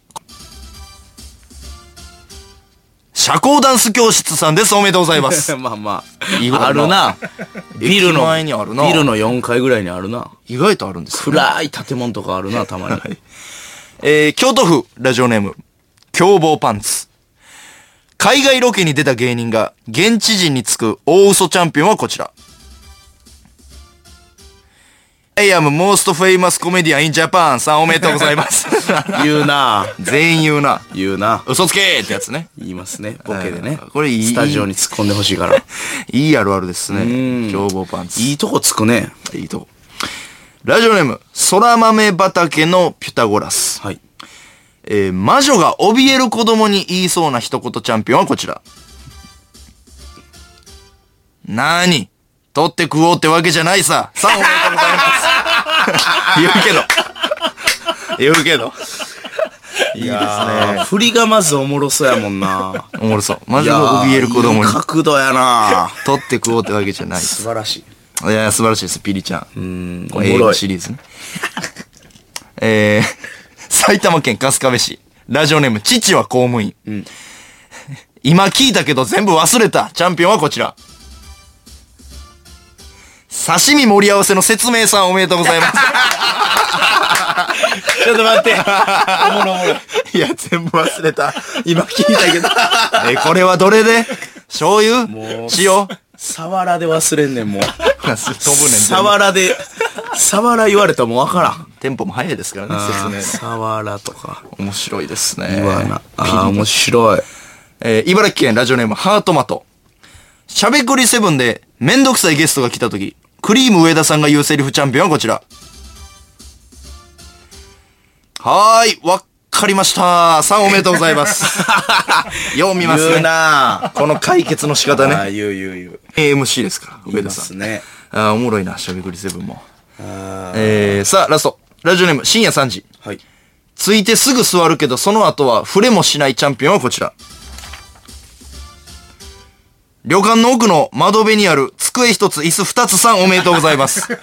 Speaker 1: 社交ダンス教室さんです。おめでとうございます。
Speaker 2: [LAUGHS] まあま
Speaker 1: いいこ
Speaker 2: あ。
Speaker 1: と
Speaker 2: あ
Speaker 1: ある
Speaker 2: るな
Speaker 1: な。
Speaker 2: ビルの、
Speaker 1: 駅前にあるな
Speaker 2: ビルの4階ぐらいにあるな。
Speaker 1: [LAUGHS] 意外とあるんですよ、
Speaker 2: 暗い建物とかあるな、たまに。
Speaker 1: えー、京都府ラジオネーム、凶暴パンツ。海外ロケに出た芸人が現地人につく大嘘チャンピオンはこちら。I am most famous comedian in Japan さんおめでとうござい [LAUGHS] ます。
Speaker 2: 言うな
Speaker 1: 全員言うな。
Speaker 2: 言うな
Speaker 1: 嘘つけーってやつね。
Speaker 2: 言いますね、ボケでね
Speaker 1: あー。これいい
Speaker 2: スタジオに突っ込んでほしいから。
Speaker 1: いいあるあるです
Speaker 2: うん
Speaker 1: ね。凶暴パンツ。
Speaker 2: いいとこつくね。
Speaker 1: いいとこ。ラジオネーム、空豆畑のピュタゴラス。
Speaker 2: はい。
Speaker 1: えー魔女が怯える子供に言いそうな一言チャンピオンはこちら。なーに取って食おうってわけじゃないさ。さあ、おめでとうござい [LAUGHS] ます。言うけど。言うけど。いいですね。
Speaker 2: あー振りがまずおもろそうやも
Speaker 1: [LAUGHS]
Speaker 2: んな。
Speaker 1: おもろそう。魔
Speaker 2: い
Speaker 1: 女が怯える子供
Speaker 2: い
Speaker 1: に
Speaker 2: 角度やな
Speaker 1: 取って食おうってわけじゃない。
Speaker 2: 素晴らしい。
Speaker 1: いや、素晴らしいです、ピリちゃん。
Speaker 2: うん、お
Speaker 1: こ
Speaker 2: も
Speaker 1: れ映
Speaker 2: ろ
Speaker 1: 画
Speaker 2: い。
Speaker 1: シリーズね。 [LAUGHS] えー、 [LAUGHS] 埼玉県春日部市、ラジオネーム、父は公務員。今聞いたけど全部忘れた。チャンピオンはこちら。刺身盛り合わせの説明さんおめでとうございま
Speaker 2: ちょっと待って。おもろおもろい。
Speaker 1: す。 [LAUGHS] いや、全部忘れた。今聞いたけど。 [LAUGHS] えーこれはどれで醤油
Speaker 2: もう
Speaker 1: [LAUGHS] 塩
Speaker 2: サワラで忘れんねん、もう。
Speaker 1: 飛ぶねん。
Speaker 2: サワラで、サワラ言われたらもうわからん。
Speaker 1: テンポも早いですからね、説明。
Speaker 2: サワラとか。
Speaker 1: 面白いですね。
Speaker 2: 言わな。ああ、面白い。
Speaker 1: えー茨城県ラジオネームハートマト。しゃべくりセブンでめんどくさいゲストが来た時、クリーム上田さんが言うセリフチャンピオンはこちら。はーい、わっかりました。さんおめでとうございます。
Speaker 2: [LAUGHS]
Speaker 1: よう見ます
Speaker 2: 言う
Speaker 1: ね。
Speaker 2: な
Speaker 1: この解決の仕方
Speaker 2: あ
Speaker 1: ね。
Speaker 2: あ、言う言う言う。
Speaker 1: AMC ですから、上
Speaker 2: 言
Speaker 1: 田
Speaker 2: いま
Speaker 1: さ
Speaker 2: す
Speaker 1: ん。
Speaker 2: ね。
Speaker 1: あーおもろいな、しゃべくりセブンも。
Speaker 2: あ
Speaker 1: えー、さあ、ラスト。ラジオネーム深夜3時。
Speaker 2: あ、はい。
Speaker 1: ついてすぐ座るけど、その後は触れもしないチャンピオンはこちら。旅館の奥の窓辺にある机一つ、椅子二つさんおめでとうございます。 [LAUGHS]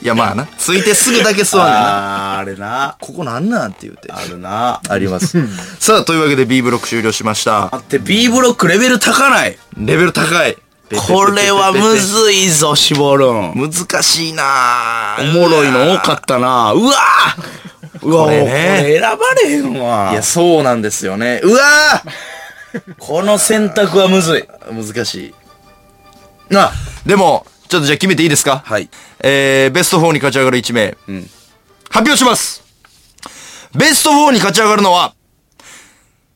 Speaker 1: いや、まあな。ついてすぐだけ座るな。
Speaker 2: ああ、あれな。
Speaker 1: ここなんなんって言うて。
Speaker 2: あるな。
Speaker 1: あります。さあ、というわけで B ブロック終了しました。
Speaker 2: 待って、B ブロックレベル高ない。
Speaker 1: レベル高い。
Speaker 2: これはむずいぞ、絞るん。おも
Speaker 1: 難しいなぁ
Speaker 2: ろいの多かったな。うわーうわ、
Speaker 1: これね
Speaker 2: もうこれ選ばれへんわ。
Speaker 1: いや、そうなんですよね。うわぁ
Speaker 2: この選択はむずい。
Speaker 1: 難しい。な、でも、ちょっとじゃあ決めていいですか
Speaker 2: はい。
Speaker 1: えー、ベスト4に勝ち上がる1名。発表しますベスト4に勝ち上がるのは、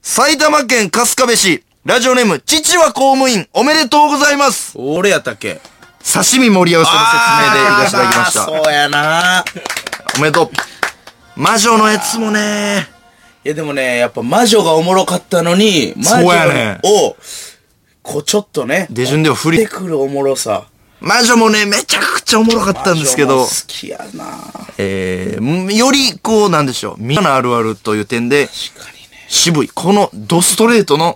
Speaker 1: 埼玉県春日部市、ラジオネーム、父は公務員、おめでとうございます
Speaker 2: 俺やったっけ
Speaker 1: 刺身盛り合わせの説明でいかせていただきまし
Speaker 2: あー
Speaker 1: た。
Speaker 2: そうやな
Speaker 1: おめでとう。魔女のやつもね、
Speaker 2: いやでもね、やっぱ魔女がおもろかったのに、魔
Speaker 1: そうやね
Speaker 2: 女を、こうちょっとね、
Speaker 1: 出順では不
Speaker 2: 出て
Speaker 1: 利。
Speaker 2: くるおもろさ。
Speaker 1: 魔女もね、めちゃくちゃおもろかったんですけ
Speaker 2: 魔女も
Speaker 1: ど
Speaker 2: 好、きやな確
Speaker 1: えー、よりこう、なんでしょう、みんなのあるあるという点で、
Speaker 2: かにね。
Speaker 1: 渋い。このドストレートの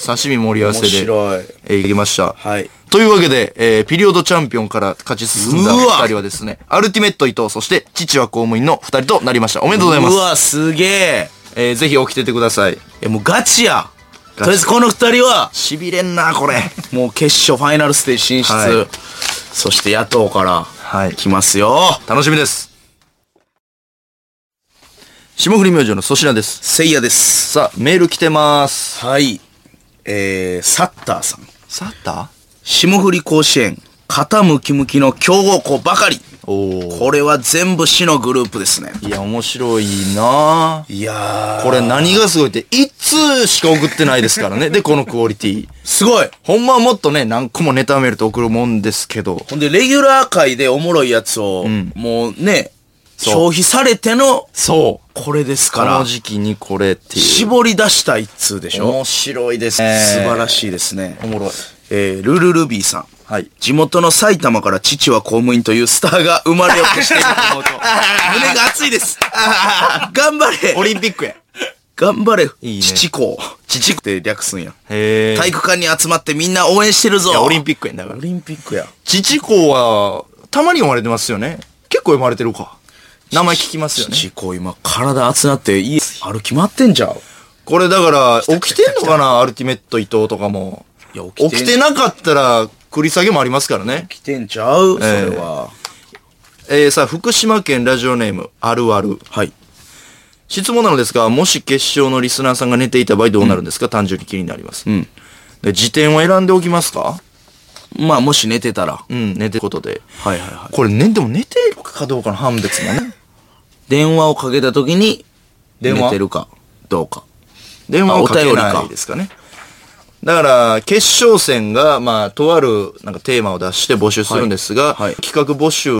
Speaker 1: 刺身盛り合わせ
Speaker 2: 面
Speaker 1: で、
Speaker 2: 白い。
Speaker 1: えーいきました。
Speaker 2: はい。
Speaker 1: というわけで、えーピリオドチャンピオンから勝ち進んだ
Speaker 2: うわ
Speaker 1: 二人はですね、アルティメット伊藤、そして父は公務員の二人となりました。おめでとうございます
Speaker 2: う。わ、すげえ。
Speaker 1: えーぜひ起きててください。
Speaker 2: いやもうガチや。
Speaker 1: ガチ
Speaker 2: とりあえずこの二人は、
Speaker 1: 痺れんな、これ。
Speaker 2: もう決勝ファイナルステージ進出。
Speaker 1: はい
Speaker 2: そして野党から、
Speaker 1: はい
Speaker 2: 来ますよ。
Speaker 1: 楽しみです。霜降り明星の粗品です。
Speaker 2: せいやです。
Speaker 1: さあ、メール来てます。
Speaker 2: はい。えー、サッターさん。
Speaker 1: サッタ
Speaker 2: 霜降り甲子園、肩ムキムキの強豪校ばかり。
Speaker 1: お
Speaker 2: これは全部死のグループですね。
Speaker 1: いや、面白いなぁ
Speaker 2: いやー。
Speaker 1: これ何がすごいって、一通しか送ってないですからね。で、このクオリティ。
Speaker 2: すごい
Speaker 1: ほんまはもっとね、何個もネタメールと送るもんですけど。
Speaker 2: ほんで、レギュラー界でおもろいやつを、もうね、消費されての、
Speaker 1: そう。
Speaker 2: これです
Speaker 1: こ
Speaker 2: か
Speaker 1: の
Speaker 2: ら、
Speaker 1: 時期にこれっていう。
Speaker 2: 絞り出した一通でしょ、
Speaker 1: 面白いです
Speaker 2: 素晴ら
Speaker 1: しい。
Speaker 2: しいですね。
Speaker 1: おもろい。
Speaker 2: えー、ルルルビーさん。
Speaker 1: はい。
Speaker 2: 地元の埼玉から父は公務員というスターが生まれようとし
Speaker 1: [LAUGHS]
Speaker 2: ていると思うと、胸が熱いです。 [LAUGHS] 頑張れ
Speaker 1: [LAUGHS] オリンピックや。
Speaker 2: 頑張れ
Speaker 1: いいね
Speaker 2: 父校。父校って略すんや。
Speaker 1: へえ。
Speaker 2: 体育館に集まってみんな応援してるぞ
Speaker 1: いやオリンピックやんだから
Speaker 2: オリンピックや。
Speaker 1: 父子は、たまに読まれてますよね。結構読まれてるか。名前聞きますよね。
Speaker 2: 父校今体熱なっていい。歩き回ってんじゃん。
Speaker 1: これだから、起きてんのかなアルティメット伊藤とかも。
Speaker 2: いや起きて
Speaker 1: 起
Speaker 2: ん
Speaker 1: きてなかったら、繰り下げもありますからね。
Speaker 2: 来てんちゃうそ
Speaker 1: ええ
Speaker 2: れは。
Speaker 1: えー、さあ、福島県ラジオネーム、あるある。
Speaker 2: はい。
Speaker 1: 質問なのですが、もし決勝のリスナーさんが寝ていた場合どうなるんですか、単純に気になります。
Speaker 2: ん
Speaker 1: で、辞典を選んでおきますか
Speaker 2: まあもし寝てたら。は
Speaker 1: うん、寝てることで。
Speaker 2: いはいは
Speaker 1: これ、ね、でも寝てるかどうかの判別も
Speaker 2: [LAUGHS]
Speaker 1: ね。
Speaker 2: い。電話をかけた時に、寝
Speaker 1: 電話
Speaker 2: てるか、どうか。
Speaker 1: 電話をかけ
Speaker 2: あ
Speaker 1: な
Speaker 2: お便り
Speaker 1: い
Speaker 2: か
Speaker 1: ですかね。だから、決勝戦が、まあ、とある、なんかテーマを出して募集するんですが、
Speaker 2: はいはい
Speaker 1: 企画募集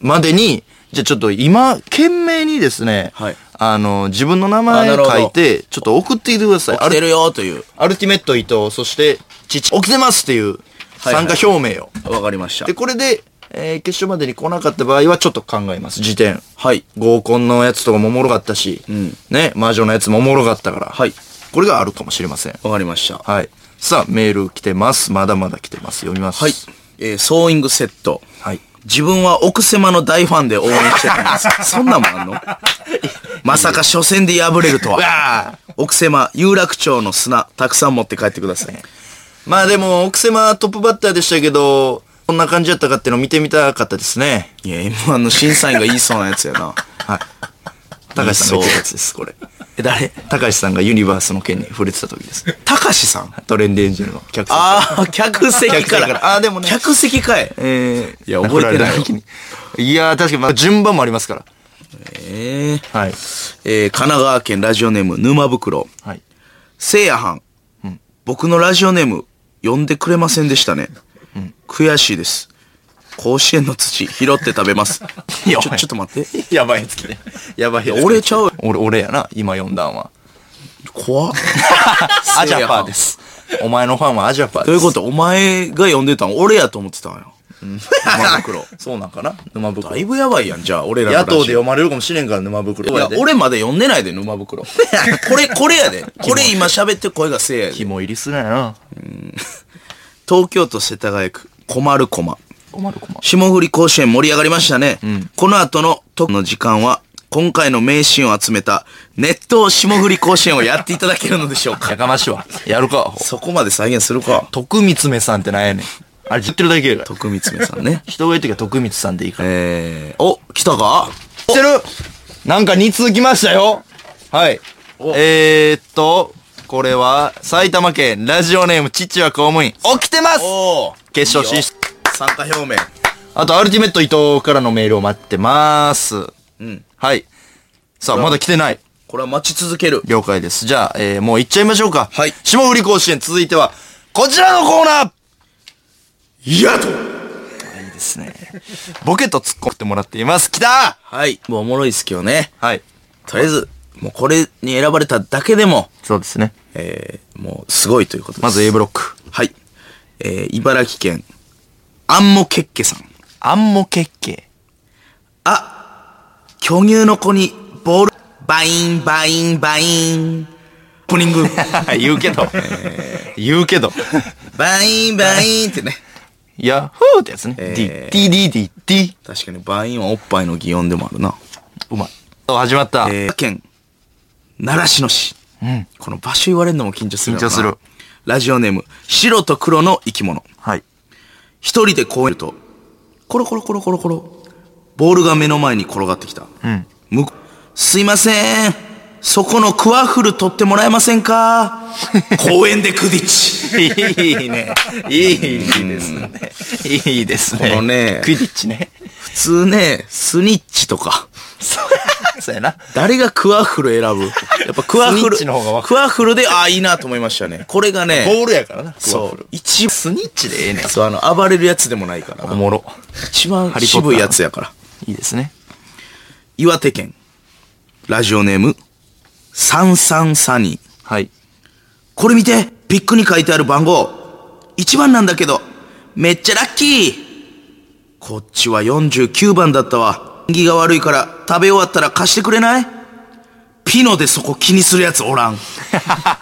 Speaker 1: までに、じゃあちょっと今、懸命にですね、
Speaker 2: はい
Speaker 1: あの、自分の名
Speaker 2: あ
Speaker 1: 前
Speaker 2: なるほど
Speaker 1: 書いて、ちょっと送ってきてください。
Speaker 2: 起きてるよという。
Speaker 1: アルティメット伊藤、そして、父、起きてますっていう
Speaker 2: はいは
Speaker 1: 参
Speaker 2: い
Speaker 1: 加表明を。
Speaker 2: わかりました
Speaker 1: で、。これで、えー決勝までに来なかった場合はちょっと考えます、時点。
Speaker 2: はい。
Speaker 1: 合コンのやつとかもおもろかったし、
Speaker 2: ん
Speaker 1: ね、魔女のやつもおもろかったから、
Speaker 2: はい。
Speaker 1: これがあるかもしれません。
Speaker 2: わかりました。
Speaker 1: はい。さあ、メール来てます。まだまだ来てます。読みます。
Speaker 2: はい。えー、ソーイングセット。
Speaker 1: はい。
Speaker 2: 自分は奥様の大ファンで応援してたんで
Speaker 1: [LAUGHS]
Speaker 2: す。そんなんもあんのまさか初戦で敗れると
Speaker 1: [LAUGHS]
Speaker 2: は。
Speaker 1: わあ
Speaker 2: 奥様、有楽町の砂、たくさん持って帰ってください。
Speaker 1: まあでも、奥様トップバッターでしたけど、こんな感じだったかっての見てみたかったですね。
Speaker 2: いや、M1 の審査員が言いそうなやつやな。
Speaker 1: はい。高橋さんが言ってたやつです、こ [LAUGHS] れ。
Speaker 2: え、誰
Speaker 1: 高橋さんがユニバースの件に触れてた時です。
Speaker 2: たかしさん
Speaker 1: トレンディエンジェルの客席。
Speaker 2: ああ、客席
Speaker 1: 客席
Speaker 2: から。
Speaker 1: からあーでもね
Speaker 2: 客席かい。
Speaker 1: えー、いや、
Speaker 2: 覚えてない
Speaker 1: [LAUGHS]
Speaker 2: よ
Speaker 1: いやー、確かに、まあ、順番もありますから。
Speaker 2: えー、
Speaker 1: はい。
Speaker 2: えー、神奈川県ラジオネーム、沼袋。
Speaker 1: はい。
Speaker 2: せいやはん。僕のラジオネーム、呼んでくれませんでしたね。悔しいです。甲子園の土、拾って食べます。
Speaker 1: [LAUGHS] いや
Speaker 2: ちょ、
Speaker 1: お前
Speaker 2: ちょっと待って。
Speaker 1: [LAUGHS] やばいやつ来て。やばいやつ来て。
Speaker 2: 俺ちゃう。
Speaker 1: 俺、俺やな、今読んだんは。
Speaker 2: 怖っ
Speaker 1: アジャパーです。お前のファンはアジャパーです。
Speaker 2: どういうことお前が呼んでたん俺やと思ってたんよ。沼 [LAUGHS] 袋。
Speaker 1: そうなんかな沼袋。
Speaker 2: だいぶやばいやん、じゃあ、俺らの
Speaker 1: 野
Speaker 2: ラジオ
Speaker 1: 党で読まれるかもしれんから、沼袋。
Speaker 2: いや、
Speaker 1: 俺、
Speaker 2: 俺まで読んでないで、沼袋。これ、これやで。これ今喋ってる声がせい
Speaker 1: [LAUGHS]
Speaker 2: やで。
Speaker 1: 肝入りするんやな。
Speaker 2: 東京都世田谷区、困る駒。
Speaker 1: 困る困る。
Speaker 2: 霜降り甲子園盛り上がりましたね。この後の特の時間は、今回の名シーンを集めた、ネット霜降り甲子園をやっていただけるの
Speaker 1: [LAUGHS]
Speaker 2: でしょうか。
Speaker 1: やかましいわ。やるか、アホ
Speaker 2: そこまで再現するか。
Speaker 1: 徳光めさんってなんやねん。あれ、言ってるだけやから。。
Speaker 2: 徳光さんね
Speaker 1: [LAUGHS] 人がいるときは徳光さんでいいから。
Speaker 2: えー、お、来たか
Speaker 1: 知ってるなんか2通来ましたよはい。えー、っと、これは、埼玉県ラジオネーム父は公務員。起きてます
Speaker 2: おお
Speaker 1: 決勝進出。
Speaker 2: 参加表明。
Speaker 1: あと、アルティメット伊藤からのメールを待ってます。
Speaker 2: うん。
Speaker 1: はい。さあ、まだ来てない。
Speaker 2: これは待ち続ける。
Speaker 1: 了解です。じゃあ、えー、もう行っちゃいましょうか。
Speaker 2: はい
Speaker 1: 霜降り甲子園、続いては、こちらのコーナー
Speaker 2: いやと
Speaker 1: いいですね。ボケと突っ込んでもらっています。来た
Speaker 2: はい。もうおもろいっすけどね。
Speaker 1: はい。
Speaker 2: とりあえず、もうこれに選ばれただけでも、
Speaker 1: そうですね。
Speaker 2: えー、もうすごいということです。
Speaker 1: まず A ブロック。
Speaker 2: はい。えー、茨城県、アンモケッケさん。
Speaker 1: アンモケッケ。
Speaker 2: 巨乳の子にボール、バイン、バイン、バイン。プニング。 [LAUGHS]
Speaker 1: 言うけど。言うけど。
Speaker 2: バイン、バインってね。
Speaker 1: ヤッホーってやつね。
Speaker 2: え
Speaker 1: D、D、D、D、D。
Speaker 2: 確かにバインはおっぱいの擬音でもあるな。
Speaker 1: うまい。そう始まった。
Speaker 2: えー、県、奈良市の市。
Speaker 1: うん。
Speaker 2: この場所言われるのも緊張するよな
Speaker 1: 緊張する。
Speaker 2: ラジオネーム、白と黒の生き物。
Speaker 1: はい。
Speaker 2: 一人で公園と、コロコロコロコロコロ、ボールが目の前に転がってきた。
Speaker 1: うん。
Speaker 2: むこすいません。そこのクワッフル取ってもらえません [LAUGHS] か公園でクディッチ。
Speaker 1: いいね。いいですね。いいですね。
Speaker 2: このね
Speaker 1: クイディッチね。
Speaker 2: 普通ね、スニッチとか。
Speaker 1: そう、そうやな。
Speaker 2: 誰がクワッフル選ぶやっぱクワッフル、
Speaker 1: スニッチの方がわか
Speaker 2: クワッフルで、ああ、いいなと思いましたね。これがね、
Speaker 1: ボールやからな。
Speaker 2: そう、一
Speaker 1: スニッチでええねん。
Speaker 2: そう、あの、暴れるやつでもないから
Speaker 1: お。もろ。
Speaker 2: 一番
Speaker 1: ハリポッター
Speaker 2: 渋いやつやから。
Speaker 1: いいですね。
Speaker 2: 岩手県、ラジオネーム、サンサンサニー。
Speaker 1: はい。
Speaker 2: これ見てビックに書いてある番号1番なんだけどめっちゃラッキーこっちは49番だったわ縁起が悪いから食べ終わったら貸してくれないピノでそこ気にするやつおらん
Speaker 1: [LAUGHS]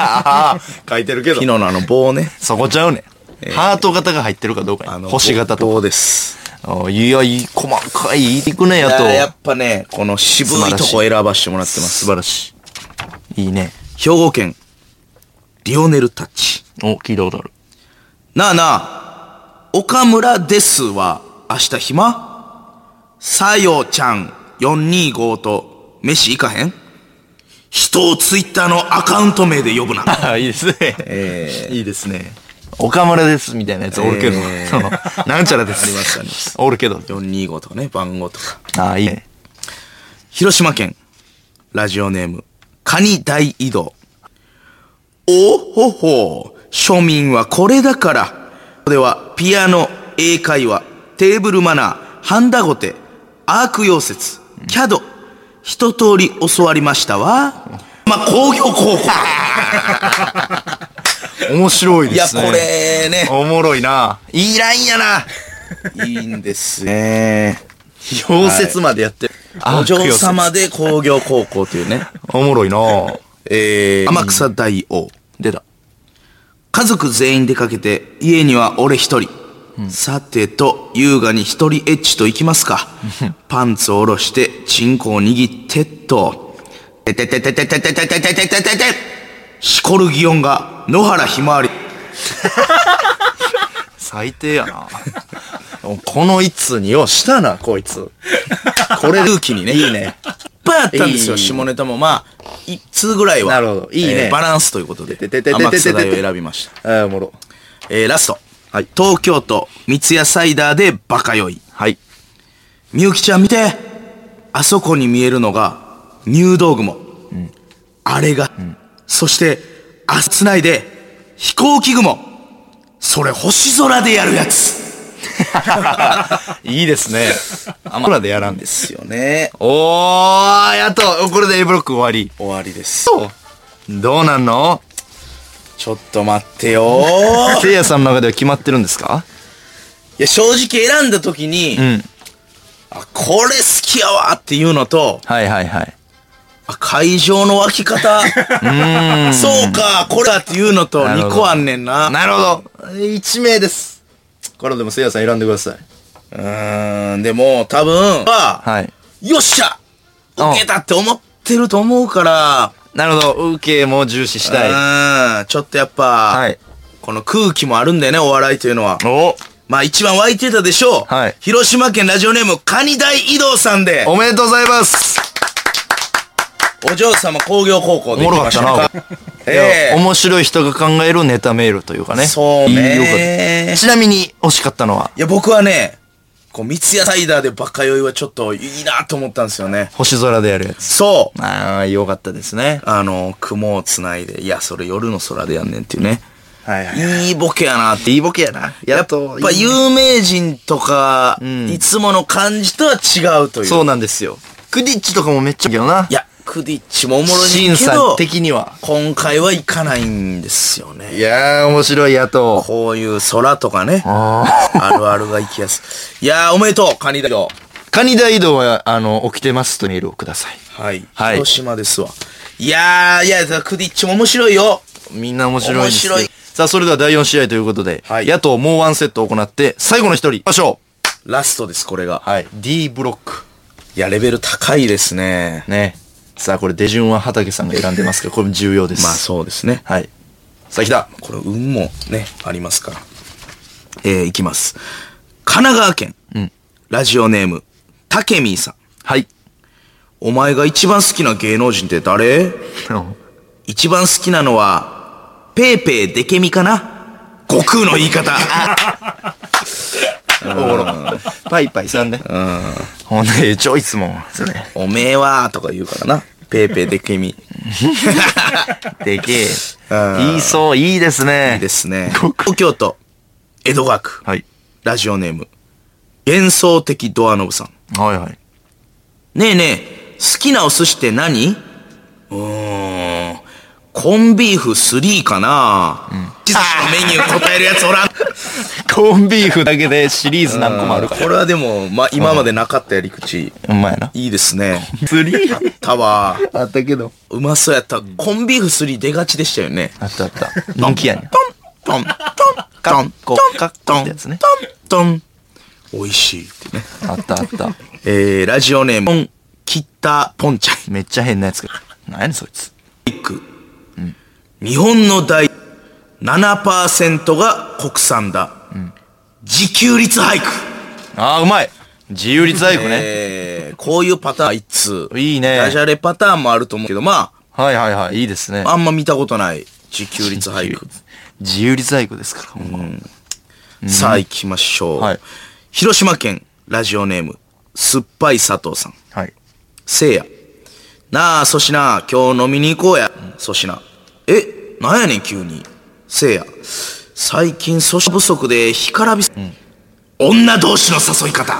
Speaker 1: 書いてるけ
Speaker 2: ピノのあの棒ね
Speaker 1: そこちゃうねん。ハート型が入ってるかどうか
Speaker 2: あ
Speaker 1: やね
Speaker 2: の
Speaker 1: 星型と
Speaker 2: 棒です
Speaker 1: あいやいい細かいいくねや
Speaker 2: だからや
Speaker 1: と
Speaker 2: っぱねこの渋いと
Speaker 1: 素
Speaker 2: こ
Speaker 1: 晴
Speaker 2: 選ばしてもらってま
Speaker 1: 素
Speaker 2: す
Speaker 1: 晴らしいいいね
Speaker 2: 兵庫県リオネルタッチ
Speaker 1: お聞いたことある
Speaker 2: なあなあ、岡村ですは明日暇さよちゃん425と飯行かへん人をツイッターのアカウント名で呼ぶ [LAUGHS] な。
Speaker 1: ああいいですね、いいですね岡村ですみたいなやつおるけど、
Speaker 2: えー
Speaker 1: その [LAUGHS] なんちゃらです
Speaker 2: ありますあります
Speaker 1: [LAUGHS] おるけど
Speaker 2: 425とかね、番号とか。
Speaker 1: ああいいね
Speaker 2: 広島県、ラジオネーム、カニ大移動。おほほ、庶民はこれだから。これは、ピアノ、英会話、テーブルマナー、ハンダゴテ、アーク溶接、キャド、一通り教わりましたわ。まあ、工業高校。
Speaker 1: 面白い
Speaker 2: い
Speaker 1: で
Speaker 2: や、
Speaker 1: すね
Speaker 2: これね、
Speaker 1: おもろいないいラインやない [LAUGHS]
Speaker 2: いんですね。
Speaker 1: 溶接までやってる、
Speaker 2: お嬢様で工業高校というね。
Speaker 1: おもろいな
Speaker 2: えー、天草大王。
Speaker 1: 出た
Speaker 2: 家族全員出かけて家には俺一人、さてと優雅に一人エッチと行きますかパンツを下ろしてチンコを握ってっとててててててててててててててしこる擬音が野原ひまわり
Speaker 1: 最低やなこの一通にようしたなこいつこれルーキーにねいいね
Speaker 2: いっぱいあったんですよ
Speaker 1: いい
Speaker 2: 下ネタもまあ1通ぐらいは
Speaker 1: なるほどいいね
Speaker 2: バランスということで
Speaker 1: ててててててて
Speaker 2: 天草大を選びました
Speaker 1: ああおもろ
Speaker 2: えーラスト、東京都三ツ矢サイダーでバカ酔い
Speaker 1: はい
Speaker 2: みゆきちゃん見てあそこに見えるのが入道雲、あれが、そしてあつないで飛行機雲それ星空でやるやつ
Speaker 1: いいですね。あまらでやらんです。
Speaker 2: ですよね
Speaker 1: おー、やっと、これで A ブロック終わり。
Speaker 2: 終わりです
Speaker 1: そう。どうなんの
Speaker 2: ちょっと待ってよ [LAUGHS]
Speaker 1: せいやさんの中では決まってるんですか
Speaker 2: いや正直選んだ時に、
Speaker 1: ん
Speaker 2: あこれ好きやわっていうのと
Speaker 1: はいはいはい。
Speaker 2: あ会場の湧き方そうかこれだっていうのと
Speaker 1: なるほ
Speaker 2: 2
Speaker 1: ど
Speaker 2: 個あんねんな
Speaker 1: なるほど。1名です。これでもせいやさん選んでください。
Speaker 2: うーんでも多分は、
Speaker 1: はい。
Speaker 2: よっしゃ
Speaker 1: うん
Speaker 2: 受けたって思ってると思うから、
Speaker 1: なるほど。受けも重視したい。
Speaker 2: うーん、ちょっとやっぱ、
Speaker 1: はい
Speaker 2: この空気もあるんだよね、お笑いというのは。
Speaker 1: お
Speaker 2: まあ一番湧いてたでしょう。
Speaker 1: はい
Speaker 2: 広島県ラジオネーム、カニ大移動さんで、
Speaker 1: おめでとうございます
Speaker 2: お嬢様工業高校
Speaker 1: お
Speaker 2: で
Speaker 1: もろ
Speaker 2: 行き
Speaker 1: かっ
Speaker 2: ましたた
Speaker 1: な
Speaker 2: か。
Speaker 1: いや
Speaker 2: ええ
Speaker 1: 面白い人が考えるネタメールというかね。
Speaker 2: そうね、
Speaker 1: いいよかったちなみに惜しかったのはい
Speaker 2: や、僕はね、こう、三ツ矢サイダーでバカ酔いはちょっといいなと思ったんですよね。
Speaker 1: 星空でやるやつ。
Speaker 2: そう。
Speaker 1: ああ、よかったですね。
Speaker 2: あの、雲をつないで、いや、それ夜の空でやんねんっていうね。
Speaker 1: はいはい。
Speaker 2: いいボケやなって。
Speaker 1: いいボケやな。やっと
Speaker 2: やっぱ有名人とか、いつもの感じとは違うという。
Speaker 1: そうなんですよ。クディッチとかもめっちゃいいけどな。
Speaker 2: いや、クディッチもおもろい
Speaker 1: シ
Speaker 2: ね
Speaker 1: ン
Speaker 2: んけ
Speaker 1: さん
Speaker 2: ど、
Speaker 1: 的には。
Speaker 2: 今回はいかないんですよね。
Speaker 1: いやー、面白いやと。
Speaker 2: こういう空とかね、
Speaker 1: あ
Speaker 2: あるあるが行きやすい。いやー、おめでとう、カニだよ。
Speaker 1: ーカニ大移動は、あの、起きてますとメールをください。
Speaker 2: はい。
Speaker 1: はい
Speaker 2: 広島ですわ。いやー、いや、クディッチも面白いよ。
Speaker 1: みんな面白いですよ
Speaker 2: 面白い
Speaker 1: さあ、それでは第4試合ということで、
Speaker 2: はい
Speaker 1: 野党もうワンセットを行って、最後の一人、行きましょ
Speaker 2: ラストです、これが。
Speaker 1: う。はい。D ブロック。
Speaker 2: いや、レベル高いですね。
Speaker 1: ね。さあ、これ、出順は畑さんが選んでますから、これも重要です。
Speaker 2: まあ、そうですね。
Speaker 1: はい。さあ、来た。
Speaker 2: これ、運もね、ありますから。えー、いきます。神奈川県。ラジオネーム、たけみーさん。
Speaker 1: はい。
Speaker 2: お前が一番好きな芸能人って誰一番好きなのは、ペーペーデケミかな悟空の言い
Speaker 1: [LAUGHS]
Speaker 2: 方。
Speaker 1: パイパイさんね。うん。ほんで、チョイスも、それ。
Speaker 2: おめえは、とか言うからな。ペーペーデケミ。い
Speaker 1: でけえ。
Speaker 2: ん
Speaker 1: 言いそう、いいですね。
Speaker 2: いですね。
Speaker 1: [LAUGHS] 悟空
Speaker 2: 東京都、江戸川区、
Speaker 1: はい。
Speaker 2: ラジオネーム、幻想的ドアノブさん。
Speaker 1: はいはい。
Speaker 2: ねえねえ、好きなお寿司って何うーん、コンビーフ3かな、うん、寿司のメニュー答えるやつおらん。
Speaker 1: コンビーフだけでシリーズ何個もあるか
Speaker 2: これはでも、まあ、今までなかったやり口。
Speaker 1: ら。うまいな。
Speaker 2: いいですね。
Speaker 1: 釣り
Speaker 2: タワー。
Speaker 1: あったけど。
Speaker 2: うまそうやった。コンビーフ3出がちでしたよね。
Speaker 1: あったあった。人気やねん。
Speaker 2: トン、トン、
Speaker 1: か
Speaker 2: ト
Speaker 1: っ
Speaker 2: ン、
Speaker 1: こ
Speaker 2: トン、
Speaker 1: かっこってやつね
Speaker 2: トン、トン、トン。美味しいってね。
Speaker 1: あったあった。
Speaker 2: えー、ラジオネーム、ポン、キッタ、ポンちゃん。
Speaker 1: めっちゃ変なやつが。何やねんそいつ。
Speaker 2: 日本の大7%が国産だ。自給率俳句。
Speaker 1: ああ、うまい自由率大工ね。
Speaker 2: えー、こういうパターン、いつ。
Speaker 1: いいね
Speaker 2: ダジャレパターンもあると思うけど、ま
Speaker 1: はいはいはい。いいですね
Speaker 2: あ、。あんま見たことない。自給率俳句。
Speaker 1: 自由率大工ですから。ほんま
Speaker 2: さあ行きましょう。
Speaker 1: はい
Speaker 2: 広島県ラジオネーム、酸っぱい佐藤さん。
Speaker 1: はい。
Speaker 2: せいや。なあ、粗品、今日飲みに行こうや。粗品。え、なんやねん、急に。せいや。最近、粗品不足で、干からび、女同士の誘い方。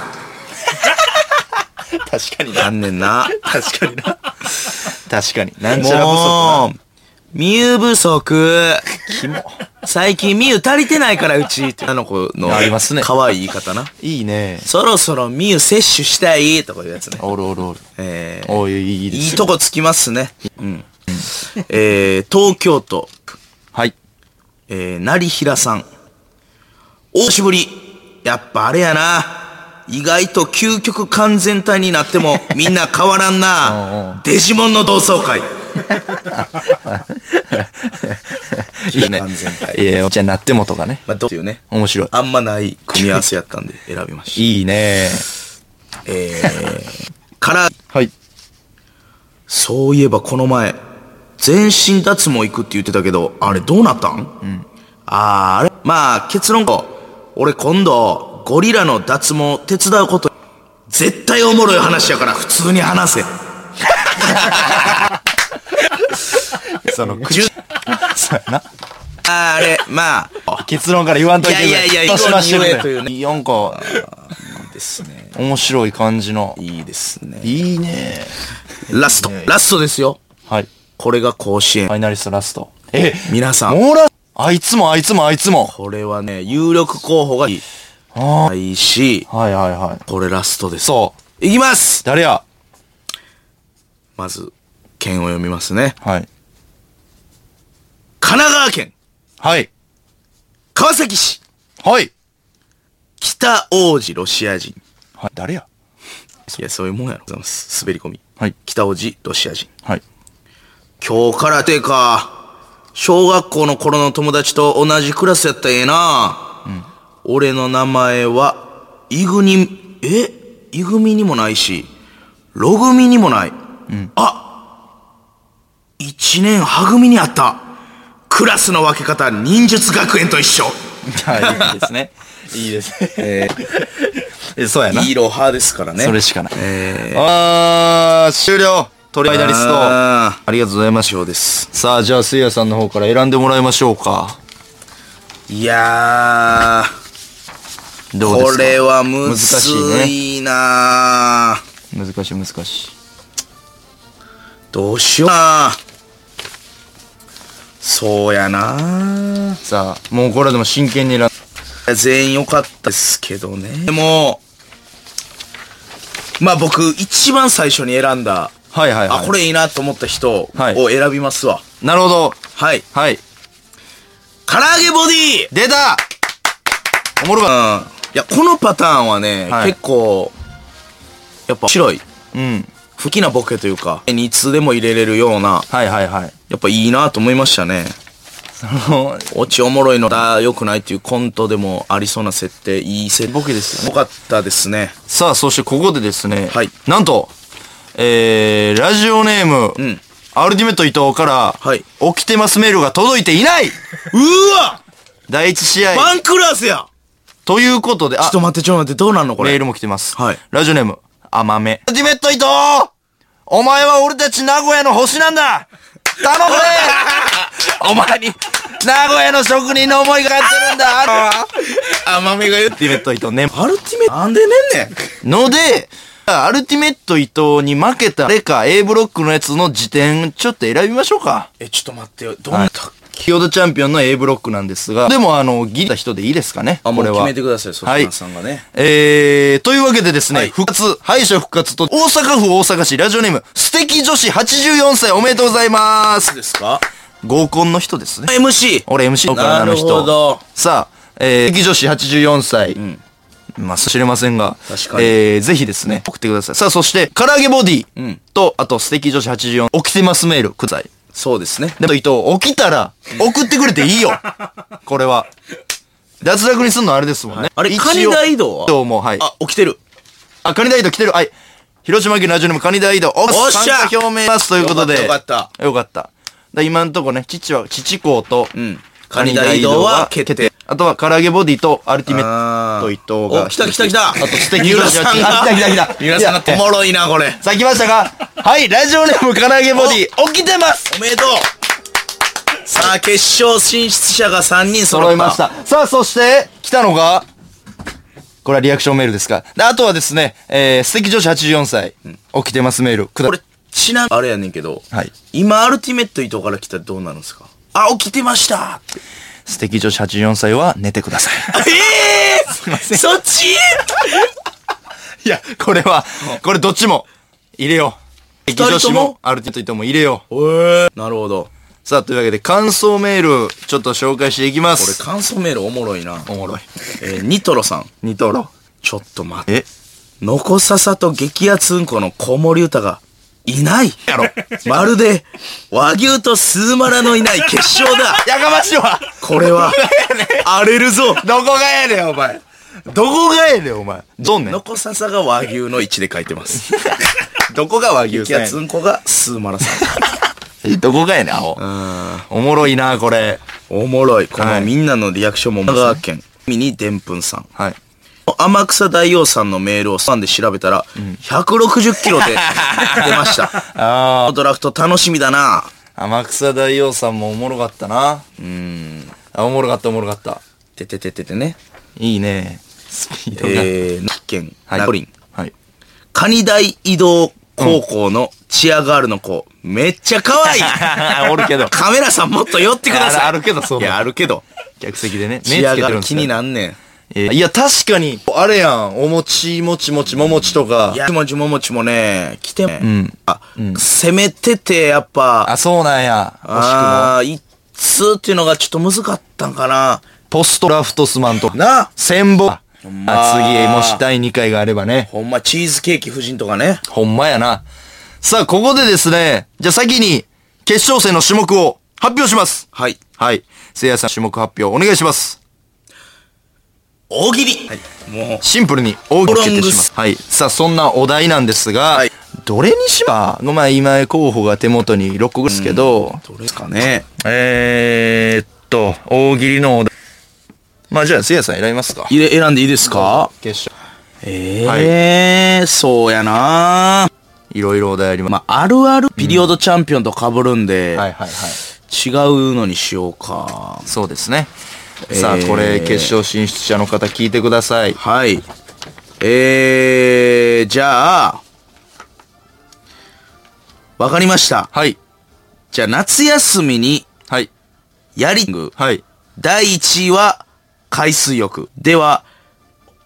Speaker 1: 確かに
Speaker 2: あ。んねん [LAUGHS] な。
Speaker 1: 確かにな。確かに。なんちゃら不足
Speaker 2: [LAUGHS] もう、ミュ不足。
Speaker 1: な。キモ。
Speaker 2: 最近、ミュ足りてないから、うち。あの子の、
Speaker 1: ありますね
Speaker 2: 可愛い言い方な。
Speaker 1: いいね。
Speaker 2: そろそろミュ摂取したい、とかいうやつね。
Speaker 1: おるおるおる。
Speaker 2: えー、
Speaker 1: おい、いいですよ
Speaker 2: いいとこつきますね。うん。えー、東京都、
Speaker 1: はい。
Speaker 2: えー、成平さん。お久しぶり。やっぱあれやな。意外と究極完全体になって [LAUGHS] もみんな変わらんな。デジモンの同窓会。
Speaker 1: いいね
Speaker 2: 完全。体
Speaker 1: いや、お茶になってもとかね。
Speaker 2: まあ、どういうね。
Speaker 1: 面白い。
Speaker 2: あんまない組み合わせやったんで選びまし
Speaker 1: いいね。
Speaker 2: た。えー、から、
Speaker 1: はい。
Speaker 2: そういえばこの前、全身脱毛行くって言ってたけど、あれどうなったんうん。あー、あれまあ、結論こう俺今度、ゴリラの脱毛手伝うこと、絶対おもろい話やから普通に話せ。
Speaker 1: その、口。そうやな。
Speaker 2: あー、あれ、まあ、
Speaker 1: 結論から言わんといてくれ
Speaker 2: いやいやいや
Speaker 1: どうしまして
Speaker 2: 言
Speaker 1: る
Speaker 2: えというね
Speaker 1: いいやんか。
Speaker 2: ですね。
Speaker 1: 面白い感じの。
Speaker 2: いいですね。
Speaker 1: いいね。
Speaker 2: ラスト、ラストですよ。
Speaker 1: はい。
Speaker 2: これが甲子園
Speaker 1: フ。ァイナリストラスト。え、
Speaker 2: 皆さん、
Speaker 1: もうら、あいつもあいつもあいつも。
Speaker 2: これはね、有力候補がいい。
Speaker 1: あ
Speaker 2: いいし、
Speaker 1: あ。はいはいはい。
Speaker 2: これラストです。
Speaker 1: そう。
Speaker 2: いきます
Speaker 1: 誰や
Speaker 2: まず、剣を読みますね。
Speaker 1: はい。
Speaker 2: 神奈川県、
Speaker 1: はい。
Speaker 2: 川崎市。
Speaker 1: はい。
Speaker 2: 北王子ロシア人。
Speaker 1: はい。誰や
Speaker 2: いや、そういうもんやろ。ございます滑り込み。
Speaker 1: はい
Speaker 2: 北王子ロシア人。
Speaker 1: はい。
Speaker 2: 今日からてか。小学校の頃の友達と同じクラスやったらええな。俺の名前は、イグに、えイグミにもないし、ログミにもない。あ一年は組にあった。クラスの分け方、忍術学園と一緒。
Speaker 1: はい、いいですね。いいですね。 [LAUGHS]
Speaker 2: え
Speaker 1: えそうやな。
Speaker 2: ー、いろはですからね。
Speaker 1: それしかない。
Speaker 2: え
Speaker 1: あー、終了トリファイナリスト。
Speaker 2: あ
Speaker 1: ありがとうございます。
Speaker 2: です。
Speaker 1: さあ、じゃあ、せいやさんの方から選んでもらいましょうか。
Speaker 2: いやー、
Speaker 1: どうですか
Speaker 2: これはむず
Speaker 1: 難しいね。
Speaker 2: いなー
Speaker 1: 難しい、難しい。
Speaker 2: どうしようかなそうやな
Speaker 1: さあ、もうこれはでも真剣に選ん
Speaker 2: 全員良かったですけどね。でも、まあ僕、一番最初に選んだ、
Speaker 1: はいはいはい。
Speaker 2: あ、これいいなと思った人を
Speaker 1: はい
Speaker 2: 選びますわ。
Speaker 1: なるほど。
Speaker 2: はい。
Speaker 1: はい。
Speaker 2: 唐揚げボディ
Speaker 1: 出たおもろ
Speaker 2: うん。
Speaker 1: かっ
Speaker 2: いや、このパターンはね、
Speaker 1: はい
Speaker 2: 結構、やっぱ白い。
Speaker 1: た。うん。
Speaker 2: 不気なボケというか、いつでも入れれるような、
Speaker 1: はいはいはい。
Speaker 2: やっぱいいなと思いましたね。
Speaker 1: その、
Speaker 2: オチおもろいのだ、良くないっていうコントでもありそうな設定、いい設定。
Speaker 1: ボケですよ
Speaker 2: よかったですね。
Speaker 1: [LAUGHS] さあ、そしてここでですね、
Speaker 2: はい
Speaker 1: なんと、えー、ラジオネーム、
Speaker 2: ん
Speaker 1: アルティメット伊藤から、
Speaker 2: はい
Speaker 1: 起きてますメールが届いていないう [LAUGHS]
Speaker 2: わ
Speaker 1: 第一試合、
Speaker 2: バンクラスや
Speaker 1: ということで、
Speaker 2: ちょ
Speaker 1: あ
Speaker 2: っ、と待って、ちょっと待って、どうなんのこ
Speaker 1: メー
Speaker 2: れ。
Speaker 1: ルも来てます。
Speaker 2: はい
Speaker 1: ラジオネーム、甘め。アルティメット伊藤お前は俺たち名古屋の星なんだ頼
Speaker 2: [LAUGHS]
Speaker 1: むねお前に、名古屋の職人の思いがかかってるんだア
Speaker 2: [LAUGHS] 甘めが言っ
Speaker 1: ルティメット伊藤ね。
Speaker 2: アルティメなんでねんねん。
Speaker 1: ので、アルティメット伊藤に負けたあれか A ブロックのやつの時点ちょっと選びましょうか。
Speaker 2: え、ちょっと待ってよ。どんな、
Speaker 1: キヨドチャンピオンの A ブロックなんですが、でもあの、ギリた人でいいですかね。
Speaker 2: あ、もう
Speaker 1: これは
Speaker 2: 決めてください、そ
Speaker 1: はい
Speaker 2: ちさんがね。
Speaker 1: えー、というわけでですね、
Speaker 2: はい
Speaker 1: 復活、敗者復活と、大阪府大阪市ラジオネーム、素敵女子84歳おめでとうございます。
Speaker 2: ですか
Speaker 1: 合コンの人ですね。
Speaker 2: ?MC!
Speaker 1: 俺 MC から
Speaker 2: な
Speaker 1: あの
Speaker 2: る
Speaker 1: 人。
Speaker 2: ほど。
Speaker 1: さあ、えー、敵女子84歳。まあ、知れませんが。
Speaker 2: 確かに
Speaker 1: えー、ぜひですね、送ってください。さあ、そして、唐揚げボディ。
Speaker 2: ん
Speaker 1: と、あと、素敵女子84、起きてますメール、ください。
Speaker 2: そうですね。
Speaker 1: でも伊藤、起きたら、送ってくれていいよ。これは。脱落にすんのはあれですもんね。
Speaker 2: あれ、
Speaker 1: 一応
Speaker 2: カニ大道は
Speaker 1: どうも、はい。
Speaker 2: あ、起きてる。
Speaker 1: あ、カニ大道来てる。はい。広島県ラジオネームカニ大道。お
Speaker 2: おっしゃ
Speaker 1: 参加表明ますということで。
Speaker 2: よかったよかっ
Speaker 1: よかった。だ今んとこね、父は、父公と、
Speaker 2: んカニ大道は決定。
Speaker 1: あとは、唐揚げボディと、アルティメッ
Speaker 2: あ
Speaker 1: ト伊藤が。
Speaker 2: お、来た来た来た。あと
Speaker 1: 素敵
Speaker 2: 三浦さんが。
Speaker 1: あ来た来た来た
Speaker 2: 三浦さんがおもろいな、これ。
Speaker 1: さあ来ましたかはい、ラジオネーム唐揚げボディ、起きてます
Speaker 2: おめでとうさあ、決勝進出者が3人揃
Speaker 1: 揃い
Speaker 2: いま
Speaker 1: まし
Speaker 2: した。
Speaker 1: た。さあ、そして、来たのが、これはリアクションメールですか。であとはですね、えー、素敵女子84歳、起きてますメール、くだ
Speaker 2: これ、ちなみに、あれやねんけど、
Speaker 1: はい
Speaker 2: 今、アルティメット伊藤から来たらどうなるんですかあ、起きてま [LAUGHS] したって。
Speaker 1: 素敵女子84歳は寝てください。
Speaker 2: ええー、すいません。そっち
Speaker 1: [LAUGHS] いや、これは、これどっちも、入れよう。
Speaker 2: 人と
Speaker 1: 劇
Speaker 2: も
Speaker 1: 女子も、ある程度とも入れよう。
Speaker 2: なるほど。
Speaker 1: さあ、というわけで、感想メール、ちょっと紹介していきま
Speaker 2: これ、
Speaker 1: す。
Speaker 2: 感想メールおもろいな。
Speaker 1: おもろい。
Speaker 2: えー、ニトロさん。
Speaker 1: ニトロ。
Speaker 2: ちょっと待って。
Speaker 1: え
Speaker 2: ノコササと激アツンコの子守歌が、いないやろ。まるで、和牛とスーマラのいない決勝だ。
Speaker 1: やかましいわ
Speaker 2: これ [LAUGHS] は、荒れるぞ。
Speaker 1: どこがやねん、お前どこがやねん、お前どんねん
Speaker 2: ノコササが和牛の位置で書い
Speaker 1: [LAUGHS]
Speaker 2: てます。
Speaker 1: どこが和牛
Speaker 2: 激アツンコがスーマラさん。
Speaker 1: [LAUGHS] どこがやねん、アホ。おもろいな、これ。
Speaker 2: おもろい。こ
Speaker 1: は
Speaker 2: の
Speaker 1: い
Speaker 2: みんなのリアクションも、香川県。ミニデンプンさん。
Speaker 1: はい。
Speaker 2: 天草大王さんのメールをスパンで調べたら、160キロ
Speaker 1: [LAUGHS]
Speaker 2: で出ました。
Speaker 1: あ
Speaker 2: ドラフト楽しみだな。
Speaker 1: あ、天草大王さんもおもろかったな。
Speaker 2: うん。
Speaker 1: あ、おもろかった、おもろかった。
Speaker 2: てててててね。
Speaker 1: いいね。スピードが。
Speaker 2: えー、奈良県、
Speaker 1: はい
Speaker 2: ナポリン。
Speaker 1: はい。
Speaker 2: カニ大移動高校のチアガールの子、めっちゃ可
Speaker 1: [LAUGHS]
Speaker 2: 愛い
Speaker 1: おるけ [LAUGHS] ど。
Speaker 2: カメラさんもっと寄ってください。
Speaker 1: ああるけどそう
Speaker 2: い
Speaker 1: だ
Speaker 2: や、あるけど。
Speaker 1: 客席 [LAUGHS] でね、目つけ
Speaker 2: チア
Speaker 1: て
Speaker 2: ガー
Speaker 1: るん
Speaker 2: ル
Speaker 1: です
Speaker 2: 気
Speaker 1: よ
Speaker 2: になんねん。
Speaker 1: えーいや、確かに、あれやん。お餅、もちもち、ももちとか
Speaker 2: い。や、もちももちもね、来ても、
Speaker 1: ん
Speaker 2: あ、攻めてて、やっぱ、
Speaker 1: あ、そうなんや。惜しくも。
Speaker 2: あー、一通っていうのがちょっと難かったんかな。
Speaker 1: ポストラフトスマンとか。
Speaker 2: な
Speaker 1: 千本。あ、次、
Speaker 2: んま
Speaker 1: もし第2回があればね。
Speaker 2: ほんま、チーズケーキ夫人とかね。
Speaker 1: ほんまやな。さあ、ここでですね、じゃあ先に、決勝戦の種目を発表します。
Speaker 2: はい。
Speaker 1: はい。せいやさん、種目発表お願いします。
Speaker 2: 大喜利、もう
Speaker 1: シンプルに大きく決定します。はい。さあ、そんなお題なんですが、
Speaker 2: はい
Speaker 1: どれにしば、まあ今候補が手元に6個ぐらいですけど、
Speaker 2: どれですかね
Speaker 1: えーっと、大喜利のお題。まあじゃあ、せいやさん選びますか。
Speaker 2: 入れ選んでいいですか
Speaker 1: 決勝。
Speaker 2: ええそうやない
Speaker 1: ろいろお題あります。
Speaker 2: まああるあるピリオドチャンピオンと被るんで、
Speaker 1: はいはいはい。
Speaker 2: 違うのにしようか
Speaker 1: そうですね。さあ、
Speaker 2: えー
Speaker 1: これ、決勝進出者の方聞いてください。
Speaker 2: はいえー、じゃあわかりました
Speaker 1: はい。
Speaker 2: じゃあ夏休みに
Speaker 1: はい。
Speaker 2: やりぐ
Speaker 1: はい。
Speaker 2: 第1位は海水浴では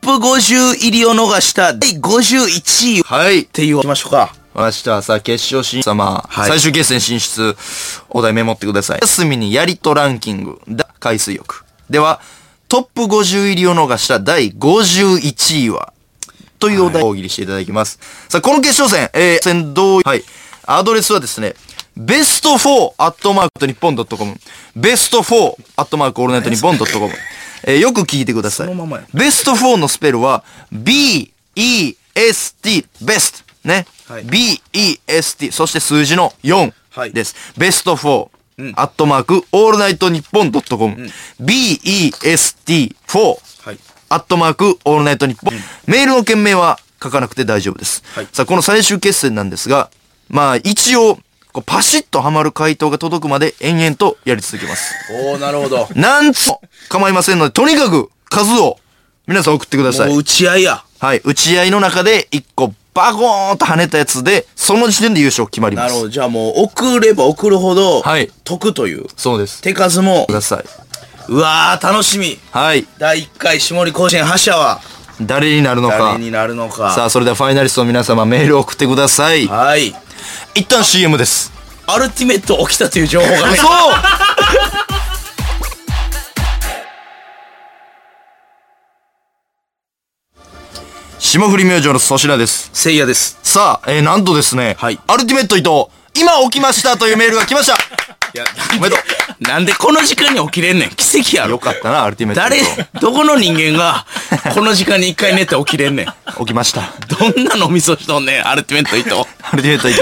Speaker 2: トップ50入りを逃した第51位っ
Speaker 1: はい。
Speaker 2: て言いましょうか
Speaker 1: 私とはさ、決勝進出様、
Speaker 2: はい
Speaker 1: 最終決戦進出、お題メモってください。休みにやりとランキング、だ、海水浴。では、トップ50入りを逃した第51位は、というお題を大喜利していただきます。さあ、この決勝戦、えー、戦どう、はい。アドレスはですね、ベスト4アットマークと日本ドットコム。ベスト4アットマークオールナイトニッポンドットコム。えー、よく聞いてください。
Speaker 2: そのままや
Speaker 1: ベスト4のスペルは、B, E, S, T, ベスト。ね。
Speaker 2: はい
Speaker 1: B, E, S, T。そして数字の4です。ベスト4。アットマーク、オールナイトニッポンドットコム。B, E, S, T, 4。
Speaker 2: はい
Speaker 1: アットマーク、オールナイトニッポン。メールの件名は書かなくて大丈夫です。
Speaker 2: はい
Speaker 1: さあ、この最終決戦なんですが、まあ、一応、こうパシッとハマる回答が届くまで延々とやり続けます。
Speaker 2: おおなるほど
Speaker 1: なんつも構いませんので、とにかく数を皆さん送ってください
Speaker 2: [LAUGHS] も。う打ち合いや
Speaker 1: はい。打ち合いの中で一個バコーンと跳ねたやつで、その時点で優勝決まり
Speaker 2: な
Speaker 1: ま
Speaker 2: るほ
Speaker 1: す。
Speaker 2: どじゃあもう送れば送るほど、
Speaker 1: はい
Speaker 2: 得という
Speaker 1: そうです。
Speaker 2: 手数も
Speaker 1: ください。
Speaker 2: うわー楽しみ
Speaker 1: はい。
Speaker 2: 第1回下り甲子園覇者は
Speaker 1: 誰になるのか
Speaker 2: 誰。になるのか
Speaker 1: さあ、それではファイナリストの皆様メールを送ってください。
Speaker 2: はい
Speaker 1: 一旦 CM です。
Speaker 2: アルティメット起きたという情報がね [LAUGHS]
Speaker 1: 嘘霜降り明星の粗品です。
Speaker 2: せいやです
Speaker 1: さあ、えー、なんとですね、
Speaker 2: はい
Speaker 1: アルティメット伊藤、今起きましたというメールが来ました。
Speaker 2: いや
Speaker 1: おめでと
Speaker 2: なんでこの時間に起きれんねん奇跡や
Speaker 1: う。よ
Speaker 2: ろ
Speaker 1: かったな、アルティメット伊
Speaker 2: 誰
Speaker 1: 藤。
Speaker 2: どこの人間がこの時間に1回寝て起きれんねん
Speaker 1: 起きました。
Speaker 2: どんな脳みそしとんねんアルティメット伊藤
Speaker 1: アルティメット伊藤、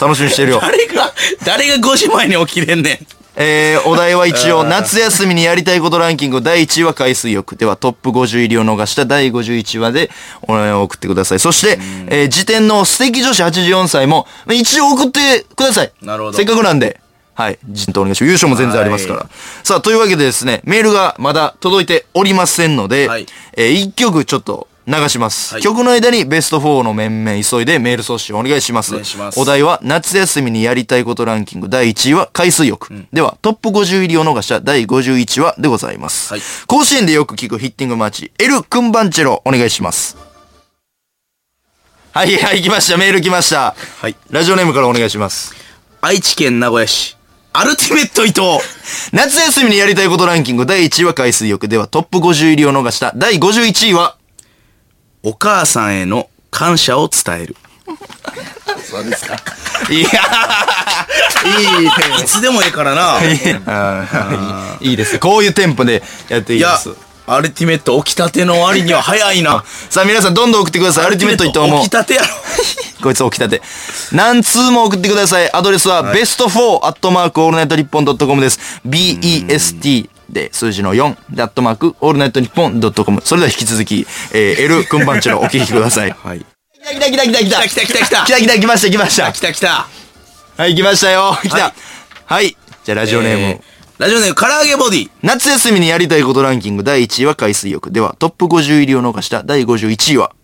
Speaker 1: 楽しみにしてるよ。
Speaker 2: 誰が誰が5時前に起きれんねん
Speaker 1: えー、お題は一応、夏休みにやりたいことランキング第1位は海水浴。では、トップ50入りを逃した第51話でお題を送ってください。そして、えー、時点の素敵女子84歳も、まあ一応送ってください。
Speaker 2: なるほど
Speaker 1: せっかくなんで。はい。陣頭お願いします。優勝も全然ありますから。
Speaker 2: は
Speaker 1: さあ、というわけでですね、メールがまだ届いておりませんので、
Speaker 2: はい
Speaker 1: えー、一曲ちょっと流します。
Speaker 2: はい
Speaker 1: 曲の間にベスト4の面々急いでメール送信お願いします。
Speaker 2: お願いします
Speaker 1: お題は夏休みにやりたいことランキング第1位は海水浴。ではトップ50入りを逃した第51話でございます。
Speaker 2: はい
Speaker 1: 甲子園でよく聞くヒッティングマーチ、エル・クンバンチェロお願いします。はいはい、来ました。メール来ました。
Speaker 2: はい
Speaker 1: ラジオネームからお願いします。
Speaker 2: 愛知県名古屋市アルティメット伊藤
Speaker 1: 夏休みにやりたいことランキング第1位は海水浴。ではトップ50入りを逃した第51位は
Speaker 2: お母さんへの感謝を伝える
Speaker 1: いやーいいね
Speaker 2: いつでもええからない
Speaker 1: あーいいです。こういうテンポでやっていいで
Speaker 2: や
Speaker 1: す。
Speaker 2: アルティメット起きたての割には早いな
Speaker 1: さあ皆さんどんどん送ってください。アルティメット伊藤も
Speaker 2: 起き。たてやろ
Speaker 1: こいつ起きたて。何通も送ってください。アドレスは、ベスト4アットマークオールナイトニッポンドットコムです。BEST で数字の4でアットマークオールナイトニッポンドットコム。それでは引き続き、えー、L くんばんちのお聞きください。
Speaker 2: はい
Speaker 1: 来た来た来た来た
Speaker 2: 来た来た来た
Speaker 1: 来た来た来ました来ました
Speaker 2: 来た来た
Speaker 1: はい、来ましたよ。来
Speaker 2: は
Speaker 1: た
Speaker 2: い。
Speaker 1: はい。じゃあラジオネーム。
Speaker 2: ラジオネーム唐揚げボディ
Speaker 1: 夏休みにやりたいことランキング第1位は海水浴。では、トップ50入りを逃した第51位は、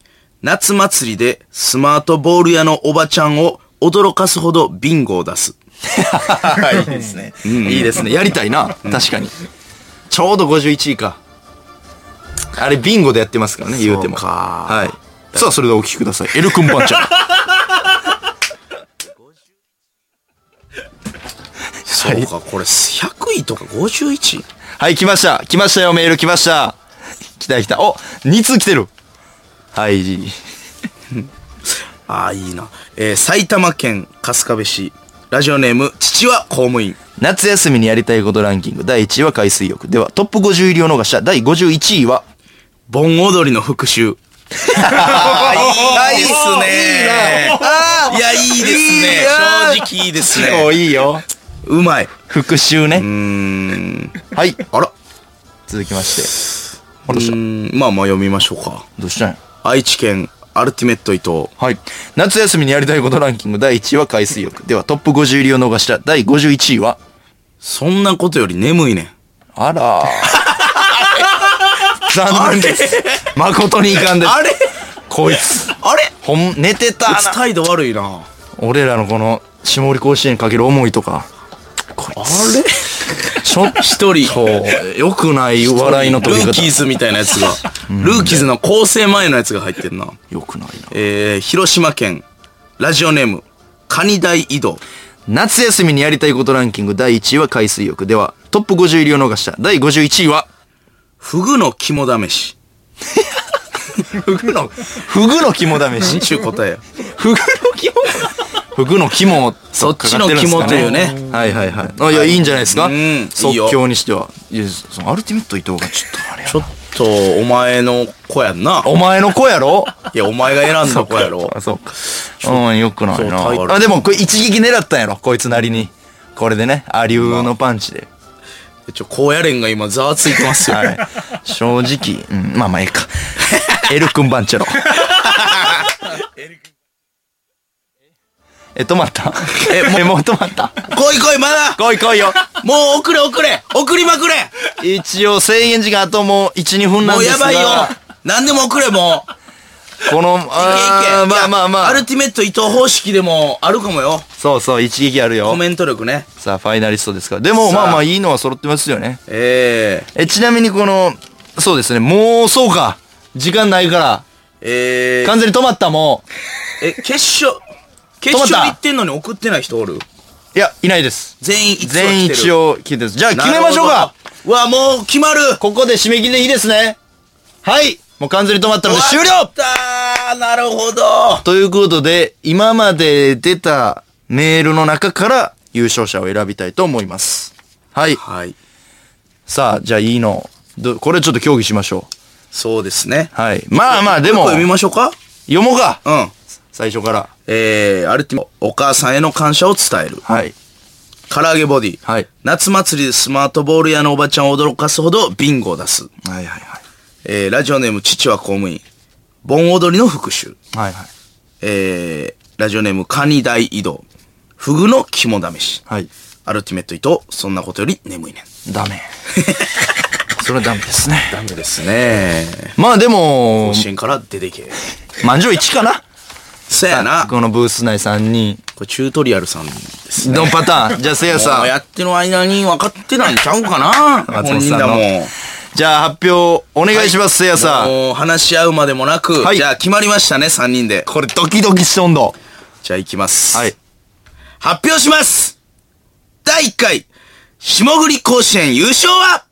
Speaker 2: 夏祭りでスマートボール屋のおばちゃんを驚かすほどビンゴを出す
Speaker 1: いいですね。いいですね。やりたいな。確かに。ちょうど51位か。あれ、ビンゴでやってますからね、言うても。
Speaker 2: そうか
Speaker 1: はい。さあ、それではお聞きください。エル君パンチャー。
Speaker 2: そうかこれ100位とか 51?
Speaker 1: [LAUGHS] はい、来ました。来ましたよ、メール来ました。来た来た。お、2通来てる。はい。
Speaker 2: ああいいな、えー、埼玉県春日部市ラジオネーム父は公務員
Speaker 1: 夏休みにやりたいことランキング第1位は海水浴。では、トップ50入りを逃した第51位は、
Speaker 2: 盆踊りの復習。
Speaker 1: あ
Speaker 2: いいっすね。いや、いいです
Speaker 1: いい
Speaker 2: ね
Speaker 1: な。
Speaker 2: 正直いいです
Speaker 1: いいなも
Speaker 2: ね。
Speaker 1: ういいよ。
Speaker 2: うまい。
Speaker 1: 復習
Speaker 2: う
Speaker 1: ね。
Speaker 2: ーん。
Speaker 1: はい。
Speaker 2: あら。
Speaker 1: 続きまして。あどう
Speaker 2: う
Speaker 1: し
Speaker 2: ー
Speaker 1: た
Speaker 2: ん。まあまあ読みましょうか。
Speaker 1: どうしたんや
Speaker 2: 愛知県アルティメット伊藤。
Speaker 1: はい。夏休みにやりたいことランキング第1位は海水浴。ではトップ50入りを逃した第51位は
Speaker 2: そんなことより眠いねん。
Speaker 1: あ
Speaker 2: [LAUGHS]
Speaker 1: らー残念です。誠に遺憾です。
Speaker 2: あれ
Speaker 1: こいつ。
Speaker 2: あれ
Speaker 1: ほん、寝てた
Speaker 2: うち
Speaker 1: な。
Speaker 2: 態度悪いな。
Speaker 1: 俺らのこの、下り甲子園にかける思いとか。こい
Speaker 2: あ
Speaker 1: つ。
Speaker 2: れ
Speaker 1: ちょっ
Speaker 2: 一人。
Speaker 1: と、良くない笑いの取り
Speaker 2: ルーキー
Speaker 1: 方。
Speaker 2: ズみたいなやつが、ルーキーズの構成前のやつが入ってんな。
Speaker 1: 良くないな。
Speaker 2: えー、広島県、ラジオネーム、カニ大移動。
Speaker 1: 夏休みにやりたいことランキング第1位は海水浴。では、トップ50入りを逃した第51位は、
Speaker 2: フグの肝試し。
Speaker 1: フグの、フグの肝試
Speaker 2: 何
Speaker 1: し。
Speaker 2: ちゅう答えや。
Speaker 1: フグの肝フグの肝
Speaker 2: そっちの肝というね。
Speaker 1: はいはいはい。あ、いや、いいんじゃないですか
Speaker 2: うん
Speaker 1: 即
Speaker 2: いいよ
Speaker 1: 興にしては。いや、そのアルティメット伊藤がちょっとあれや
Speaker 2: ちょっと、お前の子やんな。
Speaker 1: お前の子やろ
Speaker 2: いや、お前が選んだ子やろ。
Speaker 1: あ、そうか。うん、よくない
Speaker 2: そうタイトル
Speaker 1: な。あ、でも、これ一撃狙ったんやろこいつなりに。これでね、アリューのパンチで。
Speaker 2: ちょ、高野連が今、ざわついてますよ。
Speaker 1: はい。正直、うん、まあまあ、ええ
Speaker 2: [LAUGHS]
Speaker 1: か。エル君バンチェロ。え、止まった [LAUGHS] え、もう止まった
Speaker 2: 来い来い、まだ
Speaker 1: 来い来いよ。
Speaker 2: もう送れ送れ送りまくれ
Speaker 1: 一応制限時間あともう1、2分な
Speaker 2: も
Speaker 1: ん
Speaker 2: う
Speaker 1: です
Speaker 2: や
Speaker 1: が。
Speaker 2: ばいよ何でも送れ、もう
Speaker 1: この、
Speaker 2: いけい
Speaker 1: あ
Speaker 2: け
Speaker 1: ーまあまあまあ
Speaker 2: ア。ルティメット伊藤方式でもあるかもよ。
Speaker 1: そうそう、一撃ある
Speaker 2: コ
Speaker 1: よ。
Speaker 2: メント力ね。
Speaker 1: さあ、ファイナリストですから。でも、
Speaker 2: さあ
Speaker 1: まあまあ、いいのは揃ってますよね。
Speaker 2: えー、
Speaker 1: え、ちなみにこの、そうですね、もう、そうか。時間ないから。
Speaker 2: えー、
Speaker 1: 完全に止まった、も
Speaker 2: え、決勝、決
Speaker 1: 止ま
Speaker 2: 勝
Speaker 1: った
Speaker 2: 行ってんのに送ってない人おる
Speaker 1: う。いや、いないです。
Speaker 2: 全員一応来てる。
Speaker 1: 全員一応聞いてます。じゃあ、決めましょうか。
Speaker 2: うわ、もう決まる
Speaker 1: ここで締め切りでいいですね。はい。もう完全に止まったので終
Speaker 2: 終
Speaker 1: 了
Speaker 2: わったーなるほど
Speaker 1: ということで、今まで出たメールの中から優勝者を選びたいと思います。はい。
Speaker 2: はい。
Speaker 1: さあ、じゃあいいの。どこれちょっと協議しましょ
Speaker 2: そうですね。
Speaker 1: う。はい。まあまあ、でも、
Speaker 2: 読み
Speaker 1: 読
Speaker 2: ましょうか
Speaker 1: もうか。
Speaker 2: うん。
Speaker 1: 最初から。
Speaker 2: えー、アルティメお母さんへの感謝を伝える。
Speaker 1: はい。
Speaker 2: 唐揚げボディ。
Speaker 1: はい。
Speaker 2: 夏祭りでスマートボール屋のおばちゃんを驚かすほどビンゴを出す。
Speaker 1: はいはいはい。
Speaker 2: えー、ラジオネーム父は公務員。盆踊りの復習。
Speaker 1: はいはい。
Speaker 2: えー、ラジオネームカニ大移動。フグの肝試し。
Speaker 1: はい。
Speaker 2: アルティメット伊藤、そんなことより眠いねん。
Speaker 1: ダメ。 [LAUGHS] それはダメですね。
Speaker 2: ダメですね。
Speaker 1: まあでも
Speaker 2: 甲、子園から出ていけ。
Speaker 1: 満場一致かな
Speaker 2: そやな。こ
Speaker 1: このブース内3人。
Speaker 2: れチュートリアルさんですね。
Speaker 1: どのパタ [LAUGHS] ーンじゃあせいやさ。
Speaker 2: もうんやってる間に分かってないんちゃうかな
Speaker 1: 松
Speaker 2: 本
Speaker 1: 本
Speaker 2: 人
Speaker 1: さん
Speaker 2: だ
Speaker 1: の
Speaker 2: もん。
Speaker 1: じゃあ発表お願いします、せいやさん。
Speaker 2: もう話し合うまでもなく、
Speaker 1: はい
Speaker 2: じゃあ決まりましたね、3人で。
Speaker 1: これドキドキしとんど。
Speaker 2: じゃあ行きます。
Speaker 1: はい。
Speaker 2: 発表します第1回、下栗甲子園優勝は、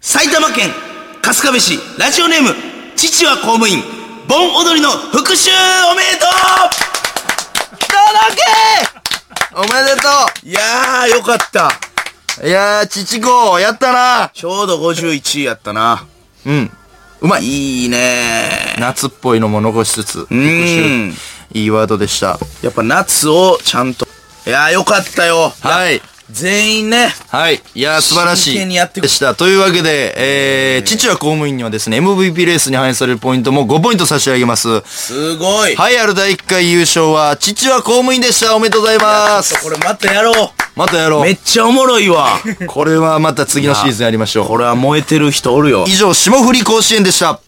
Speaker 2: 埼玉県春日部市ラジオネーム、父は公務員、盆踊りの復習おめでと
Speaker 1: おめでと
Speaker 2: ういやー、よかった。
Speaker 1: ういやー、父子、やったな
Speaker 2: ちょうど51位やったな。
Speaker 1: うん。
Speaker 2: うまい。いいね
Speaker 1: 夏っぽいのも残しつつ、
Speaker 2: ー。うーん。
Speaker 1: いいワードでした。
Speaker 2: やっぱ夏をちゃんと。いやー、よかったよ。
Speaker 1: はい。
Speaker 2: 全員ね。
Speaker 1: はい。いやー、素晴らし
Speaker 2: 真剣に
Speaker 1: い。
Speaker 2: やってく
Speaker 1: でした。というわけで、えー、父は公務員にはですね、MVP レースに反映されるポイントも5ポイント差し上げます。
Speaker 2: すごい。
Speaker 1: はい、ある第1回優勝は、父は公務員でした。おめでとうございます。
Speaker 2: これまたやろう。
Speaker 1: またやろう
Speaker 2: めっ。ちゃおもろいわ。
Speaker 1: これはまた次のシーズンやりましょう。
Speaker 2: これは燃えてる人おるよ
Speaker 1: 以。上、霜降り甲子園でした。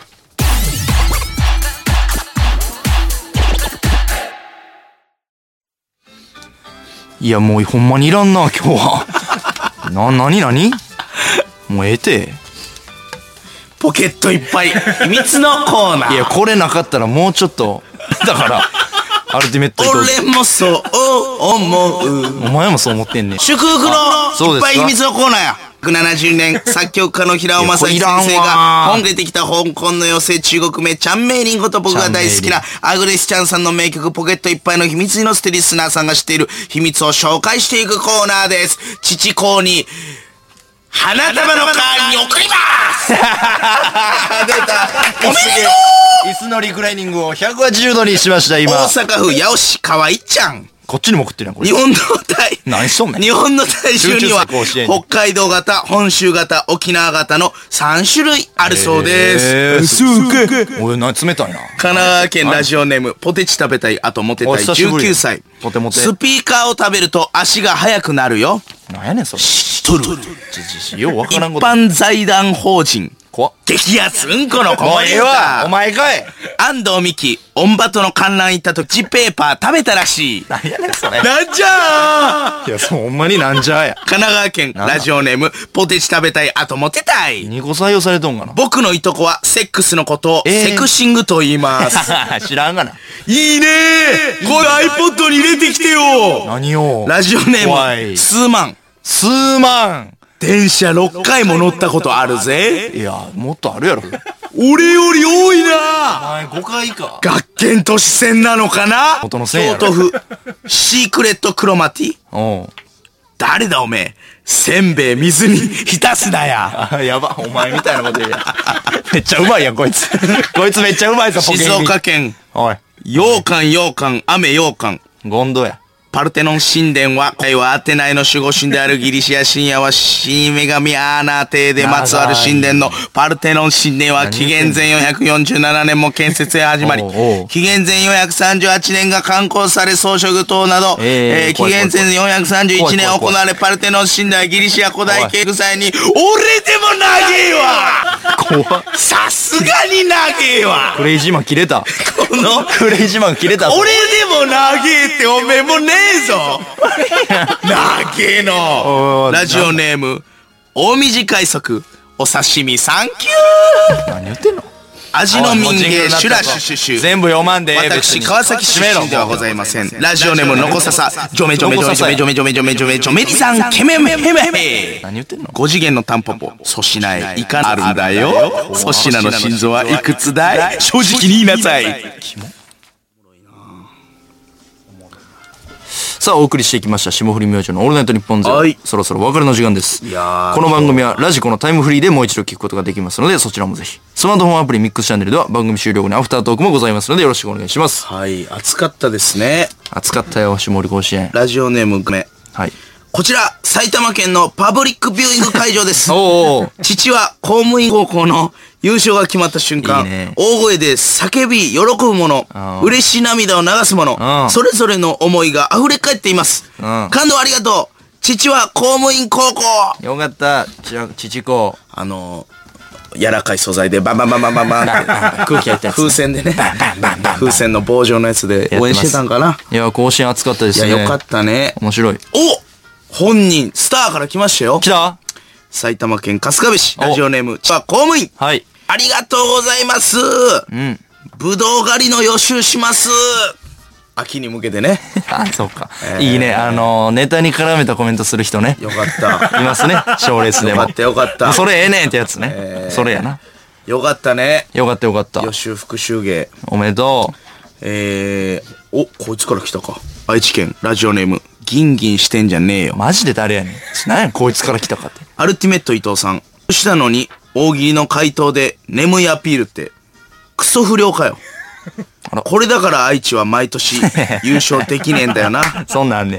Speaker 1: いや、もうほんまにいらんな、今日
Speaker 2: [LAUGHS]
Speaker 1: は。な、なになにもうええて。
Speaker 2: ポケットいっぱい。秘密のコーナ
Speaker 1: いや、
Speaker 2: ー。
Speaker 1: これなかったらもうちょっと。だから、アルティメット伊藤
Speaker 2: 俺もそう思う。
Speaker 1: お前もそう思ってんねん。
Speaker 2: 祝福
Speaker 1: そう
Speaker 2: のい
Speaker 1: で
Speaker 2: っ
Speaker 1: すか
Speaker 2: ぱい秘密のコーナーや。170年作曲家の平尾正樹
Speaker 1: いやこれいらんわ
Speaker 2: 先生が本出てきた香港の妖精中国名チャンメイリンこと僕が大好きなアグレスチャンさんの名曲ポケットいっぱいの秘密にのステリスナーさんが知っている秘密を紹介していくコーナーです。父公に花束の代わりに送りま
Speaker 1: [LAUGHS]
Speaker 2: す [LAUGHS]
Speaker 1: あ、出た。おめでとう椅子のリクライニングを180度にしました、今。
Speaker 2: 大阪府八尾市河合ちゃん。
Speaker 1: こっちにも食ってるやん、これ
Speaker 2: [LAUGHS] 日。本の大、
Speaker 1: 何しとんねん
Speaker 2: 日本の大衆には
Speaker 1: 集中して甲子園に
Speaker 2: 北海道型、本州型、沖縄型の3種類あるそう
Speaker 1: え
Speaker 2: で
Speaker 1: ー
Speaker 2: す。そうか
Speaker 1: 俺、な、冷たいな。
Speaker 2: 神奈川県ラジオネーム、ポテチ食べたい、あとモテたい、
Speaker 1: お久しぶり
Speaker 2: 19歳。
Speaker 1: ポテモテ
Speaker 2: スピーカーを食べると足が速くなるよ。
Speaker 1: なんやねん、それ。
Speaker 2: しとる。
Speaker 1: ちちちようわ
Speaker 2: 一
Speaker 1: からんこと。
Speaker 2: 般財団法人、
Speaker 1: 怖っ。
Speaker 2: 激安うんこの子
Speaker 1: もう
Speaker 2: 守
Speaker 1: ええわお前かい
Speaker 2: 安藤美希、オンバトの観覧行った時、ジペーパー食べたらしい。
Speaker 1: 何やねん、それ。
Speaker 2: なんじゃー
Speaker 1: いや、そうほんまになんじゃや。
Speaker 2: 神奈川県、ラジオネーム、ポテチ食べたい、あとモテたい。
Speaker 1: 2個採用されとんかな。
Speaker 2: 僕のいとこは、セックスのことを、
Speaker 1: えー
Speaker 2: セクシングと言
Speaker 1: [LAUGHS]
Speaker 2: います。
Speaker 1: [LAUGHS] 知らんがな。
Speaker 2: いいねー [LAUGHS] これ iPod に入れてきてよ
Speaker 1: 何を
Speaker 2: ラジオネ
Speaker 1: 怖
Speaker 2: ーム、
Speaker 1: い
Speaker 2: スーマン。
Speaker 1: 数万
Speaker 2: 電車6回も乗ったことあるぜ。
Speaker 1: いや、もっとあるやろ。
Speaker 2: 俺より多いな
Speaker 1: 前5回か。
Speaker 2: 学研都市線なのかな
Speaker 1: 元の線や
Speaker 2: 京
Speaker 1: ろ
Speaker 2: 都府、シークレットクロマティ。
Speaker 1: うん。
Speaker 2: 誰だおめえせんべい
Speaker 1: [LAUGHS]
Speaker 2: 水に浸すなや
Speaker 1: あ、やば、お前みたいなこと言うやん。 [LAUGHS] めっちゃうまいやん、こいつ。こいつめっちゃうまいぞ、ポケミ
Speaker 2: 静岡県
Speaker 1: おい、
Speaker 2: 羊羹羊羹雨羊羹
Speaker 1: ゴンドや。
Speaker 2: パルテノン神殿は、会はアテナイの守護神であるギリシア神話は、神女神アーナ帝でまつわる神殿のパルテノン神殿は、紀元前447年も建設が始まり
Speaker 1: おうおう、
Speaker 2: 紀元前438年が刊行され装飾塔など、
Speaker 1: えー
Speaker 2: えー紀元前431年行われ、パルテノン神殿はギリシア古代建築祭に、俺でも長えわ
Speaker 1: 怖っ。
Speaker 2: さすがに長えわ
Speaker 1: クレイジーマン切れた。
Speaker 2: この、
Speaker 1: クレイジーマン切れた。
Speaker 2: 俺でも長えっておめえもねえぞ長え
Speaker 1: おいお
Speaker 2: の
Speaker 1: い
Speaker 2: ラジオネーム大短い速お刺身サンキュー
Speaker 1: 何言ってんの
Speaker 2: 味の民芸シュラシュシュシュ
Speaker 1: 全部読まんでええ別
Speaker 2: 私、
Speaker 1: に
Speaker 2: 川崎市民ではございません。ラジオネーム、のこささ、ジョメジョメジョメジョメジョメジョメジョメジョメジョメリさん、ケメメメメメ
Speaker 1: 何言ってんの
Speaker 2: 5次元のタンポポ、粗品へいかなるんだよ。粗品の心臓はいくつだい正直に言いなさい。
Speaker 1: さあ、お送りしてきました、霜降り明星のオールナイトニッポンゼロ
Speaker 2: はい
Speaker 1: そろそろお別れの時間です。こ
Speaker 2: やー
Speaker 1: の番組はラジコのタイムフリーでもう一度聞くことができますので、そちらもぜひ。スマートフォンアプリミックスチャンネルでは番組終了後にアフタートークもございますので、よろしくお願いします。
Speaker 2: はい、暑かったですね。
Speaker 1: 暑かったよ、霜降り甲子園。
Speaker 2: ラジオネーム、グメ。
Speaker 1: はい。
Speaker 2: こちら、埼玉県のパブリックビューイング会場です。
Speaker 1: [LAUGHS] おお。
Speaker 2: 父は公務員高校の優勝が決まった瞬
Speaker 1: い
Speaker 2: 間、
Speaker 1: いね
Speaker 2: 大声で叫び、喜ぶ者
Speaker 1: あ、ー
Speaker 2: 嬉し涙を流す
Speaker 1: う
Speaker 2: 者、
Speaker 1: ん
Speaker 2: それぞれの思いが溢れ返っています。
Speaker 1: ん
Speaker 2: 感動ありがとう父は公務員高校
Speaker 1: よかった、ちら、ちちこ。
Speaker 2: あのー、柔らかい素材でバンバンバンバンバンバンって
Speaker 1: [LAUGHS] 空気入ったやつ
Speaker 2: 風船でね
Speaker 1: バンバンバンバン
Speaker 2: 風船の棒状のやつで
Speaker 1: やってます
Speaker 2: 応援してたんかない
Speaker 1: や、甲子園暑かったで
Speaker 2: い
Speaker 1: す
Speaker 2: や
Speaker 1: ね。
Speaker 2: よかっ。たね
Speaker 1: 面白い。
Speaker 2: お本人スターから来ましたよ
Speaker 1: 来た
Speaker 2: 埼玉県春日部市
Speaker 1: お
Speaker 2: ラジオネーム千葉公務員
Speaker 1: はい。
Speaker 2: ありがとうございます
Speaker 1: うん。
Speaker 2: ぶどう狩りの予習します秋に向けてね
Speaker 1: [LAUGHS] あ、そうか。いいね。あのー、ネタに絡めたコメントする人ね。
Speaker 2: [LAUGHS] よかった
Speaker 1: いますね。賞レースで
Speaker 2: よ
Speaker 1: も。
Speaker 2: かったよかった
Speaker 1: それええねんってやつね。
Speaker 2: えー
Speaker 1: それやな。
Speaker 2: よかったね
Speaker 1: よかったよかった
Speaker 2: 予。習復習芸
Speaker 1: おめでと
Speaker 2: えー、おこいつから来たか愛知県ラジオネームギンギンしてんじゃねえ
Speaker 1: う。
Speaker 2: よ
Speaker 1: マジで誰やねん。なんやこいつから来たかって。
Speaker 2: アルティメット伊藤さんしたのに大喜利の回答で眠いアピールってクソ不良かよ
Speaker 1: あら
Speaker 2: これだから愛知は毎
Speaker 1: [LAUGHS]
Speaker 2: 年優勝できねえんだよな
Speaker 1: そんなんあんね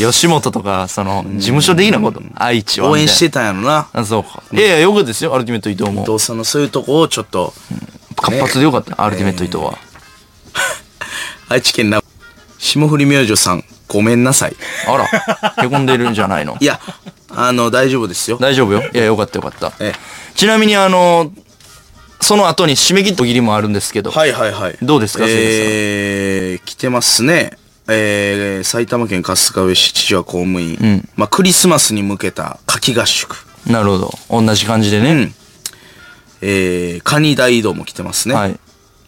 Speaker 1: や。吉本とか、その、事務所的なこと。愛知は。
Speaker 2: 応援してたんやろな
Speaker 1: あ、そうか。いやいや、よかったですよ。アルティメット伊藤も
Speaker 2: 伊。藤さんのそういうとこをちょっと
Speaker 1: 活発でよかった。アルティメット伊藤は。
Speaker 2: 愛知県な霜降り明星さんごめんなさい
Speaker 1: あ
Speaker 2: [LAUGHS]
Speaker 1: ら、へこんでるんじゃないの
Speaker 2: いやあの大丈夫ですよ
Speaker 1: 大丈夫よ。いや、よかったよかった。
Speaker 2: え
Speaker 1: ちなみに、あの、その後に締め切ったおぎりもあるんですけど、
Speaker 2: はいはいはい
Speaker 1: どうですか
Speaker 2: えー、来てますねえー、埼玉県春日部市知事は公務員、
Speaker 1: ん
Speaker 2: まあ、クリスマスに向けた夏季合宿
Speaker 1: なるほど。同じ感じで
Speaker 2: う
Speaker 1: ね。
Speaker 2: んえー、カニ大移動も来てますね、
Speaker 1: はい。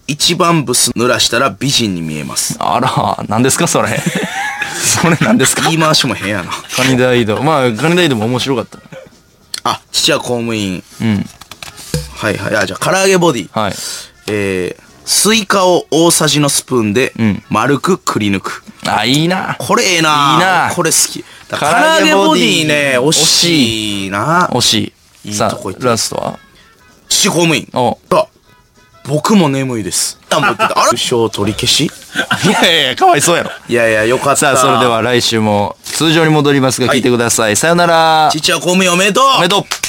Speaker 2: 一番ブス濡らしたら美人に見えます
Speaker 1: あら、何ですかそれ。 [LAUGHS] それ何ですか
Speaker 2: 言い回しも変やな
Speaker 1: カニ大道。まあ、カニ大道も面白かった。
Speaker 2: あ父は公務員
Speaker 1: うん。
Speaker 2: はいはいあじゃあ唐揚げボディ
Speaker 1: はい。
Speaker 2: えー、スイカを大さじのスプーンで丸くくり抜く。
Speaker 1: あ、いいな。
Speaker 2: これええない
Speaker 1: いな
Speaker 2: これ好き。だ
Speaker 1: 唐
Speaker 2: か
Speaker 1: 揚
Speaker 2: ら唐揚
Speaker 1: げ
Speaker 2: げ
Speaker 1: ボ
Speaker 2: ボ
Speaker 1: デ
Speaker 2: デ
Speaker 1: ィ
Speaker 2: ィね、惜しいな。
Speaker 1: 惜しい。
Speaker 2: いい
Speaker 1: さ
Speaker 2: とこ行っ
Speaker 1: あ、
Speaker 2: た
Speaker 1: ラストは
Speaker 2: 父公務員。
Speaker 1: お
Speaker 2: あ僕も眠いです。あ、もう言ってた。
Speaker 1: [LAUGHS]
Speaker 2: あれ賞取り消し
Speaker 1: いやいやいや、かわいそうやろ。
Speaker 2: いやいや、よかった。
Speaker 1: さあ、それでは。来週も通常に戻りますが、
Speaker 2: はい
Speaker 1: 聞いてください。さよなら。
Speaker 2: 父は公務員おめでとう
Speaker 1: おめでとう